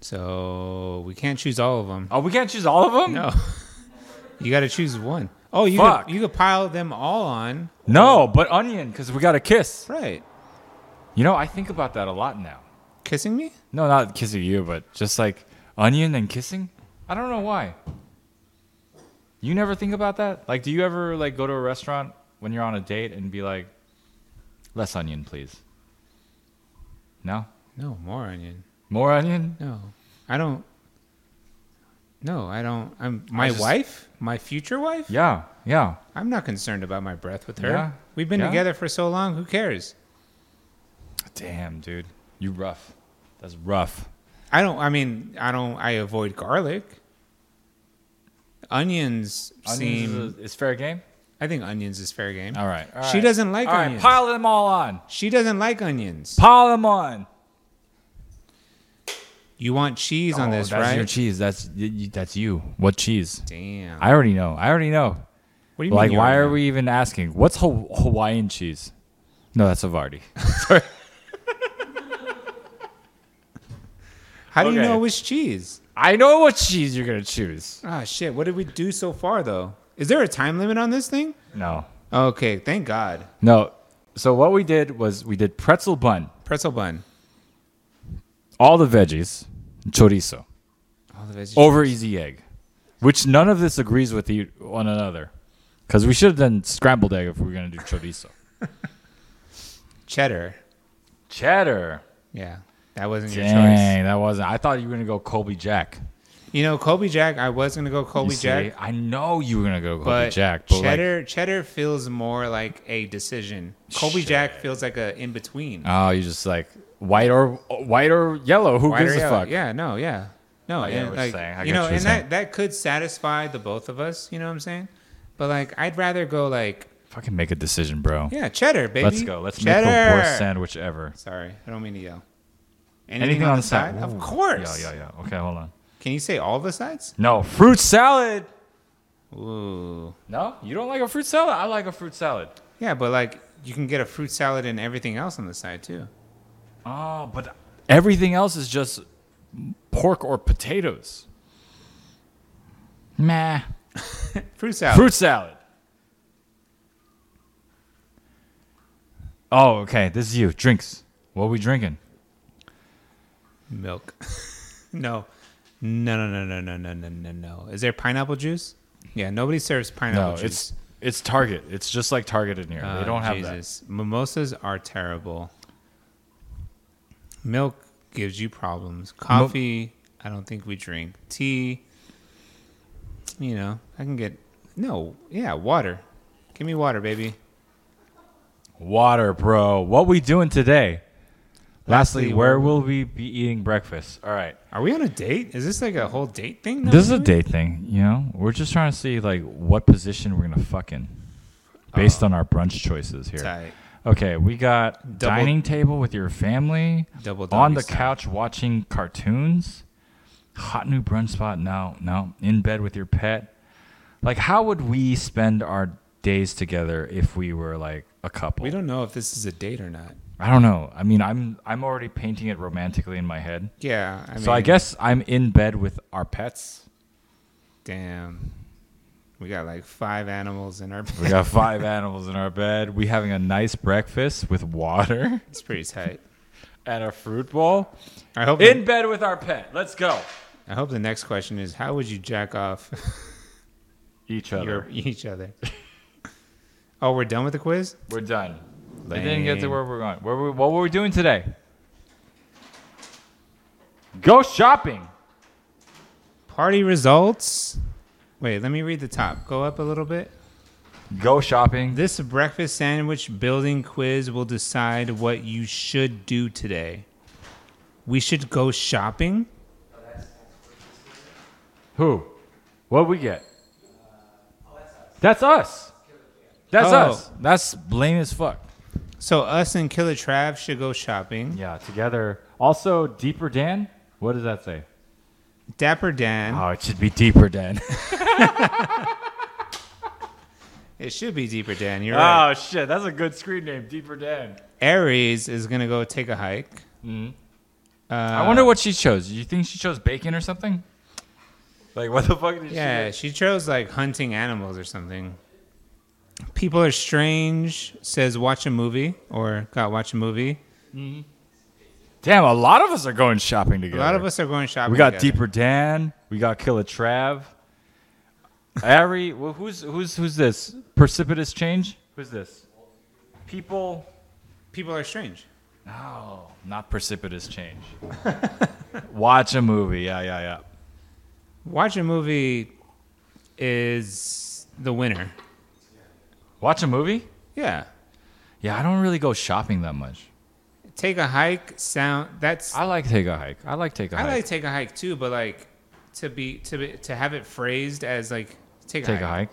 B: So we can't choose all of them.
A: Oh, we can't choose all of them.
B: No. you got to choose one. Oh, you could,
A: Fuck.
B: you could pile them all on.
A: No, but onion because we got to kiss.
B: Right.
A: You know, I think about that a lot now.
B: Kissing me?
A: No, not kissing you, but just like onion and kissing. I don't know why. You never think about that? Like, do you ever like go to a restaurant when you're on a date and be like, less onion, please? No,
B: No, more onion.
A: more onion.
B: No. I don't No, I don't. I'm my
A: just-
B: wife? My future wife?
A: Yeah, yeah.
B: I'm not concerned about my breath with her.
A: Yeah.
B: We've been
A: Yeah.
B: together for so long, who cares?
A: Damn, dude, you rough. That's rough.
B: I don't. I mean, I don't. I avoid garlic. Onions, seem.
A: Onions is, Oh. is fair game.
B: I think onions is fair game.
A: All right. all
B: She
A: right.
B: doesn't like
A: All right,
B: onions.
A: pile them all on.
B: She doesn't like onions.
A: Pile them on.
B: You want cheese on
A: Oh,
B: this,
A: that's
B: right?
A: your cheese. That's y- y- that's you. What cheese?
B: Damn.
A: I already know. I already know.
B: what do you
A: Like,
B: mean you
A: why
B: already
A: are
B: know?
A: we even asking? What's Ho- Hawaiian cheese? No, that's Havarti.
B: How do you
A: Okay.
B: know which cheese?
A: I know what cheese you're gonna choose.
B: Ah, shit. What did we do so far, though? Is there a time limit on this thing?
A: No,
B: Okay, thank God.
A: no. So what we did was we did pretzel bun,
B: Pretzel bun.
A: all the veggies, chorizo,
B: All the veggies.
A: over easy egg, which none of this agrees with you one another, because we should have done scrambled egg if we were gonna do chorizo.
B: Cheddar.
A: Cheddar.
B: Yeah, that wasn't your choice.
A: Dang, that wasn't. I thought you were gonna go Colby Jack.
B: You know, Kobe Jack. I was gonna go
A: You
B: Kobe
A: see?
B: Jack.
A: I know you were gonna go Colby
B: but
A: Jack, but like,
B: cheddar cheddar feels more like a decision. Colby Jack feels like a in between.
A: Oh, you just like white or white or yellow. Who gives a fuck?
B: Yeah, no, yeah, no.
A: get what
B: and,
A: you're
B: like,
A: Oh, saying. I
B: you
A: get
B: know,
A: what you're
B: and
A: saying.
B: that that could satisfy the both of us. You know what I'm saying? But like, I'd rather go like
A: Fucking make a decision, bro.
B: yeah, cheddar, baby.
A: Let's go. Let's
B: cheddar.
A: make the worst sandwich ever.
B: Sorry, I don't mean to yell.
A: Anything, on the side?
B: Of
A: Ooh.
B: course.
A: Yeah, yeah, yeah. Okay, hold on.
B: Can you say all the sides?
A: No fruit salad.
B: Ooh.
A: No, you don't like a fruit salad. I like a fruit salad.
B: Yeah, but like you can get a fruit salad and everything else on the side too.
A: Oh, but everything else is just pork or potatoes. Meh.
B: Fruit salad.
A: Fruit salad. Oh, okay. This is you. Drinks. What we drinking?
B: Milk. no. No, no, no, no, no, no, no, no, no. Is there pineapple juice? Yeah, nobody serves pineapple
A: No,
B: juice.
A: it's it's Target. It's just like Target in here.
B: Uh,
A: they don't have
B: Jesus. Mimosas are terrible. Milk gives you problems. Coffee, I don't think we drink. Tea, you know, I can get. No, yeah, water. Give me water, baby.
A: that. Water, bro. What we doing today? Lastly,
B: Lastly,
A: where
B: where-
A: will we be eating breakfast? All right.
B: Are we on a date? Is this like a whole date thing? now?
A: This is a date thing, you know? We're just trying to see like what position we're gonna fuck in.
B: Uh-huh.
A: Based on our brunch choices here.
B: Tight.
A: Okay, we got
B: Double-
A: dining table with your family.
B: Double
A: on
B: doggy
A: the
B: style.
A: couch watching cartoons. Hot new brunch spot. No, no. In bed with your pet. Like, how would we spend our days together if we were like a couple?
B: We don't know if this is a date or not.
A: I don't know. I mean, I'm I'm already painting it romantically in my head.
B: Yeah. I
A: so I
B: mean,
A: guess I'm in bed with our pets.
B: Damn. We got like five animals in our
A: We got five animals in our bed. We having a nice breakfast with water.
B: It's pretty tight.
A: at a fruit bowl
B: I hope.
A: in bed with our pet. Let's go.
B: I hope the next question is how would you jack off
A: Each other.
B: your, each other? oh, we're done with the quiz.
A: We're done. I didn't get to
B: Lame.
A: where we're going. Where were, what were we doing today? Go shopping.
B: Party results. Wait, let me read the top. Go up a little bit.
A: Go shopping.
B: This breakfast sandwich building quiz will decide what you should do today. We should go shopping.
A: Who? What we get? That's us. That's
B: Oh.
A: us. That's lame as fuck.
B: So us and Killer Trav should go shopping.
A: Yeah, together. Also, deeper Dan. What does that say?
B: Dapper Dan.
A: Oh, it should be deeper Dan.
B: It should be Deeper Dan. You're right.
A: oh shit, that's a good screen name, deeper Dan.
B: Aries is gonna go take a hike. Uh,
A: I wonder what she chose. Do you think she chose bacon or something? Like what the fuck did she?
B: Yeah, she chose like hunting animals or something. People are strange says watch a movie or got watch a movie.
A: Damn, a lot of us are going shopping together.
B: A lot of us are going shopping.
A: We got
B: together.
A: deeper Dan. We got Killer Trav. Ari, well, who's who's who's this? Precipitous change. Who's this? People.
B: People are strange.
A: Oh, not precipitous change. Watch a movie. Yeah, yeah, yeah.
B: Watch a movie is the winner.
A: Watch a movie.
B: Yeah.
A: Yeah, I don't really go shopping that much.
B: Take a hike sound that's I,
A: I like take a hike. I like take a hike.
B: like take a hike too, but like to be to be, to have it phrased as like take a
A: take
B: hike.
A: a hike.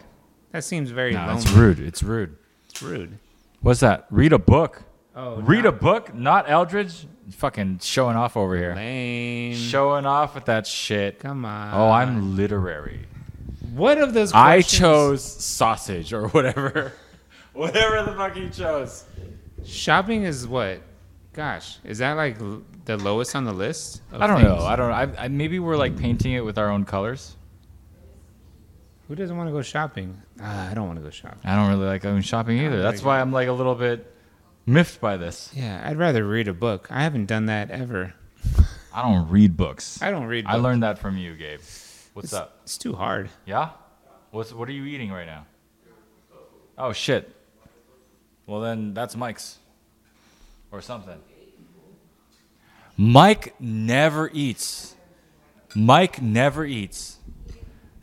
B: That seems very
A: No,
B: lonely.
A: it's rude. It's rude.
B: It's rude.
A: What's that? Read a book.
B: Oh,
A: Read
B: not
A: a book, not Eldridge. Fucking showing off over here.
B: lame.
A: Showing off with that shit.
B: Come on.
A: Oh, I'm literary.
B: What of those?
A: I
B: questions-
A: chose sausage or whatever. whatever the fuck you chose.
B: shopping. Is what? Gosh, is that like l- the lowest on the list? of
A: I don't
B: things?
A: know. I don't know. I, I, maybe we're like painting it with our own colors.
B: Who doesn't want to go shopping? Ah, I don't want to go shopping.
A: Uh, I don't really like going
B: Ah,
A: shopping either. That's why I'm like a little bit miffed by this.
B: Yeah, I'd rather read a book. I haven't done that ever.
A: I don't read books.
B: I don't read.
A: I
B: books.
A: learned that from you, Gabe. What's up?
B: It's too hard.
A: Yeah? What's what are you eating right now? Oh shit. Well then that's Mike's. Or something. Mike never eats. Mike never eats.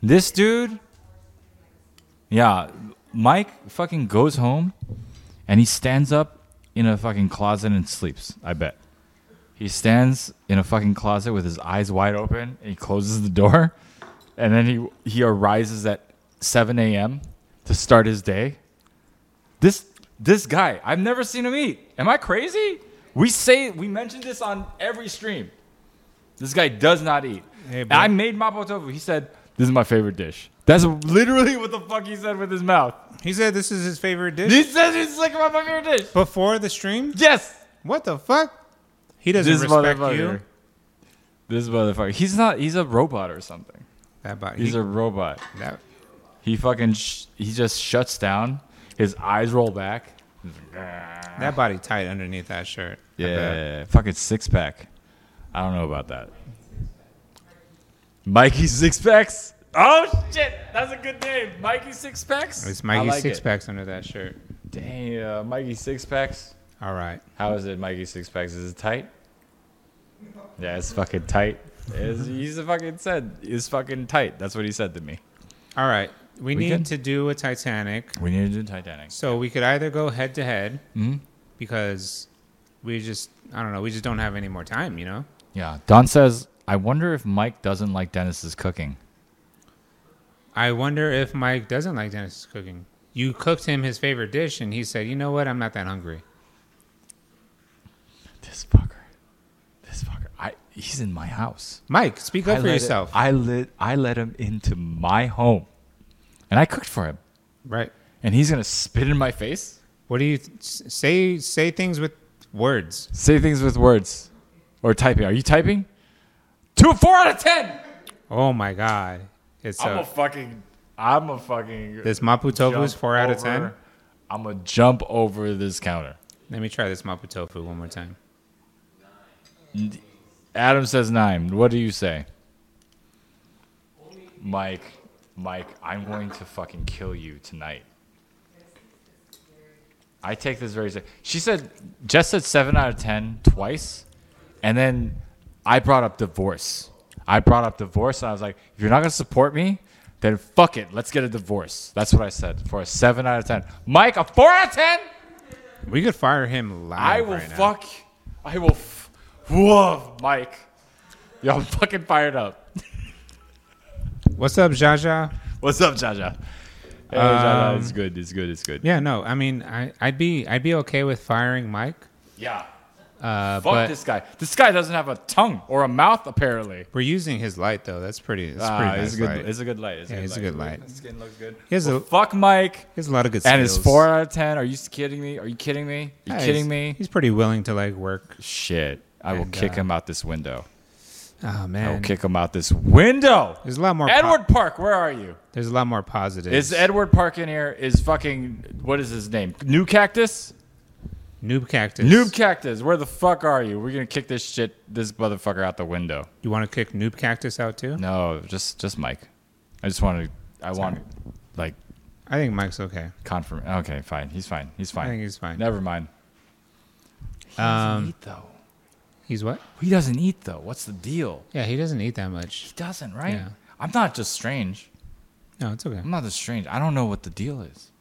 A: This dude Yeah, Mike fucking goes home and he stands up in a fucking closet and sleeps, I bet. He stands in a fucking closet with his eyes wide open and he closes the door and then he he arises at 7 a.m. to start his day. This this guy, I've never seen him eat. Am I crazy? We say we mentioned this on every stream. This guy does not eat.
B: Hey,
A: And
B: bro.
A: I made mapo tofu. He said, "This is my favorite dish." That's literally what the fuck he said with his mouth.
B: He said this is his favorite dish
A: He says it's like my favorite dish.
B: before the stream.
A: Yes.
B: What the fuck? He doesn't
A: This
B: respect
A: motherfucker.
B: you.
A: This motherfucker. He's not. He's a robot or something.
B: That body.
A: He's a robot.
B: that,
A: He fucking. Sh- he just shuts down. His eyes roll back.
B: that body tight underneath that shirt. I
A: Yeah,
B: bet.
A: fucking six pack. I don't know about that. Mikey six packs. Oh shit, that's a good name, Mikey six packs.
B: It's Mikey six packs under that shirt.
A: Damn, Mikey six packs.
B: All right.
A: How is it, Mikey six packs? Is it tight? Yeah, it's fucking tight. It's, he's a fucking said it's fucking tight. That's what he said to me.
B: All right. We, need
A: good?
B: to do a Titanic.
A: We need to do Titanic.
B: So we could either go head to head
A: Mm-hmm.
B: because we just I don't know, we just don't have any more time, you know?
A: Yeah, Don says. I wonder if Mike doesn't like Dennis's cooking.
B: I wonder if Mike doesn't like Dennis's cooking. You cooked him his favorite dish and he said, "You know what? I'm not that hungry."
A: This fucker. This fucker. I. He's in my house.
B: Mike, speak up
A: I
B: for
A: let it-
B: yourself.
A: I let I let him into my home, and I cooked for him,
B: right.
A: and he's gonna spit in my face,
B: What do you th- say say things with words?
A: say things with words, or typing. Are you typing? Two four out of ten.
B: Oh my god. It's
A: I'm
B: a,
A: a fucking. I'm a fucking.
B: this Mapu tofu is 4 out of 10.
A: I'm gonna jump over this counter.
B: Let me try this Mapu tofu one more time.
A: Adam says nine. What do you say? Mike, Mike, I'm going to fucking kill you tonight. I take this very serious. She said, Jess said seven out of ten twice, and then I brought up divorce. I brought up divorce, and I was like, if you're not gonna support me, then fuck it, let's get a divorce. That's what I said for a seven out of ten. Mike, a four out of ten.
B: We could fire him live.
A: I will
B: right now.
A: fuck. I will. F- Whoa, Mike. Yo, I'm fucking fired up.
B: What's up, Jaja?
A: What's up, Jaja? Hey,
B: Uh,
A: Jaja, it's good. It's good. It's good.
B: Yeah, no, I mean, I, I'd be, I'd be okay with firing Mike.
A: Yeah.
B: Uh,
A: Fuck
B: but
A: this guy. This guy doesn't have a tongue or a mouth, apparently.
B: we're using his light though. That's pretty. That's
A: Ah,
B: pretty nice
A: it's a good.
B: light.
A: It's a good light. It's
B: yeah, he's a good light.
A: Skin looks good.
B: He has a,
A: Fuck Mike.
B: he has a lot of good.
A: And it's
B: skills.
A: four out of ten. Are you kidding me? Are you kidding me? Are you
B: Yeah,
A: kidding
B: he's-
A: me?
B: He's pretty willing to like work.
A: Shit. I will
B: And,
A: kick
B: uh,
A: him out this window.
B: Oh
A: I
B: man,
A: will kick him out this window.
B: there's a lot more. po-
A: Ah, Edward Park, where are you?
B: there's a lot more positive.
A: Is Edward Park in here? Is fucking what is his name? Noob Cactus?
B: noob cactus?
A: Noob Cactus, where the fuck are you? We're gonna kick this shit, this motherfucker out the window.
B: You want to kick noob cactus out too?
A: No, just just Mike. I just want to. I want like
B: I think Mike's okay.
A: confirm. Okay, fine. He's fine. He's fine.
B: I think he's fine.
A: Never mind. He
B: Um,
A: eat though.
B: He's what?
A: He doesn't eat though. What's the deal?
B: Yeah, he doesn't eat that much.
A: He doesn't, right?
B: Yeah.
A: I'm not just strange.
B: No, it's okay.
A: I'm not just strange. I don't know what the deal is.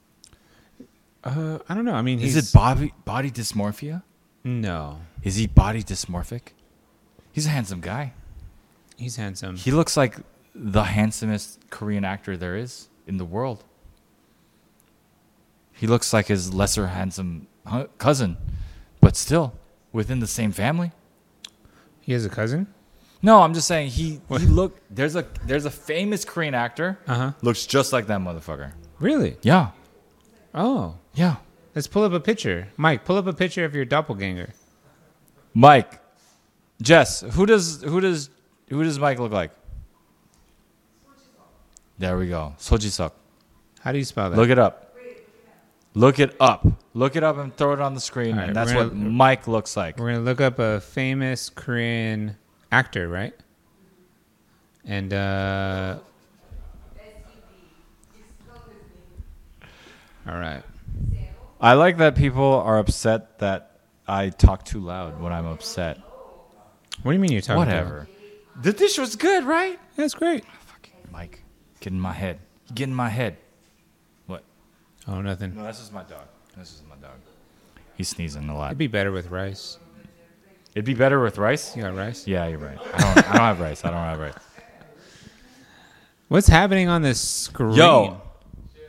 B: Uh, I don't know. I mean, he's
A: Is it body body dysmorphia?
B: no.
A: Is he body dysmorphic? He's a handsome guy.
B: He's handsome.
A: He looks like the handsomest Korean actor there is in the world. He looks like his lesser handsome hu- cousin, but still within the same family.
B: He has a cousin.
A: No, I'm just saying he he look there's a there's a famous Korean actor
B: Uh-huh.
A: looks just like that motherfucker.
B: Really?
A: Yeah.
B: Oh,
A: Yeah.
B: let's pull up a picture. Mike, pull up a picture of your doppelganger.
A: Mike. Jess, who does who does who does Mike look like? There we go. Sojisuk.
B: How do you spell that?
A: Look it up. Look it up. Look it up and throw it on the screen.
B: All right,
A: and that's
B: we're
A: what
B: gonna-
A: Mike looks like.
B: We're gonna look up a famous Korean actor, right? And uh, all right,
A: I like that people are upset that I talk too loud when I'm upset.
B: what do you mean you're talking?
A: Whatever. The dish was good, right?
B: that's great.
A: Fucking Mike, get in my head. Get in my head. What?
B: Oh, nothing.
A: No, this is my dog. This is my dog. He's sneezing a lot.
B: It'd be better with rice.
A: It'd be better with rice.
B: You got rice.
A: Yeah, you're right. I don't, I don't have rice. I don't have rice.
B: What's happening on this screen?
A: Yo,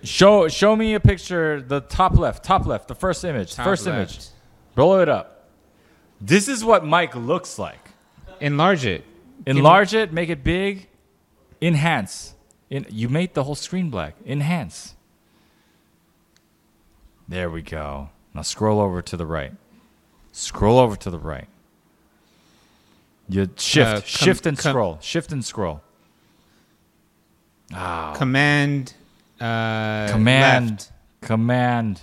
A: show show me a picture. The top left, top left, the first image,
B: Top
A: first
B: left.
A: image. Blow it up. This is what Mike looks like.
B: enlarge it.
A: Enlarge it, make it big, enhance. In, you made the whole screen black. Enhance. There we go. Now scroll over to the right. Scroll over to the right. You shift,
B: Uh, com-
A: shift and
B: com- Uh,
A: scroll, shift and scroll.
B: Command. Uh,
A: Oh. command
B: left.
A: command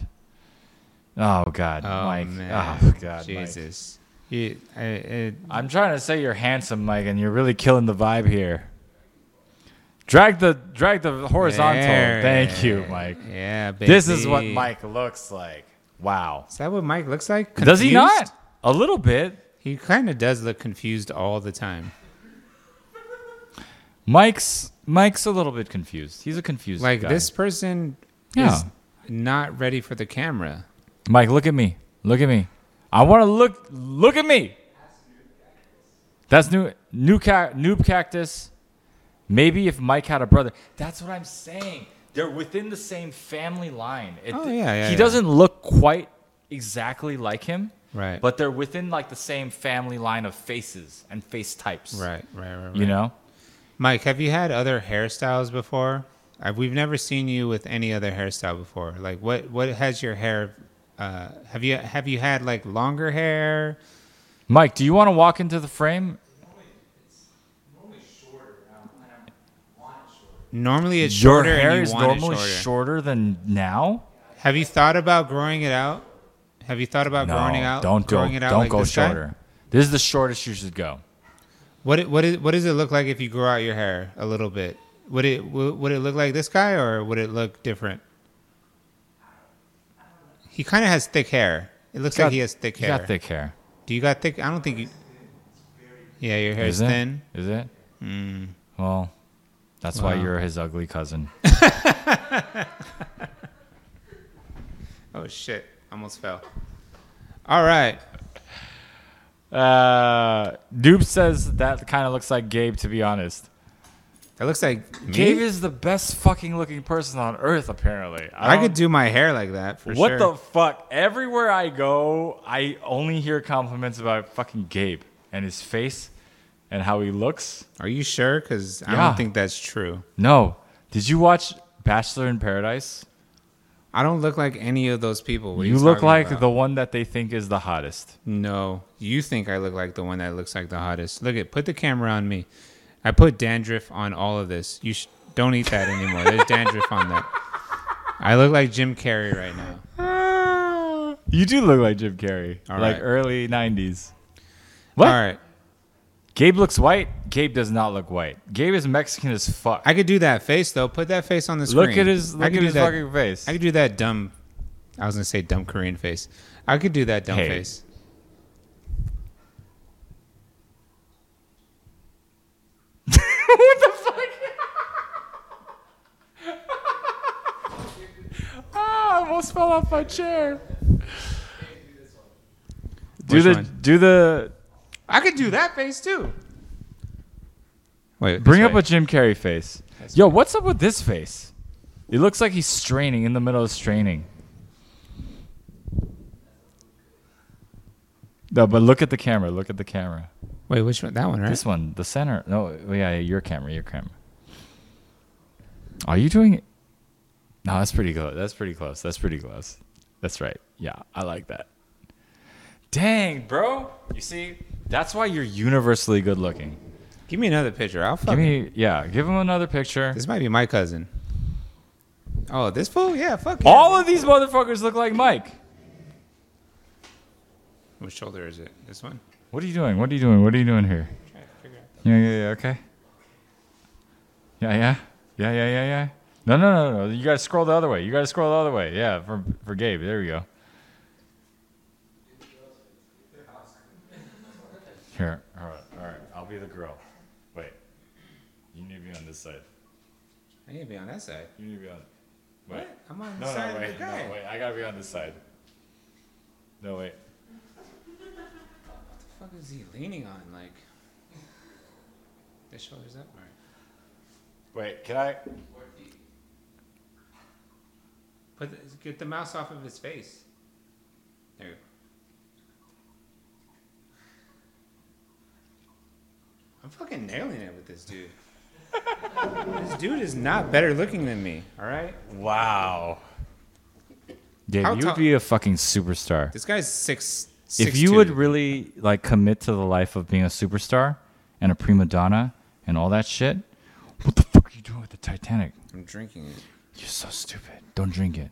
A: oh god
B: Oh
A: mike
B: man.
A: oh god Mike.
B: Jesus. He, I, it,
A: i'm trying to say you're handsome mike and you're really killing the vibe here drag the drag the horizontal
B: There.
A: thank you mike
B: yeah, baby.
A: this is what mike looks like wow
B: Is that what Mike looks like?
A: does he
B: Confused?
A: not a little bit
B: He kind of does look confused all the time.
A: mike's mike's a little bit confused he's a confused
B: Like
A: guy.
B: this person
A: Yeah.
B: is not ready for the camera.
A: mike look at me look at me i want to look look at me That's new new ca- noob cactus. Maybe if Mike had a brother. That's what I'm saying. They're within the same family line. It-
B: Oh, yeah, yeah,
A: he
B: yeah.
A: doesn't look quite exactly like him.
B: Right.
A: But they're within like the same family line of faces and face types.
B: Right, right, right. right.
A: You know?
B: Mike, have you had other hairstyles before? i we've never seen you with any other hairstyle before. Like, what? What has your hair? Uh, have you have you had like longer hair?
A: Mike, do you want to walk into the frame?
B: Normally, it's
A: Your
B: shorter. and
A: hair
B: you
A: is
B: want it
A: normally shorter.
B: shorter.
A: than now.
B: Have you thought about growing it out? Have you thought about growing it out?
A: don't go.
B: growing it out
A: don't
B: like
A: go
B: this guy?
A: shorter. This is the shortest you should go.
B: What it, what it, what does it look like if you grow out your hair a little bit? Would it would would it look like this guy or would it look different? He kind of has thick hair. It looks like he has thick
A: You
B: hair.
A: got thick hair.
B: Do you got thick? I don't think you. Yeah, your hair's
A: Is it?
B: thin.
A: Is it? Hmm. Well, that's why you're his ugly cousin.
B: Oh shit! Almost fell. All right.
A: Uh, Dupe says that kind of looks like Gabe, to be honest.
B: That looks like me.
A: Gabe is the best fucking looking person on earth, apparently.
B: I could
A: don't-
B: do my hair like that for
A: What
B: sure.
A: the fuck? Everywhere I go, I only hear compliments about fucking Gabe and his face and how he looks.
B: Are you sure? Because I
A: Yeah.
B: don't think that's true.
A: No. Did you watch Bachelor in Paradise?
B: I don't look like any of those people. What are
A: you look
B: talking
A: like
B: about?
A: the one that they think is the hottest.
B: No, you think I look like the one that looks like the hottest. Look at, put the camera on me. I put dandruff on all of this. You sh- don't eat that anymore. There's dandruff on that. I look like Jim Carrey right now.
A: You do look like Jim Carrey,
B: All
A: like
B: right.
A: early '90s. What?
B: All right,
A: Gabe looks white. Gabe does not look white. Gabe is Mexican as fuck.
B: I could do that face though. Put that face on the screen.
A: look at his
B: I
A: look
B: could
A: at
B: do
A: his
B: that-
A: fucking face.
B: I could do that dumb. I was gonna say dumb Korean face. I could do that dumb
A: Hey.
B: face.
A: what the fuck? ah, I almost fell off my chair. Do
B: Which
A: the
B: one?
A: do the
B: I could do that face too. Wait, this
A: bring up
B: way.
A: a Jim Carrey face. Yo, what's up with this face? It looks like he's straining in the middle of straining. No, but look at the camera. Look at the camera.
B: wait. Which one? That one, right?
A: This one, the center. No, oh, yeah, your camera, your camera. Are you doing it? No, that's pretty close. That's pretty close. That's pretty close. That's right. Yeah, I like that. Dang, bro. You see, that's why you're universally good looking.
B: Give me another picture. I'll fuck
A: Give me, yeah, give him another picture.
B: This might be my cousin. Oh, this fool? Yeah, fuck him.
A: All of these motherfuckers look like Mike.
B: Which shoulder is it? This one?
A: What are you doing? What are you doing? What are you doing here? Yeah, yeah, yeah. Okay. Yeah, yeah, yeah, yeah, yeah, yeah. No, no, no, no. You gotta scroll the other way. You gotta scroll the other way. Yeah, for for Gabe. There we go. Here. All right. All right. I'll be the girl. Wait. You need to be on this side.
B: I need to be on that side.
A: You need to be on. Wait.
B: I'm on the
A: No,
B: side
A: no,
B: of
A: wait.
B: the
A: No,
B: guy.
A: wait. I gotta be on this side. No, wait.
B: What the fuck is he leaning on? Like, this shoulder's up. All right.
A: Wait. Can I?
B: Put the, get the mouse off of his face. There you go. I'm fucking nailing it with this dude. this dude is not better looking than me, all right?
A: Wow. Gabe,
B: How
A: you would
B: tall-
A: be a fucking superstar.
B: This guy's six.
A: if you
B: 6'2".
A: would really like commit to the life of being a superstar and a prima donna and all that shit, what the fuck are you doing with the Titanic?
B: I'm drinking it.
A: You're so stupid. Don't drink it.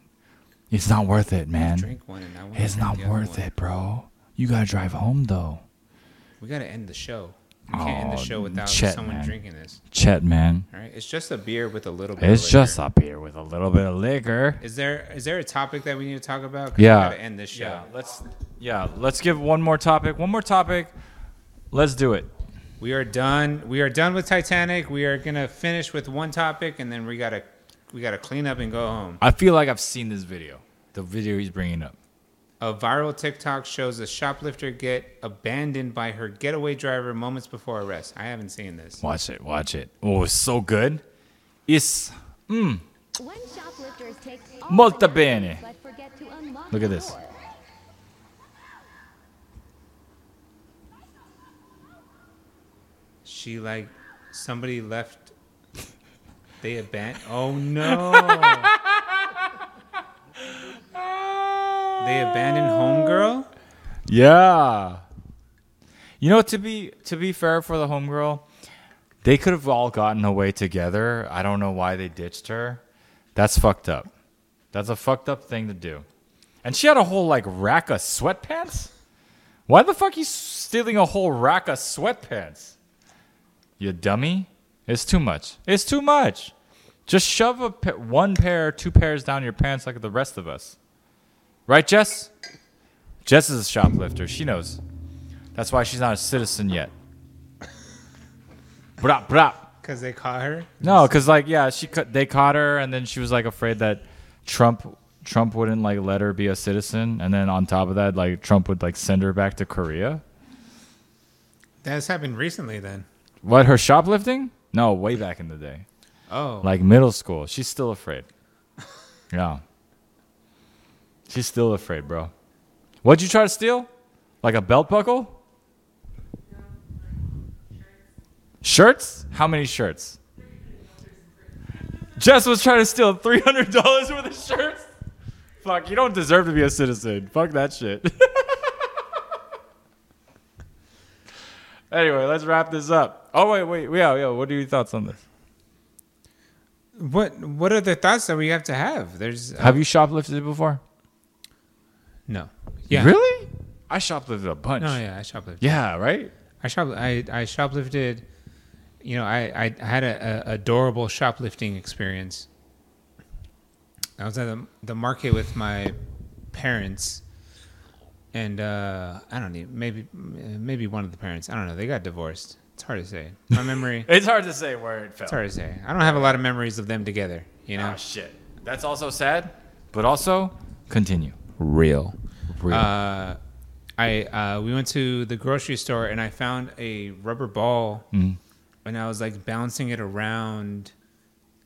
A: It's not worth it, man.
B: Drink one and I want
G: It's not worth it, bro. You gotta drive home though.
B: We gotta end the show. We can't end the
A: Aw,
B: show without
A: Chet,
B: someone
A: Oh, man.
B: drinking this.
A: Chet, man.
B: All right, it's just a beer with a little bit. of
A: It's
B: liquor.
A: just up here with a little bit of liquor.
B: Is there is there a topic that we need to talk about? 'Cause
A: Yeah.
B: We gotta end this show.
A: Yeah, let's yeah, let's give one more topic. One more topic. Let's do it.
B: We are done. We are done with Titanic. We are gonna finish with one topic, and then we gotta we gotta clean up and go home.
A: I feel like I've seen this video. The video he's bringing up.
B: A viral TikTok shows a shoplifter get abandoned by her getaway driver moments before arrest. I haven't seen this.
A: Watch it, watch it. Oh, it's so good. It's
J: When shoplifters take all
A: Molto
J: the
A: bene.
J: items but forget to unlock
A: Look
J: the
A: at this.
J: door.
B: She like somebody left. They abandoned. Oh no. They abandoned Homegirl?
A: Yeah. You know, to be to be fair for the homegirl, they could have all gotten away together. I don't know why they ditched her. That's fucked up. That's a fucked up thing to do. And she had a whole like rack of sweatpants. Why the fuck you s- stealing a whole rack of sweatpants. You dummy. It's too much. It's too much. Just shove a pa- one pair, two pairs down your pants like the rest of us. Right, Jess? Jess is a shoplifter. She knows. That's why she's not a citizen yet. Brap, brap.
B: Because they caught her.
A: No, because like yeah, she ca- they caught her, and then she was like afraid that Trump Trump wouldn't like let her be a citizen, and then on top of that, like Trump would like send her back to Korea.
B: That's happened recently then.
A: What her shoplifting? No, way back in the day,
B: Oh.
A: like middle school, she's still afraid. Yeah, she's still afraid, bro. What'd you try to steal? Like a belt buckle? Shirts? How many shirts? Jess was trying to steal three hundred dollars worth of shirts. Fuck, you don't deserve to be a citizen. Fuck that shit. anyway, let's wrap this up. Oh wait, wait, yeah, yeah. What are your thoughts on this?
B: what what are the thoughts that we have to have? There's uh,
A: Have you shoplifted before?
B: no. Yeah.
A: Really? I shoplifted a bunch.
B: No, yeah, I shoplifted.
A: Yeah, right?
B: I shop I, I shoplifted you know, I, I had a, a adorable shoplifting experience. I was at the, the market with my parents and uh, I don't even maybe maybe one of the parents. I don't know. They got divorced. It's hard to say. My memory
A: It's hard to say where it fell.
B: it's hard to say. I don't have a lot of memories of them together, you know.
A: Ah, shit. That's also sad, but also continue.
B: real.
A: Real.
B: Uh, I uh, we went to the grocery store and I found a rubber ball, and I was like bouncing it around,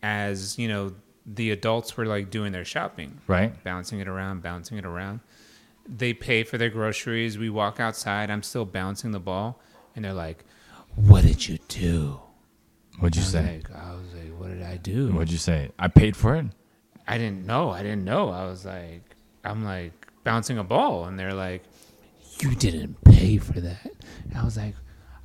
B: as you know, the adults were like doing their shopping,
A: Right.
B: Bouncing it around, bouncing it around. They pay for their groceries. We walk outside. I'm still bouncing the ball, and they're like, "What did you do?"
A: What'd you
B: I was
A: say?
B: like, I was like, "What did I do?"
A: What'd you say? I paid for it.
B: I didn't know. I didn't know. I was like, I'm like bouncing a ball, and they're like, you didn't pay for that. And I was like,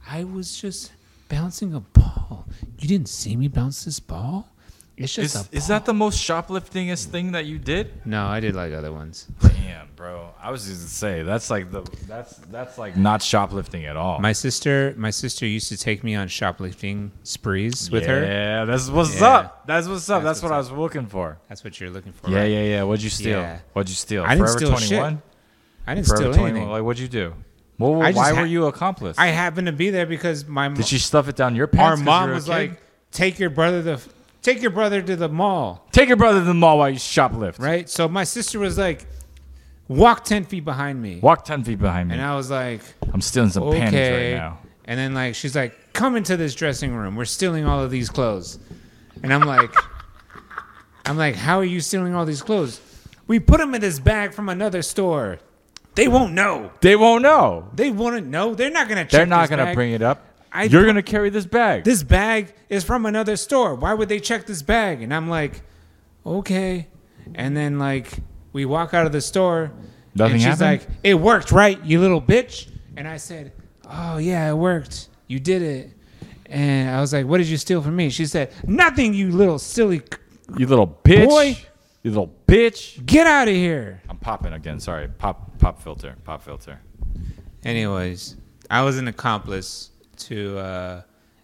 B: I was just bouncing a ball. You didn't see me bounce this ball. It's just a
A: Is,
B: ball.
A: is that the most shopliftingest thing that you did?
B: no, I did like other ones.
A: Damn, bro. I was just gonna say that's like the that's that's like not shoplifting at all.
B: My sister, my sister used to take me on shoplifting sprees with
A: yeah,
B: her.
A: Yeah, that's what's
B: Yeah.
A: up. That's what's up. That's,
B: That's
A: what
B: what's
A: I was looking for.
B: That's what you're looking for.
A: Yeah,
B: right?
A: yeah, yeah. What'd you steal?
B: Yeah.
A: What'd you steal?
B: I didn't
A: Forever
B: steal shit.
A: 21?
B: I didn't
A: Forever
B: steal
A: 21.
B: anything.
A: Like, what'd you do? Well,
B: I just
A: why
B: ha-
A: were you accomplice?
B: I happened to be there because my mo-
A: Did she stuff it down your
B: our
A: pants? 'cause you
B: mom
A: were a
B: was
A: kid?
B: like, take your brother to, take your brother to the mall.
A: "Take your brother to the mall while you shoplift."
B: right? So my sister was like, walk 10 feet behind me.
A: Walk ten feet behind me.
B: And I was like,
A: I'm stealing some panties
B: okay.
A: right now.
B: And then like, she's like, come into this dressing room. We're stealing all of these clothes. And I'm like, I'm like, how are you stealing all these clothes? We put them in this bag from another store. They won't know.
A: They won't know.
B: They wouldn't know. They're not gonna. Check
A: They're not
B: this
A: gonna
B: bag.
A: bring it up.
B: I-
A: You're gonna carry this bag.
B: This bag is from another store. Why would they check this bag? And I'm like, okay. And then like, we walk out of the store.
A: Nothing
B: and she's
A: happened?
B: like, it worked, right, you little bitch? And I said, oh, yeah, it worked. You did it. And I was like, what did you steal from me? She said, nothing, you little silly. c-
A: you little bitch.
B: Boy.
A: You little bitch.
B: Get out of here.
A: I'm popping again. Sorry. Pop. Pop filter. Pop filter.
B: Anyways, I was an accomplice to uh,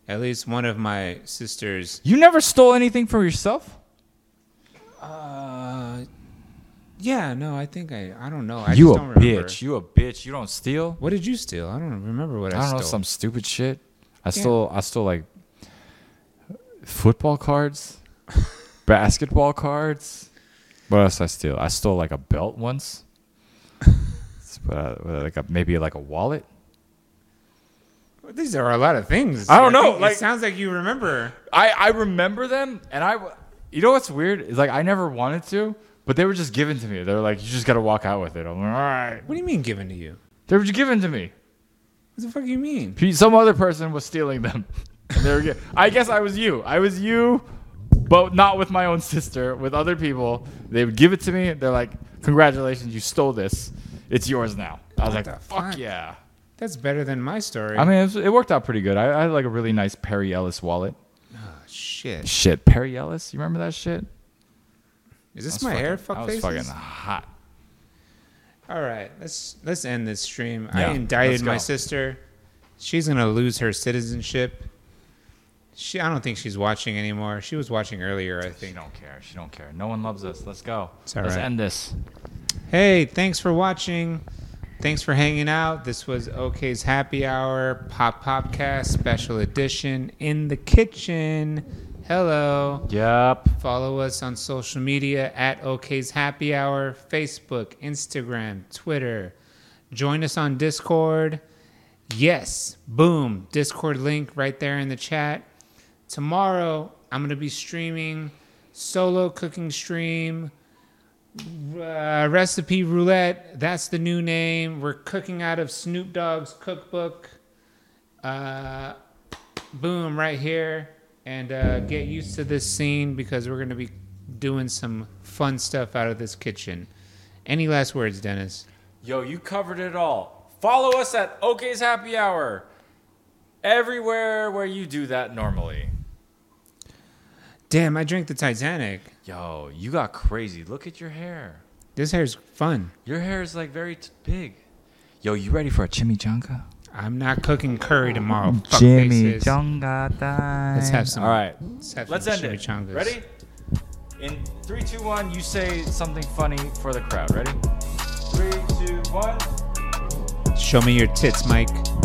B: at least one of my sister's.
A: You never stole anything for yourself.
B: Uh, yeah, no, I think I, I don't know. I
A: you
B: just
A: a
B: don't remember.
A: bitch. You a bitch. You don't steal.
B: What did you steal? I don't remember what I,
A: I don't
B: stole.
A: know some stupid shit. I stole. I stole like football cards, basketball cards. What else I steal? I stole like a belt once. It's, uh, like a, maybe like a wallet.
B: These are a lot of things.
A: I don't know,
B: think
A: like-
B: it sounds like you remember.
A: I I remember them, and I. w- You know what's weird is like I never wanted to, but they were just given to me. They're like, you just gotta walk out with it. I'm like, all right.
B: What do you mean given to you?
A: They were just given to me.
B: What the fuck do you mean?
A: P- Some other person was stealing them. And they were gi- I guess I was you. I was you, but not with my own sister. With other people, they would give it to me. They're like, congratulations, you stole this. It's yours now. I was
B: What
A: like,
B: the
A: fuck
B: fuck?
A: yeah.
B: That's better than my story.
A: I mean, it, was, it worked out pretty good. I, I had like a really nice Perry Ellis wallet.
B: shit.
A: Shit, Perry Ellis, you remember that shit? I
B: Is this
A: was
B: my
A: fucking-
B: hair?
A: I
B: Fuck
A: was
B: faces.
A: fucking hot.
B: All right, let's let's end this stream. I
A: Yeah, let's
B: indicted my
A: go.
B: sister. She's gonna lose her citizenship. She, I don't think she's watching anymore. She was watching earlier, I
A: She
B: think.
A: don't care. She don't care. No one loves us. Let's go.
B: all
A: Let's
B: right.
A: end this.
B: Hey, thanks for watching. Thanks for hanging out. This was OK's Happy Hour Pop Popcast Special Edition in the kitchen. Hello.
A: Yep.
B: Follow us on social media at OK's Happy Hour, Facebook, Instagram, Twitter. Join us on Discord. Yes, boom, Discord link right there in the chat. Tomorrow, I'm going to be streaming solo cooking stream, uh, recipe roulette. That's the new name. We're cooking out of Snoop Dogg's cookbook. Uh, boom right here and uh, get used to this scene because we're going to be doing some fun stuff out of this kitchen. Any last words, Dennis?
A: Yo, you covered it all. Follow us at OK's Happy Hour. Everywhere where you do that normally.
B: Damn, I drank the Titanic.
A: Yo, you got crazy. Look at your hair.
B: This hair's fun.
A: Your hair is like very t- big. Yo, you ready for a chimichanga?
B: I'm not cooking curry tomorrow. Fuck faces.
G: Chimichanga time.
B: Let's have some.
A: All right.
B: Let's, have
A: Let's
B: some
A: end it.
B: chimichangas.
A: Ready? In three, two, one, you say something funny for the crowd. Ready? Three, two, one.
B: Show me your tits, Mike.